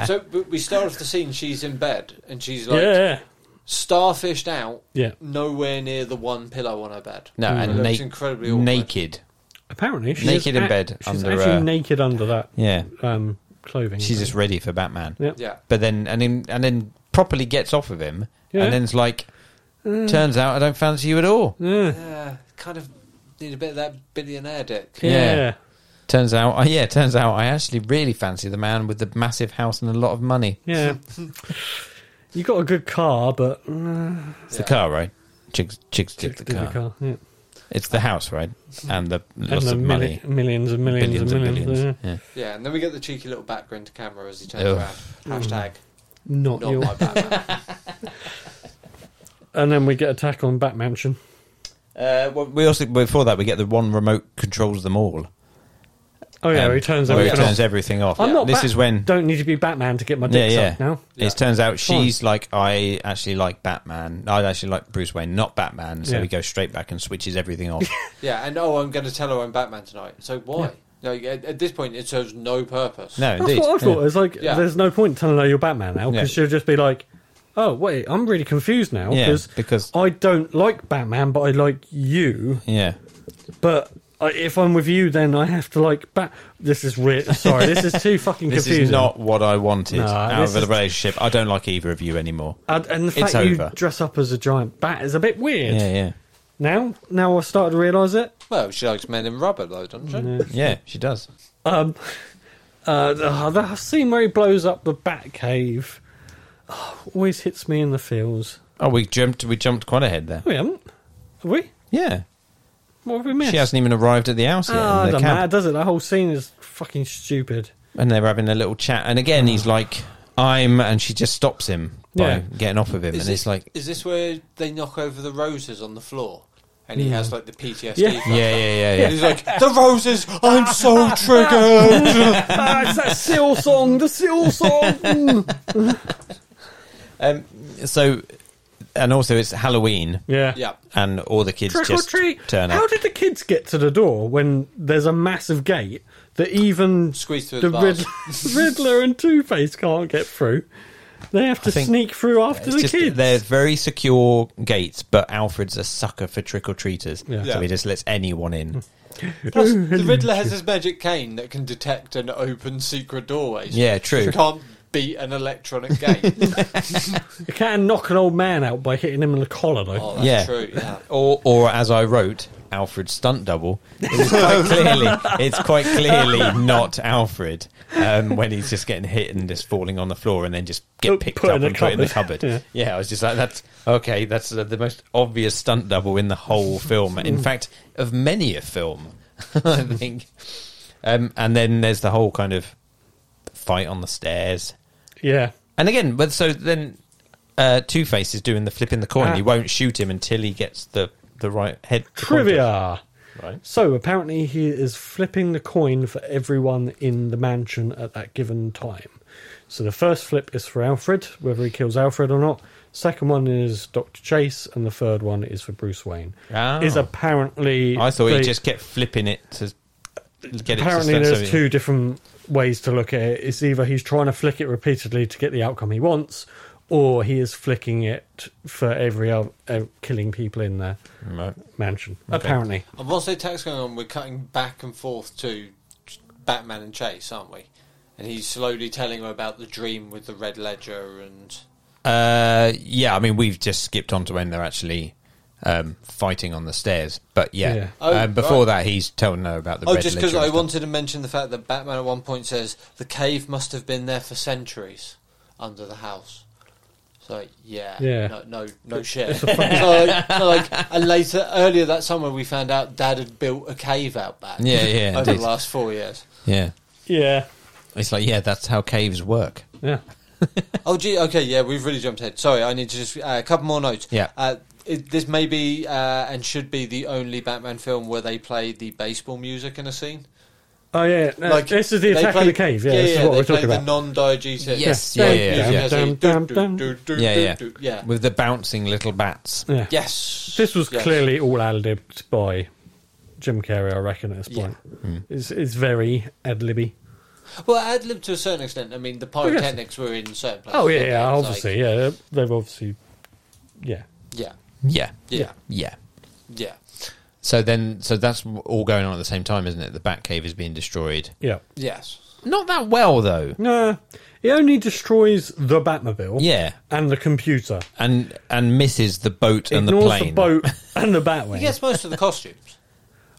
so we- we start off the scene. She's in bed and she's like yeah. starfished out, Yeah. nowhere near the one pillow on her bed. No, It and looks na- incredibly awkward. naked. Apparently, she's Naked in bed She's under, actually uh, naked under that Yeah, um, clothing. she's just ready for Batman. Yeah. Yeah, But then and then and then properly gets off of him, Yeah. and then's like, turns out I don't fancy you at all. Yeah. yeah, kind of need a bit of that billionaire dick. Yeah. Yeah. Turns out, oh, yeah, turns out I actually really fancy the man with the massive house and a lot of money. Yeah. you got a good car, but uh, It's Yeah. the car, right? Chicks, chicks, Did dig the car. Yeah. It's the house, right? And the And lots the of money, milli- millions and millions billions and and millions. billions. yeah. Yeah. Yeah, and then we get the cheeky little back grin to camera as he turns Ugh. around. Hashtag Not, not you. my Batman. And then we get attack on Batmansion. Uh, well, we also before that we get the one remote controls them all. Oh yeah, Um, he turns where he everything off. turns everything off. I'm not. This Bat- is when Don't need to be Batman to get my dicks Yeah, up yeah. now. It turns out Go on. she's like, I actually like Batman. I actually like Bruce Wayne, not Batman. So Yeah. he goes straight back and switches everything off. yeah, and oh, I'm going to tell her I'm Batman tonight. So why? No, at, at this point, it serves no purpose. no, That's indeed. what I thought. Yeah. It's like Yeah. there's no point telling her you're Batman now because Yeah. she'll just be like, "Oh wait, I'm really confused now Yeah, because because- I don't like Batman, but I like you. Yeah. But I, if I'm with you, then I have to like Bat. This is weird. Sorry, this is too fucking This confusing. is not what I wanted No, out this of the is- relationship. I don't like either of you anymore. And, and the It's fact you over. dress up as a giant bat is a bit weird. Yeah, yeah. Now, now I've started to realise it. Well, she likes men in rubber, though, doesn't she? Yeah, she does. Um, uh, the, the scene where he blows up the bat cave oh, always hits me in the feels. Oh, we jumped we jumped quite ahead there. We haven't, have we? Yeah. What have we missed? She hasn't even arrived at the house yet. Ah, in the it doesn't matter, camp. does it? That whole scene is fucking stupid. And they're having a little chat. And again, he's like, I'm. And she just stops him by Yeah. getting off of him. Is and it- it's like, Is this where they knock over the roses on the floor? And he has like the PTSD. Yeah. Oh, yeah, flashback? yeah, yeah, yeah. And he's like, the roses, I'm so triggered. ah, it's that seal song, the seal song. Mm. Um, so, and also it's Halloween, yeah. yeah. and all the kids Trick or just treat. turn How up. did the kids get to the door when there's a massive gate that even Squeeze through the the, bars. Riddler, Riddler and Two Face can't get through? They have to think sneak through after the It's just kids. they're very secure gates, but Alfred's a sucker for trick or treaters, Yeah. so he just lets anyone in. Plus, the Riddler has his magic cane that can detect and open secret doorways. Yeah, true. You can't beat an electronic gate. You can knock an old man out by hitting him in the collar, though. oh, that's Yeah. true. Yeah. Or, or as I wrote, Alfred's stunt double. It was quite clearly, it's quite clearly not Alfred um, when he's just getting hit and just falling on the floor, and then just Oh, get picked put up in the and put in the cupboard. cupboard. yeah. I was just like, that's okay. That's uh, the most obvious stunt double in the whole film. In fact, of many a film, I think. Um, and then there's the whole kind of fight on the stairs. Yeah. And again, but so then uh, Two Face is doing the flipping the coin. Ah. He won't shoot him until he gets the the right head. the coin toss. Trivia. Right. So apparently he is flipping the coin for everyone in the mansion at that given time. So the first flip is for Alfred, whether he kills Alfred or not. Second one is Dr. Chase, and the third one is for Bruce Wayne. Ah. Is apparently Oh, I thought he they- just kept flipping it to get apparently it. To there's two different ways to look at it. It's either he's trying to flick it repeatedly to get the outcome he wants, or he is flicking it for every other uh, killing people in the Right. mansion. Apparently, And what's the attack's going on? We're cutting back and forth to Batman and Chase, aren't we? And he's slowly telling her about the dream with the red ledger and. Uh, yeah, I mean we've just skipped on to when they're actually um, fighting on the stairs. But yeah, Yeah. Oh, um, before right. that he's telling her about the. oh, red just because ledger and I stuff. wanted to mention the fact that Batman at one point says the cave must have been there for centuries under the house. So yeah, Yeah. no, no, no shit. so, like, so, like, and later, earlier that summer, we found out Dad had built a cave out back. Yeah, yeah, over indeed. the last four years. Yeah, yeah, it's like yeah, that's how caves work. yeah. Oh, gee, okay, yeah, we've really jumped ahead. Sorry, I need to just uh, a couple more notes. Yeah. Uh, it, this may be uh, and should be the only Batman film where they play the baseball music in a scene. Oh yeah, no, this is the they attack play- of the cave. Yeah, this is what they we're play talking the about. non-diegetic. Yes, Yeah. yeah, yeah, yeah, Dun, yeah. dun, dun, dun, dun. Yeah, yeah. yeah. Mm. with the bouncing little bats. yeah. Yes, This was Yes. clearly all ad-libbed by Jim Carrey, I reckon, at this Yeah. point. It's, it's very ad-libby. Well, ad lib to a certain extent. I mean, the pyrotechnics were in certain places. Oh, yeah, weren't yeah, they? It's obviously. like- yeah, they've- they've obviously... Yeah. yeah, Yeah, yeah, yeah. yeah. So then, so that's all going on at the same time, isn't it? The Batcave is being destroyed. Yeah. Yes. Not that well, though. No, it only destroys the Batmobile Yeah, and the computer. and and misses the boat and the Ignores plane. boat and the Batwing. He gets most of the costumes.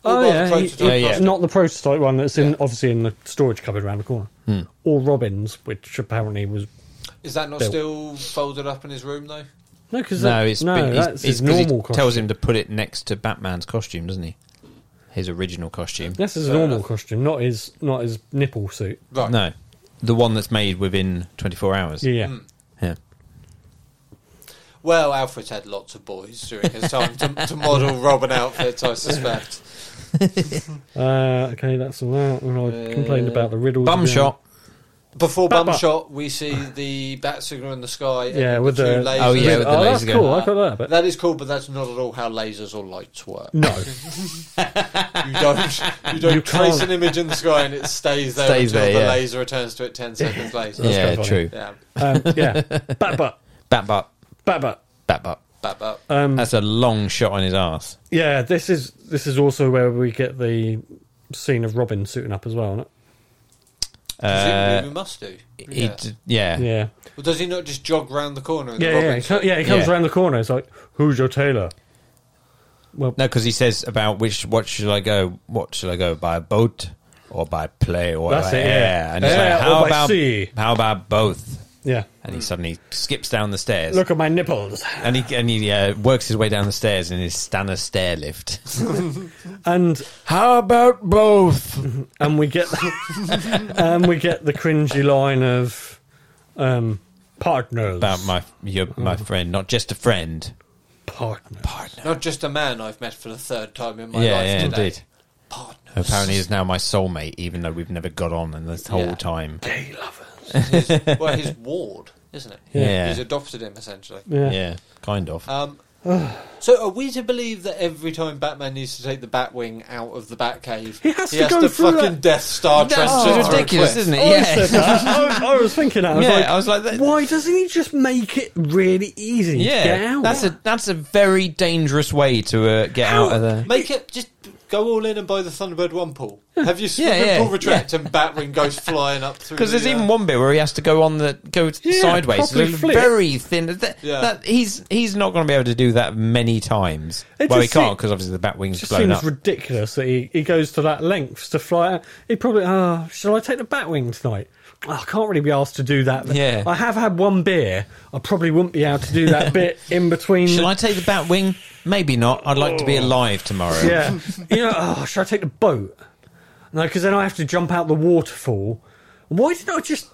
oh, All yeah, the he- prototype he- Yeah, yeah. costumes. Not the prototype one that's in obviously in the storage cupboard around the corner. Hmm. Or Robin's, which apparently was... Is that not Bill. still folded up in his room though? No, because No, it's no, been, it's, that's it's his 'cause he normal costume. tells him to put it next to Batman's costume, doesn't he? His original costume. This is a Fair normal Uh, enough. costume, not his not his nipple suit. Right. No, the one that's made within 24 hours. Yeah, yeah. Yeah. Well, Alfred had lots of boys during his time to, to model Robin outfits, I suspect. Uh, okay, that's all that. And I complained about the riddles. Bum again. shot. Before Bat- Bum Shot, we see the bat signal in the sky. and Yeah, with two the lasers. Oh, yeah, with oh, the that's laser gun. cool. I got that, but That is cool, but that's not at all how lasers or lights work. no, You don't, you don't You trace can't. an image in the sky and it stays there Stays until there, the yeah. laser returns to it 10 seconds later. That's yeah, quite funny. true. Yeah. um, yeah, bat butt, Bat butt. bat butt. Bat butt. Bat, bat. Um, That's a long shot on his ass. yeah, this is this is also where we get the scene of Robin suiting up as well. Isn't Uh, Presumably we must do. he Yeah. d- yeah. it? Yeah, Well, does he not just jog round the corner? In yeah, the yeah. Robin It co- suit? yeah, he comes Yeah. around the corner. It's like, who's your tailor? No, because he says about which, what should I go? What should I go? By boat or by play or That's by it, air? yeah. And it's Air like, or how by about, sea. how about both? Yeah. and he suddenly skips down the stairs. Look at my nipples. And he and he uh, works his way down the stairs in his Stanner stair lift. And How about both? and we get and we get the cringy line of um, partners. About my your, my Hmm. friend, not just a friend. partners. Not just a man I've met for the third time in my yeah, life yeah, today. indeed. Partners. Apparently, he's now my soulmate, even though we've never got on in this whole Yeah. time. Gay lovers. His- well, his ward, isn't it? Yeah. He's adopted him essentially. Yeah. Yeah, kind of. Um, so are we to believe that every time Batman needs to take the Batwing out of the Batcave, He has to go through fucking that- Death Star That's trenches? to ridiculous, request? isn't it? I Yeah, Oh, said that. I, I was thinking that. I was yeah. like, I was like, that, why doesn't he just make it really easy to get yeah. out? That's a that's a very dangerous way to uh, get out of there. Make it just go all in and buy the Thunderbird one pool. Have your swimming Yeah, yeah, pool retract and Batwing goes flying up through. Because the, there's uh, even one bit where he has to go on the go Yeah, sideways. properly It's flip. very thin. That, Yeah. that- he's he's not going to be able to do that many times. It well, he just can't se- because obviously the bat wing's just blown seems up. ridiculous that he, he goes to that length to fly out. He probably, ah, shall I take the Batwing tonight? Oh, I can't really be asked to do that. Yeah. I have had one beer. I probably wouldn't be able to do that bit in between. Shall I take the bat wing? Maybe not. I'd like to be alive tomorrow. Oh. Yeah. you know, oh, should I take the boat? No, because then I have to jump out the waterfall. Why did I just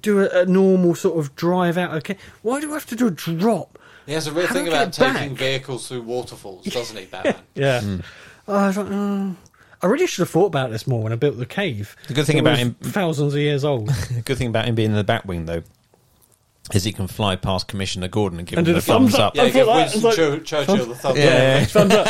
do a, a normal sort of drive out? Okay. Why do I have to do a drop? He has a real How thing do I about get taking back? vehicles through waterfalls, doesn't he, Batman? Yeah. Oh, I was like, mm. I really should have thought about this more when I built the cave. The good thing It about was him- thousands of years old, The good thing about him being in the bat wing though is he can fly past Commissioner Gordon and give And him the do the thumbs thumbs up. Yeah, I thought give that Winston was like- Chur- Churchill the thumbs up. Yeah, thumbs up.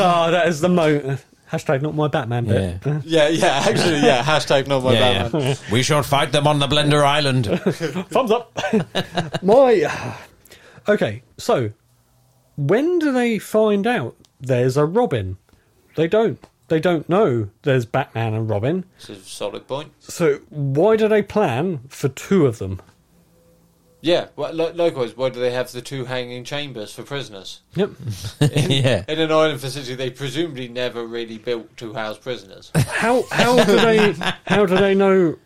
Ah, that is the mo. Hashtag not my Batman bit. yeah. Yeah, yeah, actually, yeah. Hashtag not my Yeah, Batman. yeah. we shall fight them on the Blender Island. Thumbs up. my. Okay, so when do they find out there's a Robin? They don't. They don't know there's Batman and Robin. It's a solid point. So why do they plan for two of them? Yeah, well, li- likewise, why do they have the two hanging chambers for prisoners? Yep. yeah. In an island facility, they presumably never really built to house prisoners. How how do they how do they know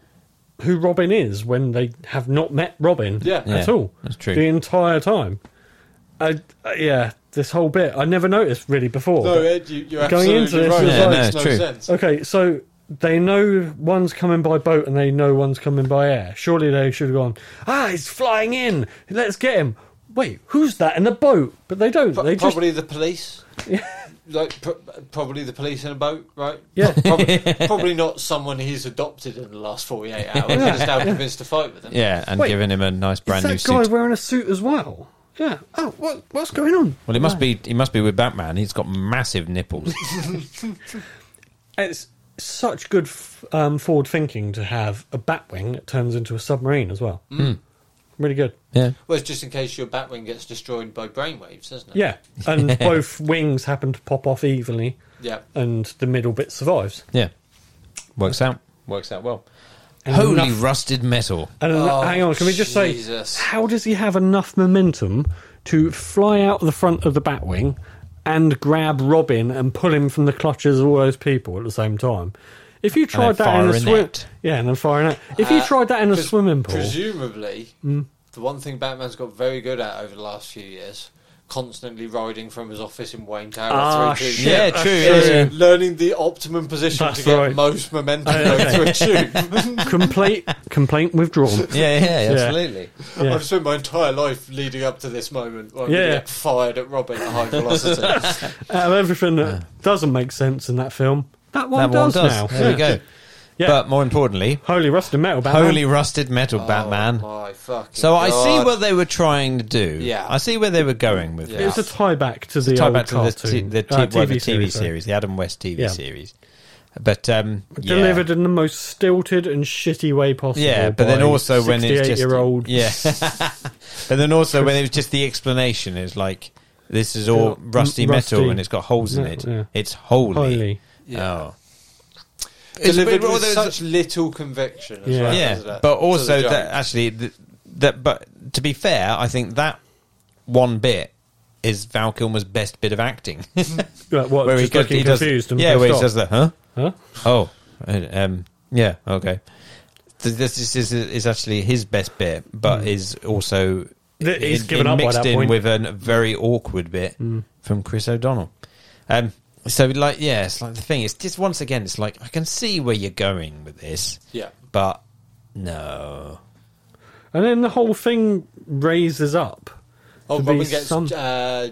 who Robin is when they have not met Robin Yeah. at Yeah, all? that's true. The entire time. I, I- yeah, this whole bit I never noticed really before. No, but- Ed, you, you're Going absolutely into this right. was It like- Yeah, no, makes it's no true. sense. Okay, so they know one's coming by boat and they know one's coming by air. Surely they should have gone, ah, he's flying in. Let's get him. Wait, who's that in the boat? But they don't. Pro- they just probably the police. like pr- probably the police in a boat, right? Yeah. Probably, probably not someone he's adopted in the last forty-eight hours. and is now convinced to fight with him. Yeah, and Wait, giving him a nice is brand that new guy suit. wearing a suit as well? Yeah. Oh, what, what's going on? Well, it must be he must be with Batman. He's got massive nipples. It's such good f- um, forward thinking to have a Batwing that turns into a submarine as well. Hmm. Really good. yeah. Well, it's just in case your Batwing gets destroyed by brainwaves, isn't it? Yeah. And both wings happen to pop off evenly, Yeah. and the middle bit survives. Yeah. Works out. Works out well. And Holy enough- rusted metal. And then- Oh, Uh, hang on, can we just Jesus. say, how does he have enough momentum to fly out the front of the Batwing and grab Robin and pull him from the clutches of all those people at the same time? If you tried that in fire a a swim, net. yeah, and then fire a net. If you Uh, tried that in a Pres- swimming pool, Mm. Presumably, the one thing Batman's got very good at over the last few years, constantly riding from his office in Wayne Tower Ah, through to shit. Yeah, true. Is learning the optimum position That's to get right. most momentum Oh, okay. over a tube. complaint complaint withdrawn. Yeah, yeah, Yeah. absolutely. Yeah. I've spent my entire life leading up to this moment. Where I'm Yeah. going to get fired at Robin at high velocity. Out of everything that doesn't make sense in that film, that one, That one does, does. now. There we go. Yeah. Uh-huh. But more importantly, Holy rusted metal, Batman. holy rusted metal, Batman. Oh, my fucking So I see God. what they were trying to do. Yeah. I see where they were going with Yeah. it. It's a tie back to the tie old back to the, t- cartoon, the, t- uh, well, the TV series, series, sorry. the Adam West TV Yeah. series. But um, yeah. delivered in the most stilted and shitty way possible. Yeah, but then by also when it's just year old, Yeah, but then also when it was just the explanation is like this is Yeah, all m- rusty, metal rusty. and it's got holes in it. Yeah. It's holy. holy. Oh, It's- Delivered but- with although it's- such little conviction. As Yeah. well, yeah, isn't it? but To the also joke. that actually th- that but to be fair, I think that one bit is Val Kilmer's best bit of acting, Like, uh, what, just goes- looking does confused and yeah, pissed where he off. does the huh Huh? oh and, um yeah okay th- this is, is, is actually his best bit, but is also Hmm. Th- he's in- given in up by mixed that in point. Hmm. with a very awkward bit from Chris O'Donnell. Um, so like yeah, it's like the thing is just once again, it's like I can see where you're going with this, Yeah. but no, And then the whole thing raises up. Oh, to be Robin gets some- uh,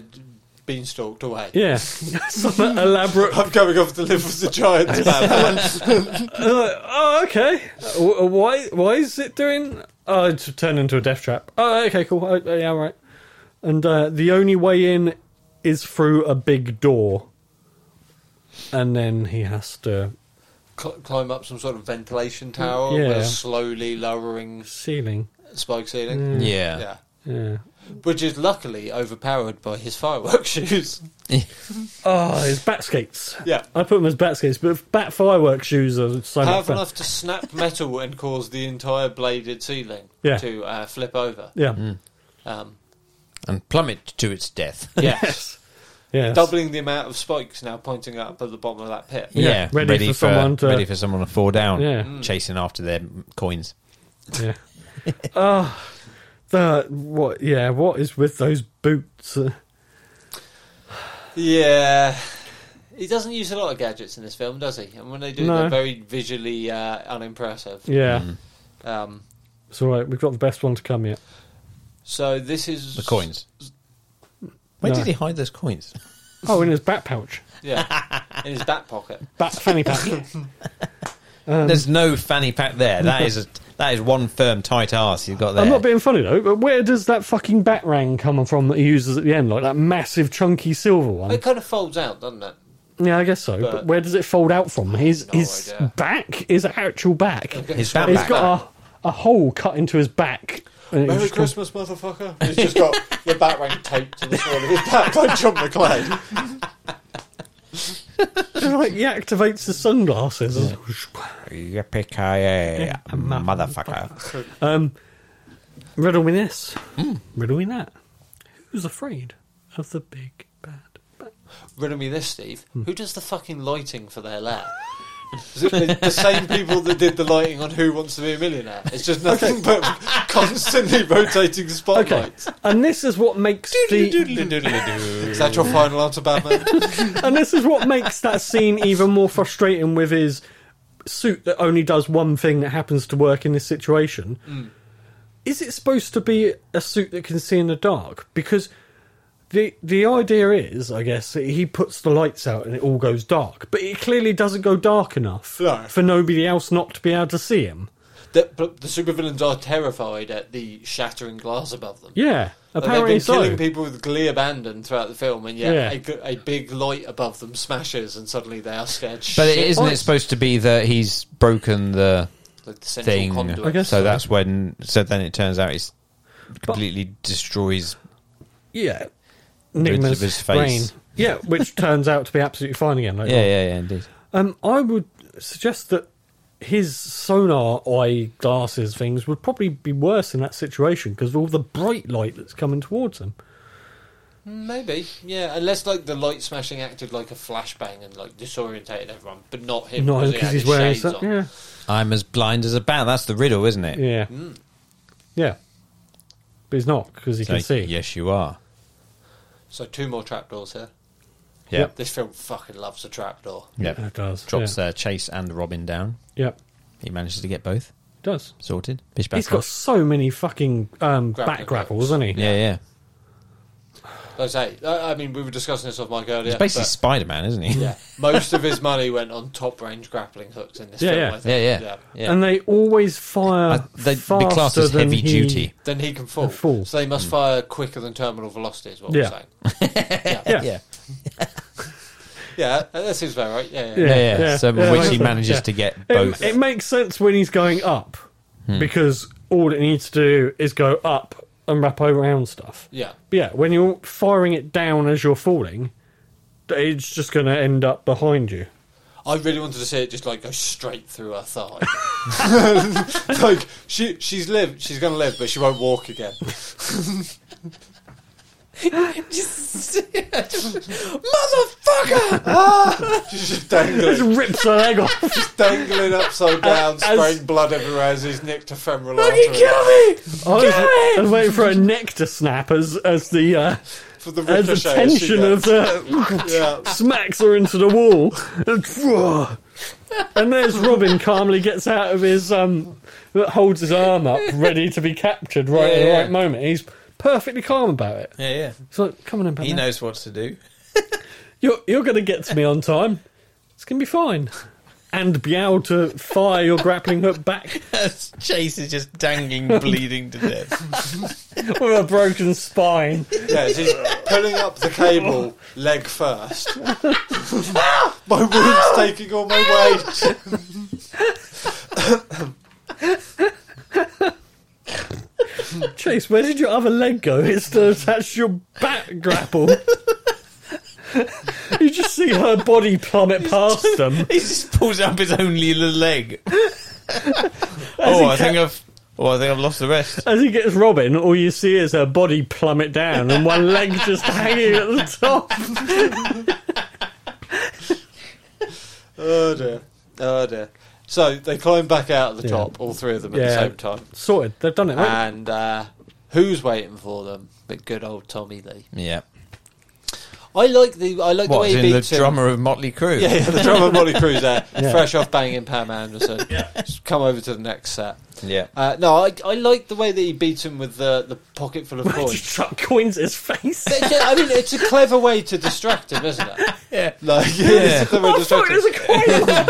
beanstalked away. Yeah. Some elaborate. I'm going off to live with the giants. man. oh, okay. W- Why? Why is it doing? Oh, it's turned into a death trap. Oh, okay, cool. Oh, yeah, all right. And uh, the only way in is through a big door, and then he has to Cl- climb up some sort of ventilation tower Yeah. with a slowly lowering ceiling. spike ceiling. Mm. Hmm. yeah, Yeah. Yeah. Which is luckily overpowered by his firework shoes. Oh, his bat skates. Yeah. I put them as bat skates, but bat firework shoes are so much Have fun. enough to snap metal and cause the entire bladed ceiling Yeah. to uh, flip over. Yeah. Um, and plummet to its death. yeah. Yes. Yes. Doubling the amount of spikes now pointing up at the bottom of that pit. Yeah, ready for someone to- ready for someone to fall down, Yeah. chasing after their coins. Yeah. oh, the what? Yeah. What is with those boots? Uh, Yeah. He doesn't use a lot of gadgets in this film, does he? And when they do, No. they're very visually uh, unimpressive. yeah. Um, It's all right. We've got the best one to come yet. so this is The coins. Where No. did he hide those coins? Oh, in his bat pouch, Yeah, in his back pocket. bat fanny pack. Um, There's no fanny pack there. That is a, that is one firm tight ass you've got there. I'm not being funny though, but where does that fucking batarang come from that he uses at the end, like that massive chunky silver one? It kind of folds out, doesn't it? yeah, I guess so. But, But- where does it fold out from? His No his idea. back, his actual back. His Back- He's back. got a, a hole cut into his back. and it Merry just comes- Christmas, motherfucker! He's just got the back rank taped to the side of his back by John McClane. like he activates his sunglasses. Yippee-ki-yay, motherfucker. Riddle me this. Riddle me that. Who's afraid of the big bad? Riddle me this, Steve. Hmm. Who does the fucking lighting for their lair? Is it the the same people that did the lighting on Who Wants to Be a Millionaire? It's just nothing but constantly rotating Okay, spotlights. and this is what makes the Is that your final answer, Batman? and this is what makes that scene even more frustrating with his suit that only does one thing that happens to work in this situation. Mm. Is it supposed to be a suit that can see in the dark? Because the the idea is, I guess, that he puts the lights out and it all goes dark, but it clearly doesn't go dark enough No. for nobody else not to be able to see him. the, but the supervillains are terrified at the shattering glass above them. Yeah, Like, they've apparently been so. killing people with glee abandon throughout the film, and yet Yeah. a g- a, big light above them smashes, and suddenly they are scared. But it, shit. isn't it supposed to be that he's broken the Like the central thing? conduit. I guess so, so. that's when. So then it turns out he's completely destroys. yeah, rid of Enigma's his face. brain. Yeah, which turns out to be absolutely fine again. Later Yeah, yeah, yeah, indeed. Um, I would suggest that his sonar eye glasses things would probably be worse in that situation because of all the bright light that's coming towards him. Maybe, yeah. Unless like the light smashing acted like a flashbang and like disorientated everyone, but not him Not he because had he's his wearing shades that. on. Yeah, I'm as blind as a bat. That's the riddle, isn't it? yeah, yeah. But he's not because he So, can see. Yes, you are. So two more trapdoors here. Yeah. Yep. This film fucking loves a trapdoor. Yep. it does. Drops yeah. uh, Chase and Robin down. Yep, He manages to get both it does. sorted. Fish back He's got off. so many fucking um, Grappling back grapples, hasn't he? Yeah, yeah. Like I say, I, I mean, we were discussing this off mic earlier. He's basically but- Spider Man, isn't he? yeah, most of his money went on top range grappling hooks in this Yeah, film. yeah. I think. Yeah, yeah, yeah. And they always fire. Uh, they'd be faster classed as than heavy he- duty. Then he can fall. Fall. So they Hmm. must fire quicker than terminal velocity, is what Yeah. we're saying. yeah. Yeah. Yeah. yeah, that seems about right. Yeah, yeah. Yeah, yeah. So yeah, which that's he it. manages Yeah. to get both. It, it makes sense when he's going up because all it needs to do is go up and wrap around stuff. Yeah. But yeah, when you're firing it down as you're falling, it's just going to end up behind you. I really wanted to see it just like go straight through her thigh. like she she's live she's gonna live, but she won't walk again. Just- Motherfucker! Ah! She's just dangling. Just rips her leg off. Just dangling upside down, As- spraying blood everywhere as he's nicked a femoral Fucking artery. kill me! I was, I was waiting for a neck to snap as as the uh, For the as ricochet. the as she tension of goes. the Yeah. smacks her into the wall. And there's Robin calmly gets out of his um, holds his arm up, ready to be captured right at the Yeah, yeah. right moment. He's perfectly calm about it. Yeah, yeah. He's like, "Come on, in, He Batman. knows what to do. You're you're going to get to me on time. It's going to be fine." And be able to fire your grappling hook back Chase is just dangling, bleeding to death. with a broken spine. Yeah, she's pulling up the cable, leg first. my wound's taking all my weight. Chase, where did your other leg go? It's still attached to your back grapple. you just see her body plummet past them. He just pulls up his only little leg. oh, I think I've. Oh, I think I've lost the rest. As he gets Robin, all you see is her body plummet down and one leg just hanging at the top. Oh dear. Oh dear. So they climb back out at the Yeah. top, all three of them at Yeah. the same time. Sorted. They've done it, right? And uh, who's waiting for them? But good old Tommy Lee. Yeah. I like the I like the What? way As he in the beats him. drummer of Motley Crue? Yeah, yeah, the drummer Molly Cruz there, Yeah. fresh off banging Pam Anderson. Just come over to the next set. Yeah. Uh, no, I, I like the way that he beats him with the, the pocket full of Just coins. chuck coins at his face. But, yeah, I mean, it's a clever way to distract him, isn't it? Yeah. Like, yeah. Yeah. it's a clever way to Oh, sorry, distract him. there's a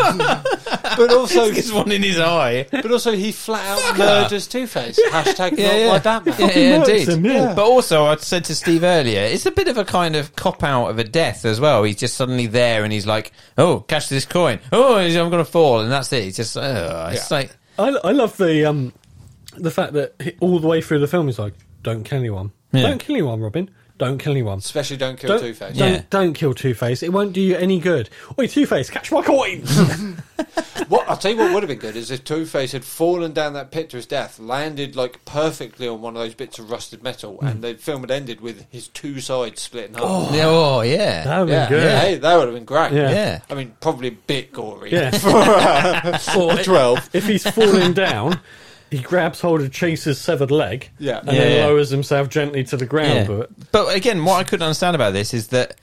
coin! But also, There's one in his eye. but also, he flat out murders Two Face. Hashtag Yeah, not yeah. my Batman. Yeah, yeah, murks indeed. him, yeah. But also, I said to Steve earlier, it's a bit of a kind of cop out of a death as well. He's just suddenly there, and he's like, "Oh, catch this coin! Oh, I'm going to fall!" And that's it. He's just, uh, it's like, I, I love the um, the fact that he, all the way through the film he's like, don't kill anyone. Yeah. Don't kill anyone, Robin. Don't kill anyone. Especially don't kill Don't, Two Face. don't, Yeah. don't kill Two Face. It won't do you any good. Oi, Two Face, catch my coins! What I'll tell you what would have been good is if Two Face had fallen down that pit to his death, landed like perfectly on one of those bits of rusted metal, and the film had ended with his two sides split in half. yeah, oh, yeah, that would yeah, be good. yeah, hey, that would have been great. Yeah. yeah. I mean, probably a bit gory. Yeah. uh, For twelve. If he's falling down, he grabs hold of Chase's severed leg Yeah. and then Yeah. lowers himself gently to the Yeah. ground. But But again, what I couldn't understand about this is that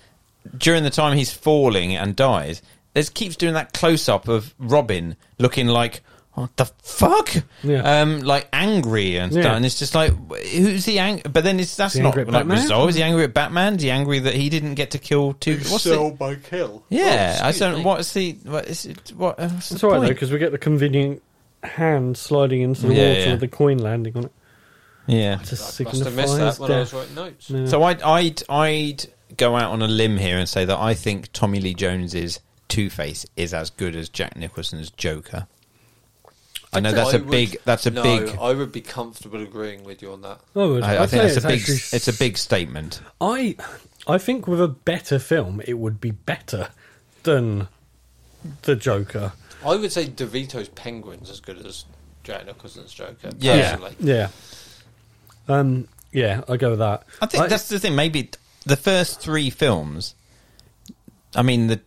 during the time he's falling and dies, there's keeps doing that close up of Robin looking like what the fuck, Yeah. um, like angry and stuff. Yeah. And it's just like, who's he angry? But then it's that's Is he not angry at like Batman? resolved. Is he angry at Batman? Is he angry that he didn't get to kill two? What's Sell the, by kill. yeah, Oh, I excuse don't. me. What's the? What is it? What? Uh, what's it's the all right, though, point? because we get the convenient hand sliding into the Yeah, water yeah. with the coin landing on it yeah. to I must signify have missed his that when I was death. writing notes. Yeah. So I'd, I'd I'd go out on a limb here and say that I think Tommy Lee Jones's Two Face is as good as Jack Nicholson's Joker. I know that's a a big that's a no, big I would be comfortable agreeing with you on that. I, would, I, I Oh, think I'd say that's a big actually it's a big statement. I I think with a better film, it would be better than the Joker. I would say DeVito's Penguin's as good as Jack Nicholson's Joker. Yeah. personally. Yeah. Um. Yeah, I go with that. I think that's the thing. Maybe the first three films. I mean, the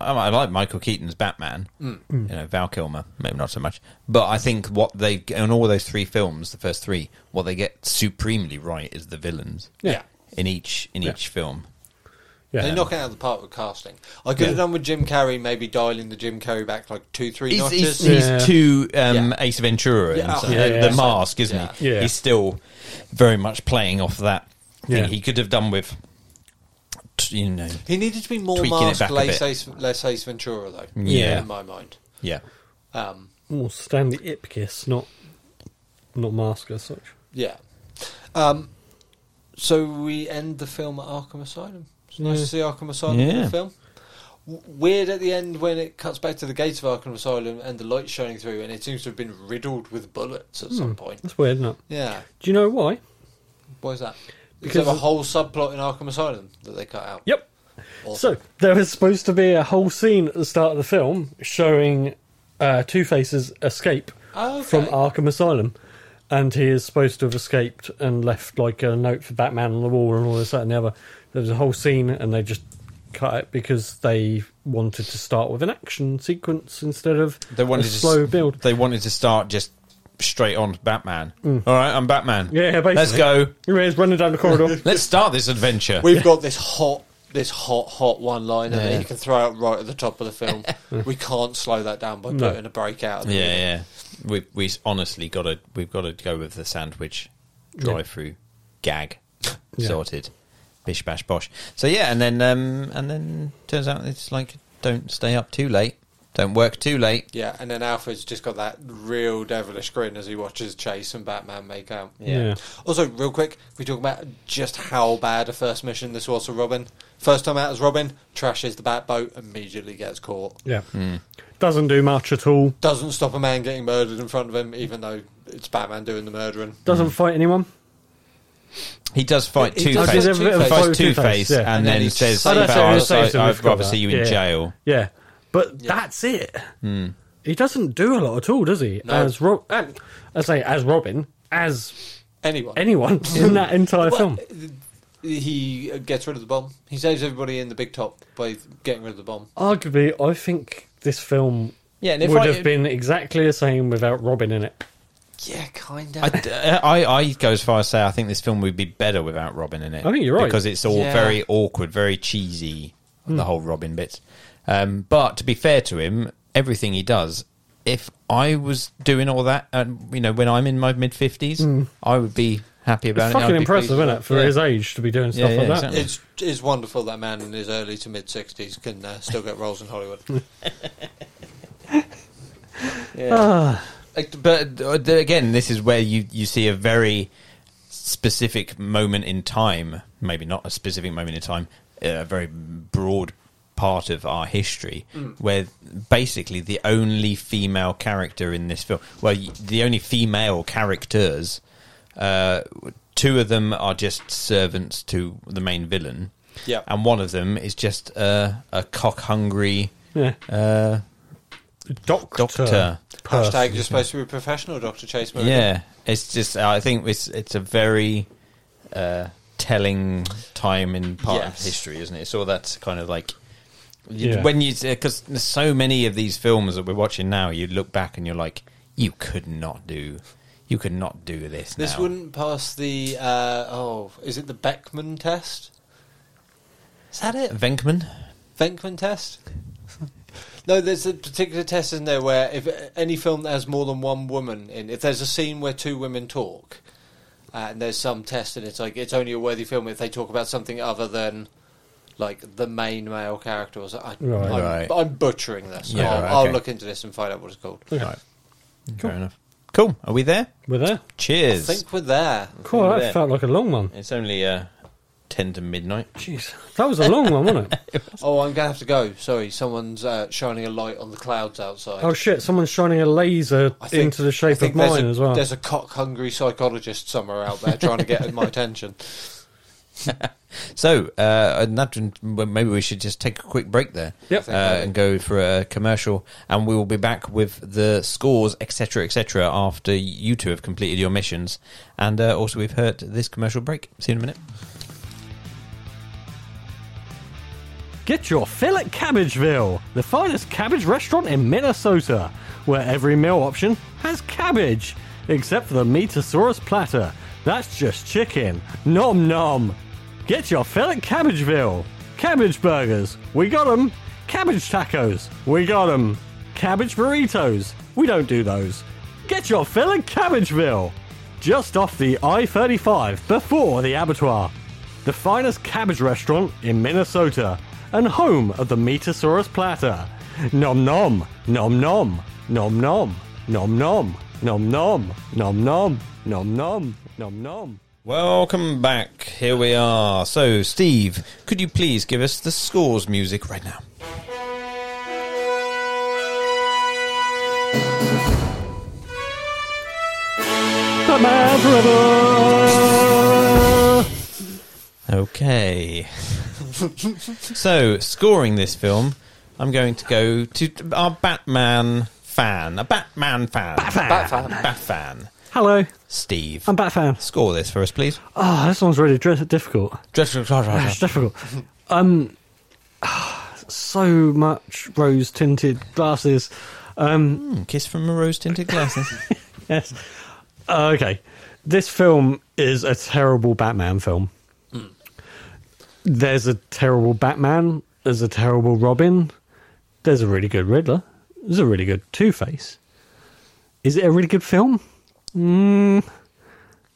I I like Michael Keaton's Batman. You know, Val Kilmer, maybe not so much. But I think what they in all those three films, the first three, what they get supremely right is the villains. Yeah. in each in Yeah. each film. Yeah. They knock it out of the park with casting. I could have done with Jim Carrey, maybe dialing the Jim Carrey back like two, three He's, notches. he's, he's Yeah. too um, Yeah. Ace Ventura, Yeah. and so- Yeah, and yeah, the yeah. mask, isn't he? Yeah. He's still very much playing off that Yeah. thing. He could have done with, t- you know, he needed to be more Tweaking it masked, back a less bit. Ace, less Ace Ventura though. Yeah. in my mind. yeah, Um, more Stanley Ipkiss, not not mask as such. Yeah. Um, so we end the film at Arkham Asylum. It's nice Yeah. to see Arkham Asylum in Yeah. the film. W- Weird at the end when it cuts back to the gates of Arkham Asylum and the lights shining through, and it seems to have been riddled with bullets at some point. That's weird, isn't it? Yeah, Do you know why? why is that? Because Because- of a whole subplot in Arkham Asylum that they cut out. Yep. Awesome. So there was supposed to be a whole scene at the start of the film showing uh, Two Face's escape Oh, okay. from Arkham Asylum, and he is supposed to have escaped and left like a note for Batman on the wall and all this that and the other. There was a whole scene, and they just cut it because they wanted to start with an action sequence instead of They wanted a to s- slow build. They wanted to start just straight on to Batman. All right, I'm Batman. Mm. Yeah, basically. Let's go. He was running down the corridor. Let's start this adventure. We've got this hot, this hot, hot one liner Yeah. that you can throw out right at the top of the film. we can't slow that down by No. putting a break out. yeah, yeah. We we honestly got to we've got to go with the sandwich drive-through gag Yeah. sorted. Bish bash bosh. So yeah, and then um and then turns out it's like don't stay up too late. Don't work too late. Yeah, and then Alfred's just got that real devilish grin as he watches Chase and Batman make out. Yeah. Also, real quick, we talk about just how bad a first mission this was for Robin. First time out as Robin, trashes the Batboat, immediately gets caught. Yeah. Hmm. Doesn't do much at all. Doesn't stop a man getting murdered in front of him, even though it's Batman doing the murdering. Doesn't Hmm. fight anyone. He does fight He- he Two does Face. fight Two-Face. a fight Fights with Two Face, Yeah. and, then, then he says, saves Oh, "I'd that's it, he rather- saves him, I'd we've got rather that. see you in Yeah. jail." Yeah, but that's it. Hmm. He doesn't do a lot at all, does he? No. As Rob, and, I say, as Robin, as Anyone. anyone in that entire Well, film. He gets rid of the bomb. He saves everybody in the big top by getting rid of the bomb. Arguably, I think this film Yeah, and if would I- have been exactly the same without Robin in it. Yeah, kind of. I, I, I go as far as say I think this film would be better without Robin in it. I think you're right. Hmm. because it's all Yeah. very awkward, very cheesy, the whole Robin bit. Um, but to be fair to him, everything he does, if I was doing all that, and you know, when I'm in my mid fifties, I would be happy about it. Hmm. It's I'd fucking be impressive, pleased. isn't it, for Yeah. his age to be doing stuff yeah, like that? exactly. It's it's wonderful that man in his early to mid sixties can uh, still get roles in Hollywood. Ah. Uh, But uh, th- again, this is where you, you see a very specific moment in time. Maybe not a specific moment in time, uh, a very broad part of our history, where basically the only female character in this film, well, y- the only female characters, uh, two of them are just servants to the main villain. Yeah. And one of them is just uh, a cock hungry Yeah. uh, Doctor. doctor. Person. Hashtag you're supposed to be a professional, Doctor Chase. Murray. Yeah, it's just I think it's it's a very uh, telling time in part of Yes. history, isn't it? It's all that kind of like Yeah. when you because there's so many of these films that we're watching now, you look back and you're like, you could not do, you could not do this. This now. wouldn't pass the uh, oh, is it the Beckman test? Is that it? Venkman. Venkman test? no, there's a particular test in there where if any film that has more than one woman in, if there's a scene where two women talk, uh, and there's some test and it's like it's only a worthy film if they talk about something other than like the main male character. Or so- I, Right. I'm, Right. I'm butchering this. Yeah, I'll, right, I'll okay. look into this and find out what it's called. Right. Fair enough. Cool. Are we there? We're there. I Cheers. think we're there. Cool, that there. felt like a long one. It's only uh, ten to midnight. Jeez. That was a long one, wasn't it? Oh, I'm gonna have to go. Sorry, someone's uh, shining a light on the clouds outside. Oh shit, someone's shining a laser I think- into the I shape of think there's mine a- as well. There's a cock-hungry psychologist somewhere out there trying to get my attention. So, uh, and that- well, maybe we should just take a quick break there. Yep. Uh, and go for a commercial, and we will be back with the scores, etc., etc., after you two have completed your missions. And uh, also, we've heard this commercial break. See you in a minute. Get your fill at Cabbageville, the finest cabbage restaurant in Minnesota, where every meal option has cabbage, except for the Metasaurus platter. That's just chicken. Nom nom. Get your fill at Cabbageville. Cabbage burgers, we got 'em. Cabbage tacos, we got 'em. Cabbage burritos, we don't do those. Get your fill at Cabbageville, just off the I 35 before the abattoir the finest cabbage restaurant in Minnesota, and home of the Metasaurus platter. Nom nom, nom nom, nom nom, nom nom, nom nom, nom nom, nom nom, nom nom. Welcome back. Here we are. So, Steve, could you please give us the scores music right now? Batman Forever! Okay. so, scoring this film, I'm going to go to our Batman fan, a Batman fan, Batman. Batfan. Hello, Steve, I'm Batman. score this for us, please. Ah, this one's really dr- difficult. Dreadful. It's difficult. Um, so much rose tinted glasses. Um, Hmm, Kiss from a rose tinted glasses. yes. Uh, Okay. This film is a terrible Batman film. Hmm. There's a terrible Batman. There's a terrible Robin. There's a really good Riddler. There's a really good Two Face. Is it a really good film? Mm,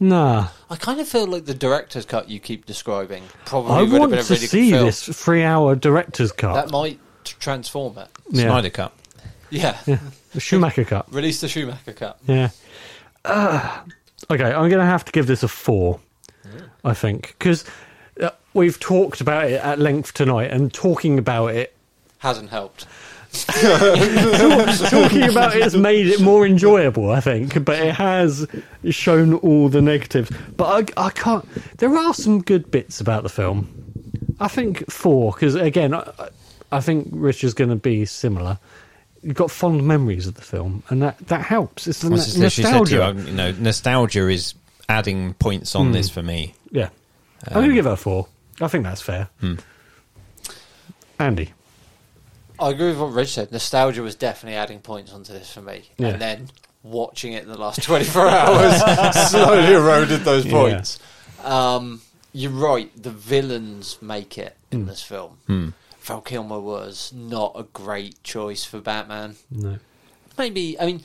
nah. I kind of feel like the director's cut you keep describing probably I would have want been a to really good see film. this three-hour director's That cut. might t- transform it. Yeah. Snyder Cut. Yeah. The Schumacher cut. Release the Schumacher cut. Yeah. Uh, okay, I'm going to have to give this a four, I think, because uh, we've talked about it at length tonight, and talking about it, Hasn't helped. talking about it has made it more enjoyable, I think. But it has shown all the negatives. But I, I can't. There are some good bits about the film. I think four, because again, I, I- I think Rich is going to be similar. You've got fond memories of the film, and that, that helps. It's the Well, it's n- literally said to you, nostalgia. Hmm. um, you know, nostalgia is adding points on this for me. Yeah. I'm going to give her a four. I think that's fair. Hmm. Andy. I agree with what Rich said. Nostalgia was definitely adding points onto this for me. Yeah. And then watching it in the last 24 hours slowly eroded those points. Um, you're right. The villains make it in Hmm. this film. Val Kilmer was not a great choice for Batman. No. Maybe I mean,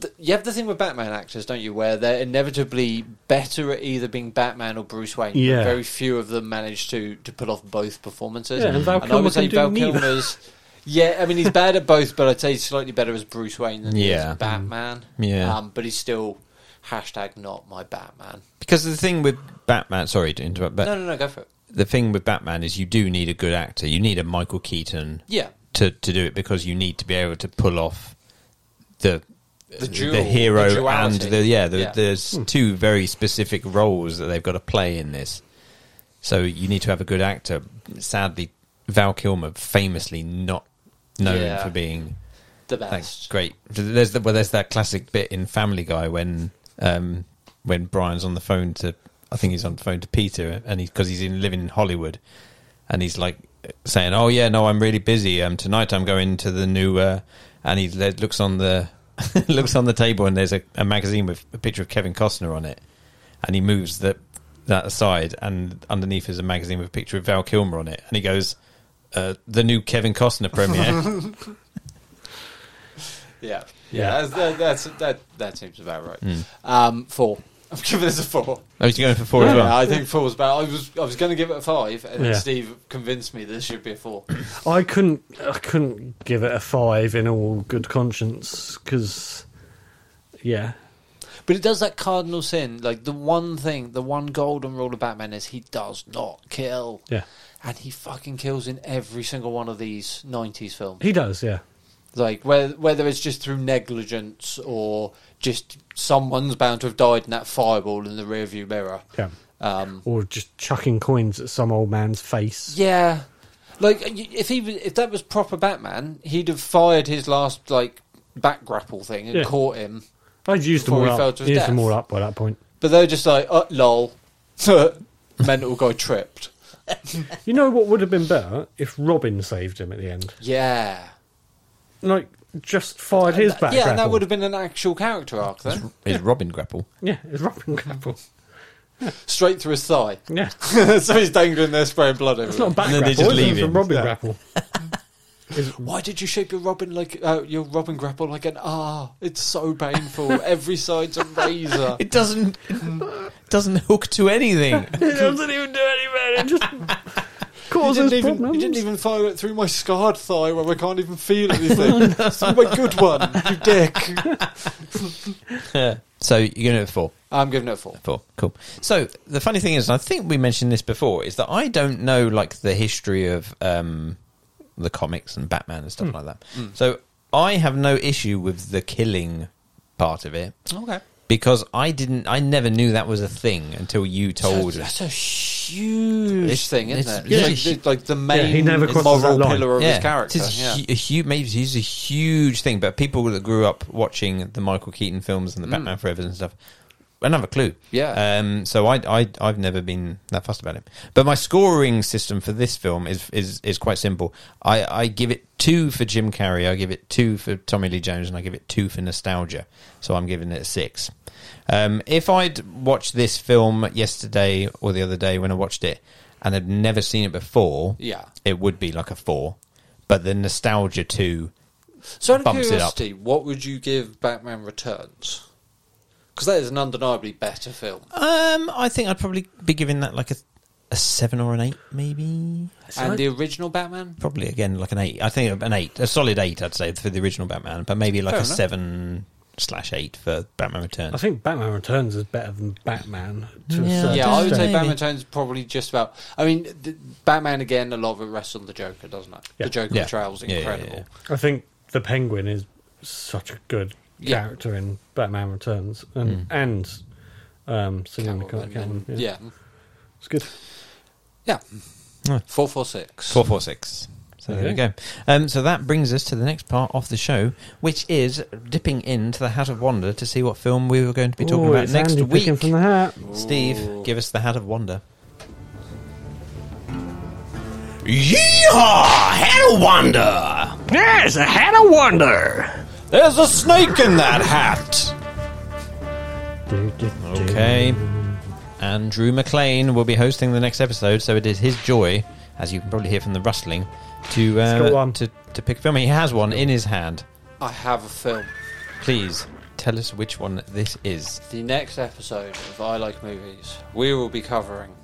th- you have the thing with Batman actors, don't you? Where they're inevitably better at either being Batman or Bruce Wayne. but Yeah. Very few of them manage to to put off both performances. Yeah, and Val Kilmer can do neither. Kilmer's. Yeah, I mean he's bad at both, but I'd say he's slightly better as Bruce Wayne than he is Yeah. as Batman. Yeah. um, but he's still hashtag not my Batman. Because the thing with Batman, sorry to interrupt, but No, no, no, go for it. the thing with Batman is you do need a good actor. You need a Michael Keaton Yeah, to, to do it because you need to be able to pull off the The dual- hero the and duality. the yeah, the, Yeah. there's two very specific roles that they've got to play in this. So you need to have a good actor. Sadly, Val Kilmer famously not known Yeah. for being the Thanks. best. Great. There's the, well, there's that classic bit in Family Guy when um, when Brian's on the phone to I think he's on the phone to Peter and because he's in living in Hollywood and he's like saying, "Oh yeah, no, I'm really busy. Um, tonight I'm going to the new." Uh, and he le- looks on the looks on the table and there's a, a magazine with a picture of Kevin Costner on it, and he moves that that aside and underneath is a magazine with a picture of Val Kilmer on it, and he goes. Uh, the new Kevin Costner premiere. Yeah, Yeah. yeah, that's, that's that that seems about right. Um, four. I'm giving this a four. oh, he's going for four as well. Yeah, I think four's about. I was I was going to give it a five, and then Yeah. Steve convinced me this should be a four. I couldn't I couldn't give it a five in all good conscience because yeah. But it does that cardinal sin. Like the one thing, the one golden rule of Batman is he does not kill, Yeah. and he fucking kills in every single one of these '90s films. He does, yeah. Like whether whether it's just through negligence or just someone's bound to have died in that fireball in the rearview mirror. Yeah. Um, Or just chucking coins at some old man's face. Yeah, like y- if he was- if that was proper Batman, he'd have fired his last like back grapple thing and Yeah. caught him. I'd used them Before all he fell up. to his Used them death. all up by that point. But they're just like, uh, lol, mental guy tripped. You know what would have been better if Robin saved him at the end? Yeah, Like just fired his back. yeah, and Uh, that grapple. would have been an actual character arc then, is Robin Grapple. Yeah, it's Robin grapple. straight through his thigh. Yeah. so he's dangling there, spraying blood It's everywhere. not a back And then they grapple, just is it? leave It's a him. Robin Yeah. grapple. Why did you shape your Robin like uh, your Robin grapple like an R? It's so painful. Every side's a razor. It doesn't doesn't hook to anything. It doesn't even do anything. It just You causes didn't, even, problems. you didn't even fire it through my scarred thigh where I can't even feel Oh, anything. through my good one, you dick. so you're gonna four, I'm giving it a four. four, cool. So the funny thing is, I think we mentioned this before, is that I don't know like the history of um, the comics and Batman and Hmm. stuff like that. So I have no issue with the killing part of it. Okay. because I didn't. I never knew that was a thing until you told us. That's a huge It's- thing, isn't it's- it? yeah. It's like, the, like the main he never crosses moral that line. pillar of his Yeah, character. it's yeah. hu- a huge. Maybe he's a huge thing, but people that grew up watching the Michael Keaton films and the Batman Forever and stuff, another clue. Mm. Yeah. Um. So I, I, I've never been that fussed about him. But my scoring system for this film is is is quite simple. I I give it two for Jim Carrey. I give it two for Tommy Lee Jones, and I give it two for nostalgia. So I'm giving it a six. Um. If I'd watched this film yesterday or the other day when I watched it. And had never seen it before Yeah. it would be like a four, but the nostalgia too. So, out of bumps it up. curiosity, what would you give Batman Returns? Because that is an undeniably better film. Um, I think I'd probably be giving that like a a seven or an eight, maybe. and the original Batman? Probably again like an eight. I think an eight, a solid eight, I'd say for the original Batman, but maybe like Fair a enough. seven slash eight for Batman Returns. I think Batman Returns is better than Batman. To Yeah. a certain Yeah, I would say Maybe. Batman Returns is probably just about. I mean, th- Batman again, a lot of it rests on the Joker, doesn't it? Yeah. The Joker Yeah. portrayal is Yeah, yeah, yeah. incredible. I think the Penguin is such a good Yeah. character in Batman Returns, and Mm. and um, Selena Cat- Catwoman Catwoman. and- Yeah. yeah. it's good. yeah, Yeah. four four six. Four four six. So there we go. Um, so that brings us to the next part of the show, which is dipping into the Hat of Wonder to see what film we were going to be talking Ooh, about it's next Andy week. picking from the hat. Steve, give us the Hat of Wonder. Yeehaw! Had a wonder! Yes, a hat of wonder. There's a snake in that hat! Okay. Andrew McLean will be hosting the next episode, so it is his joy, as you can probably hear from the rustling, to got uh, one. to to pick a film. He has one in his hand. I have a film. Please tell us which one this is. The next episode of I Like Movies, we will be covering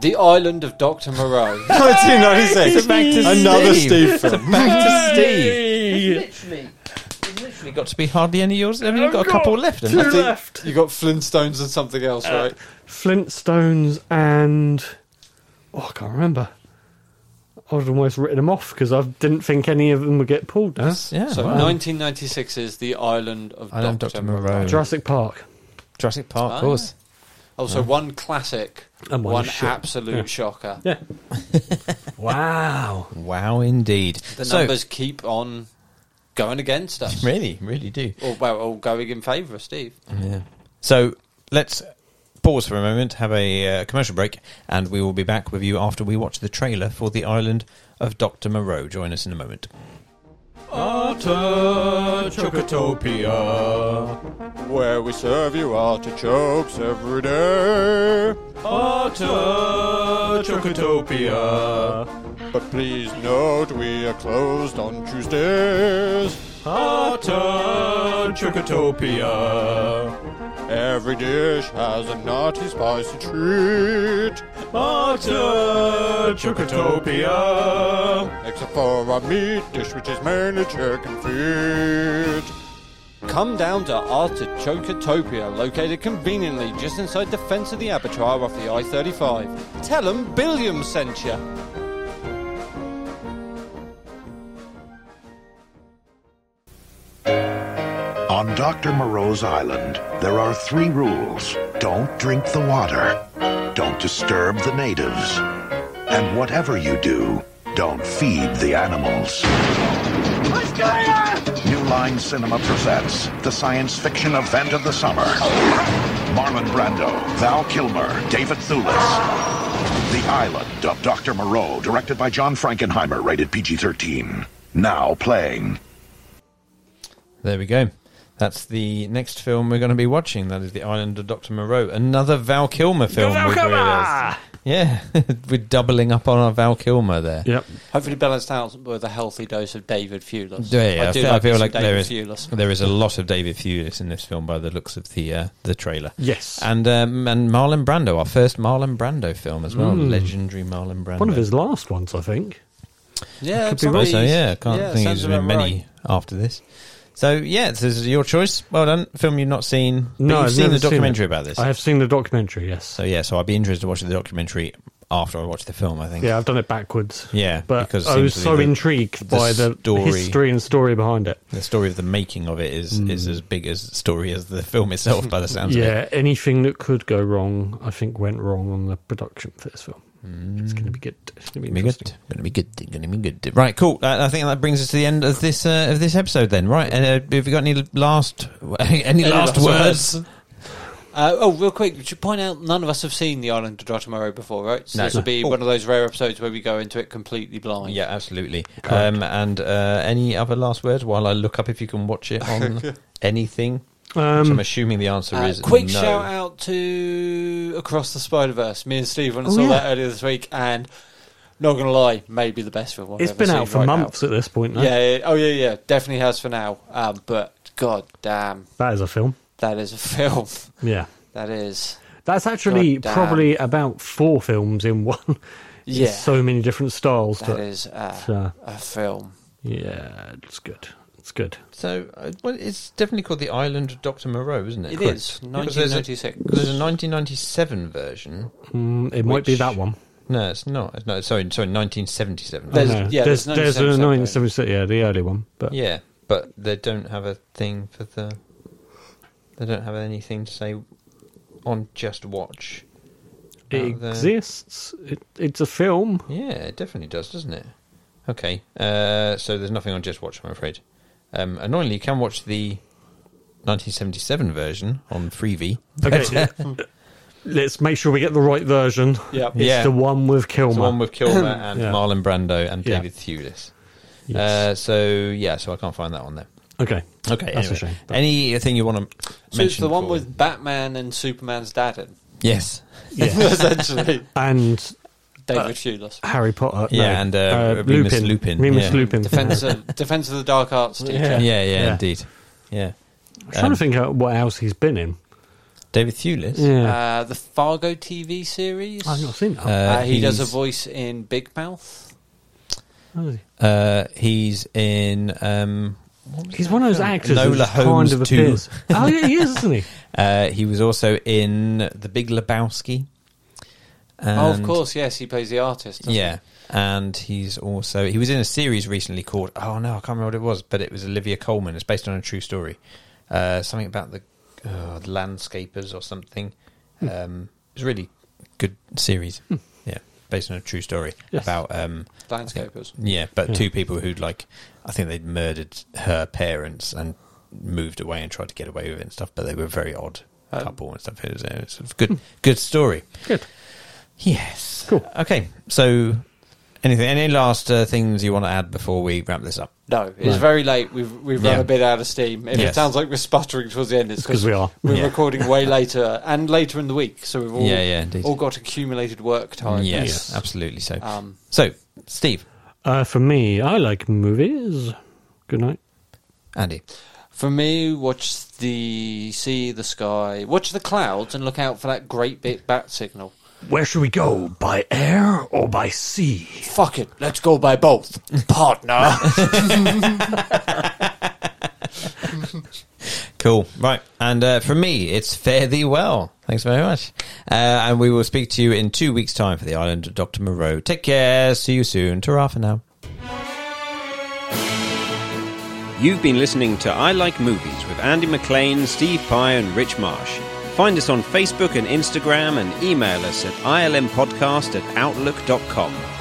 the Island of Doctor Moreau. 1996. back to Another Steve It's a back to Steve. Literally, literally got to be hardly any of yours. Have you got a couple left? Two haven't you? left. you got Flintstones and something else, right? Flintstones and oh, I can't remember. I'd almost written them off because I didn't think any of them would get pulled. Now. Yeah. So wow. 1996 is the Island of Island of Dr. Dr. Moreau. Moreau. Jurassic Park. Jurassic Park, Ah. of course. Also, one classic, And one, one shit. absolute Yeah. shocker. Yeah. wow. Wow, indeed. The so, numbers keep on going against us, really, really do. or well, or going in favour of Steve. Yeah. So let's pause for a moment, have a uh, commercial break, and we will be back with you after we watch the trailer for The Island of Dr. Moreau. Join us in a moment. Otter Chocotopia, Where we serve you artichokes every day, Otter Chocotopia, but please note we are closed on Tuesdays. Otter Chocotopia, Every dish has a naughty, spicy treat, Otter Chocotopia. except for our meat dish, which is mainly chicken feet. Come down to Artichokotopia, located conveniently just inside the fence of the abattoir off the I 35. Tell them Billiam sent you. On Dr. Moreau's Island, there are three rules don't drink the water, don't disturb the natives, and whatever you do, don't feed the animals. New Line Cinema presents the science fiction event of the summer Marlon Brando, Val Kilmer, David Thewlis. The Island of Dr. Moreau, directed by John Frankenheimer, rated PG 13. Now playing. There we go. That's the next film we're going to be watching. That is The Island of Dr. Moreau, another Val Kilmer film. we've realised. Yeah, we're doubling up on our Val Kilmer there. Yep. Hopefully balanced out with a healthy dose of David Fulis. Yeah, yeah, I, feel, I me feel some like there David is there is a lot of David Thewlis in this film by the looks of the uh, the trailer. Yes. and um, and Marlon Brando, our first Marlon Brando film as well, legendary Marlon Brando. Hmm. One of his last ones, I think. Yeah, Could be right. probably- Also, yeah, can't think there's sounds been about many after this. So yeah, this is your choice. Well done, film you've not seen. but No, you've I've seen never the seen it. documentary about this. I have seen the documentary, yes. So yeah, so I'd be interested to watch the documentary. after I watched the film. I think. Yeah, I've done it backwards. Yeah, but because I was simply so the- intrigued the by the story- history and story behind it. The story of the making of it is is as big as story as the film itself, by the sounds of it. yeah, anything that could go wrong, I think, went wrong on the production for this film. It's going to be good. It's going Gonna to be, Mm. be interesting. good. Gonna be good. Gonna be good. Right, cool. Uh, I think that brings us to the end of this uh, of this episode. Then, right? And uh, have you got any last any, last, words? Uh, oh, real quick, we should point out none of us have seen The Island of Dr. Moreau before, right? So No. this will be Oh. one of those rare episodes where we go into it completely blind. Yeah, absolutely. Um, and uh, any other last words while I look up if you can watch it on anything? Which I'm assuming the answer Uh, is quick no. shout out to Across the Spider Verse. Me and Steve went and Oh, saw yeah. that earlier this week, and not gonna lie, maybe the best film. I've It's ever been seen out for right now. months at this point. No? Yeah, yeah, oh yeah, yeah, definitely has for now. Um, but god damn, that is a film. that is a film. Yeah, that is. that's actually God damn. probably about four films in one. It's Yeah, so many different styles. that That is uh, uh, a film. yeah, it's good. It's good. So, uh, well, it's definitely called the Island of Doctor Moreau, isn't it? It Correct. is, Because there's a- 1996. Because there's a 1997 version. Mm, it might be Which- that one. No, it's not. No, sorry, sorry, 1977. There's- I know. yeah, there's, there's there's a 1976. 1977 Yeah, the early one. But yeah, but they don't have a thing for the. They don't have anything to say on just watch. it about the- exists. It, it's a film. Yeah, it definitely does, doesn't it? Okay, uh, so there's nothing on Just Watch, I'm afraid. Um, annoyingly, you can watch the 1977 version on Freevee. Okay, let's make sure we get the right version. Yep. It's Yeah. the one with Kilmer. It's the one with Kilmer and Um, Yeah. Marlon Brando and Yeah. David Thewlis. Yes. Uh, so yeah, so I can't find that one there. okay. Okay, That's anyway. a shame. Anything you want to So mention? it's the one before- with Batman and Superman's dad in, yes, Yeah. essentially. and David Thewlis. Harry Potter. no, Yeah, and, uh, Remus Lupin, Remus yeah. Lupin. Defense of, Defense of the Dark Arts teacher. yeah, yeah, Yeah. indeed. Yeah, I'm um, trying to think of what else he's been in. David Thewlis. Yeah, Uh, the Fargo TV series. I've not seen that. Uh, Uh, he does a he's- voice in Big Mouth. Has he? Uh, he's in. Um, he's one of those actors. that Nola just Holmes kind of 2. appears. Oh yeah, he is, isn't he? uh, he was also in The Big Lebowski. oh, of And- course, yes, he plays the artist. doesn't Yeah, and he's also he was in a series recently called Oh no, I can't remember what it was, but it was Olivia Coleman. It's based on a true story, uh, something about the uh, landscapers or something. Um, it's a really good series. Yeah, based on a true story Yes. about um, he? Landscapers. yeah, but two people who'd like I think they'd murdered her parents and moved away and tried to get away with it and stuff, but they were a very odd couple and stuff. It was, it was a good good story. Good. Yes. Cool. Okay. So, anything? Any last uh, things you want to add before we wrap this up? No, it's very late. We've we've Yeah. run a bit out of steam. If Yes. it sounds like we're sputtering towards the end, it's 'cause we are. We're Yeah. recording way later and later in the week, so we've all Yeah, yeah, indeed. all got accumulated work time. yes, Yes. absolutely. So, Um, so Steve, Uh, for me, I like movies. Good night. Andy, For me, watch the see the sky, watch the clouds, and look out for that great big bat signal. Where should we go? By air or by sea? Fuck it, let's go by both, partner. cool. Right, and uh, from me, it's fare thee well. Thanks very much, uh, and we will speak to you in two weeks' time for the island of Doctor Moreau. Take care. See you soon. Ta-ra for now. You've been listening to I Like Movies with Andy McLean, Steve Pye, and Rich Marsh. Find us on Facebook and Instagram and email us at ilmpodcast at outlook.com.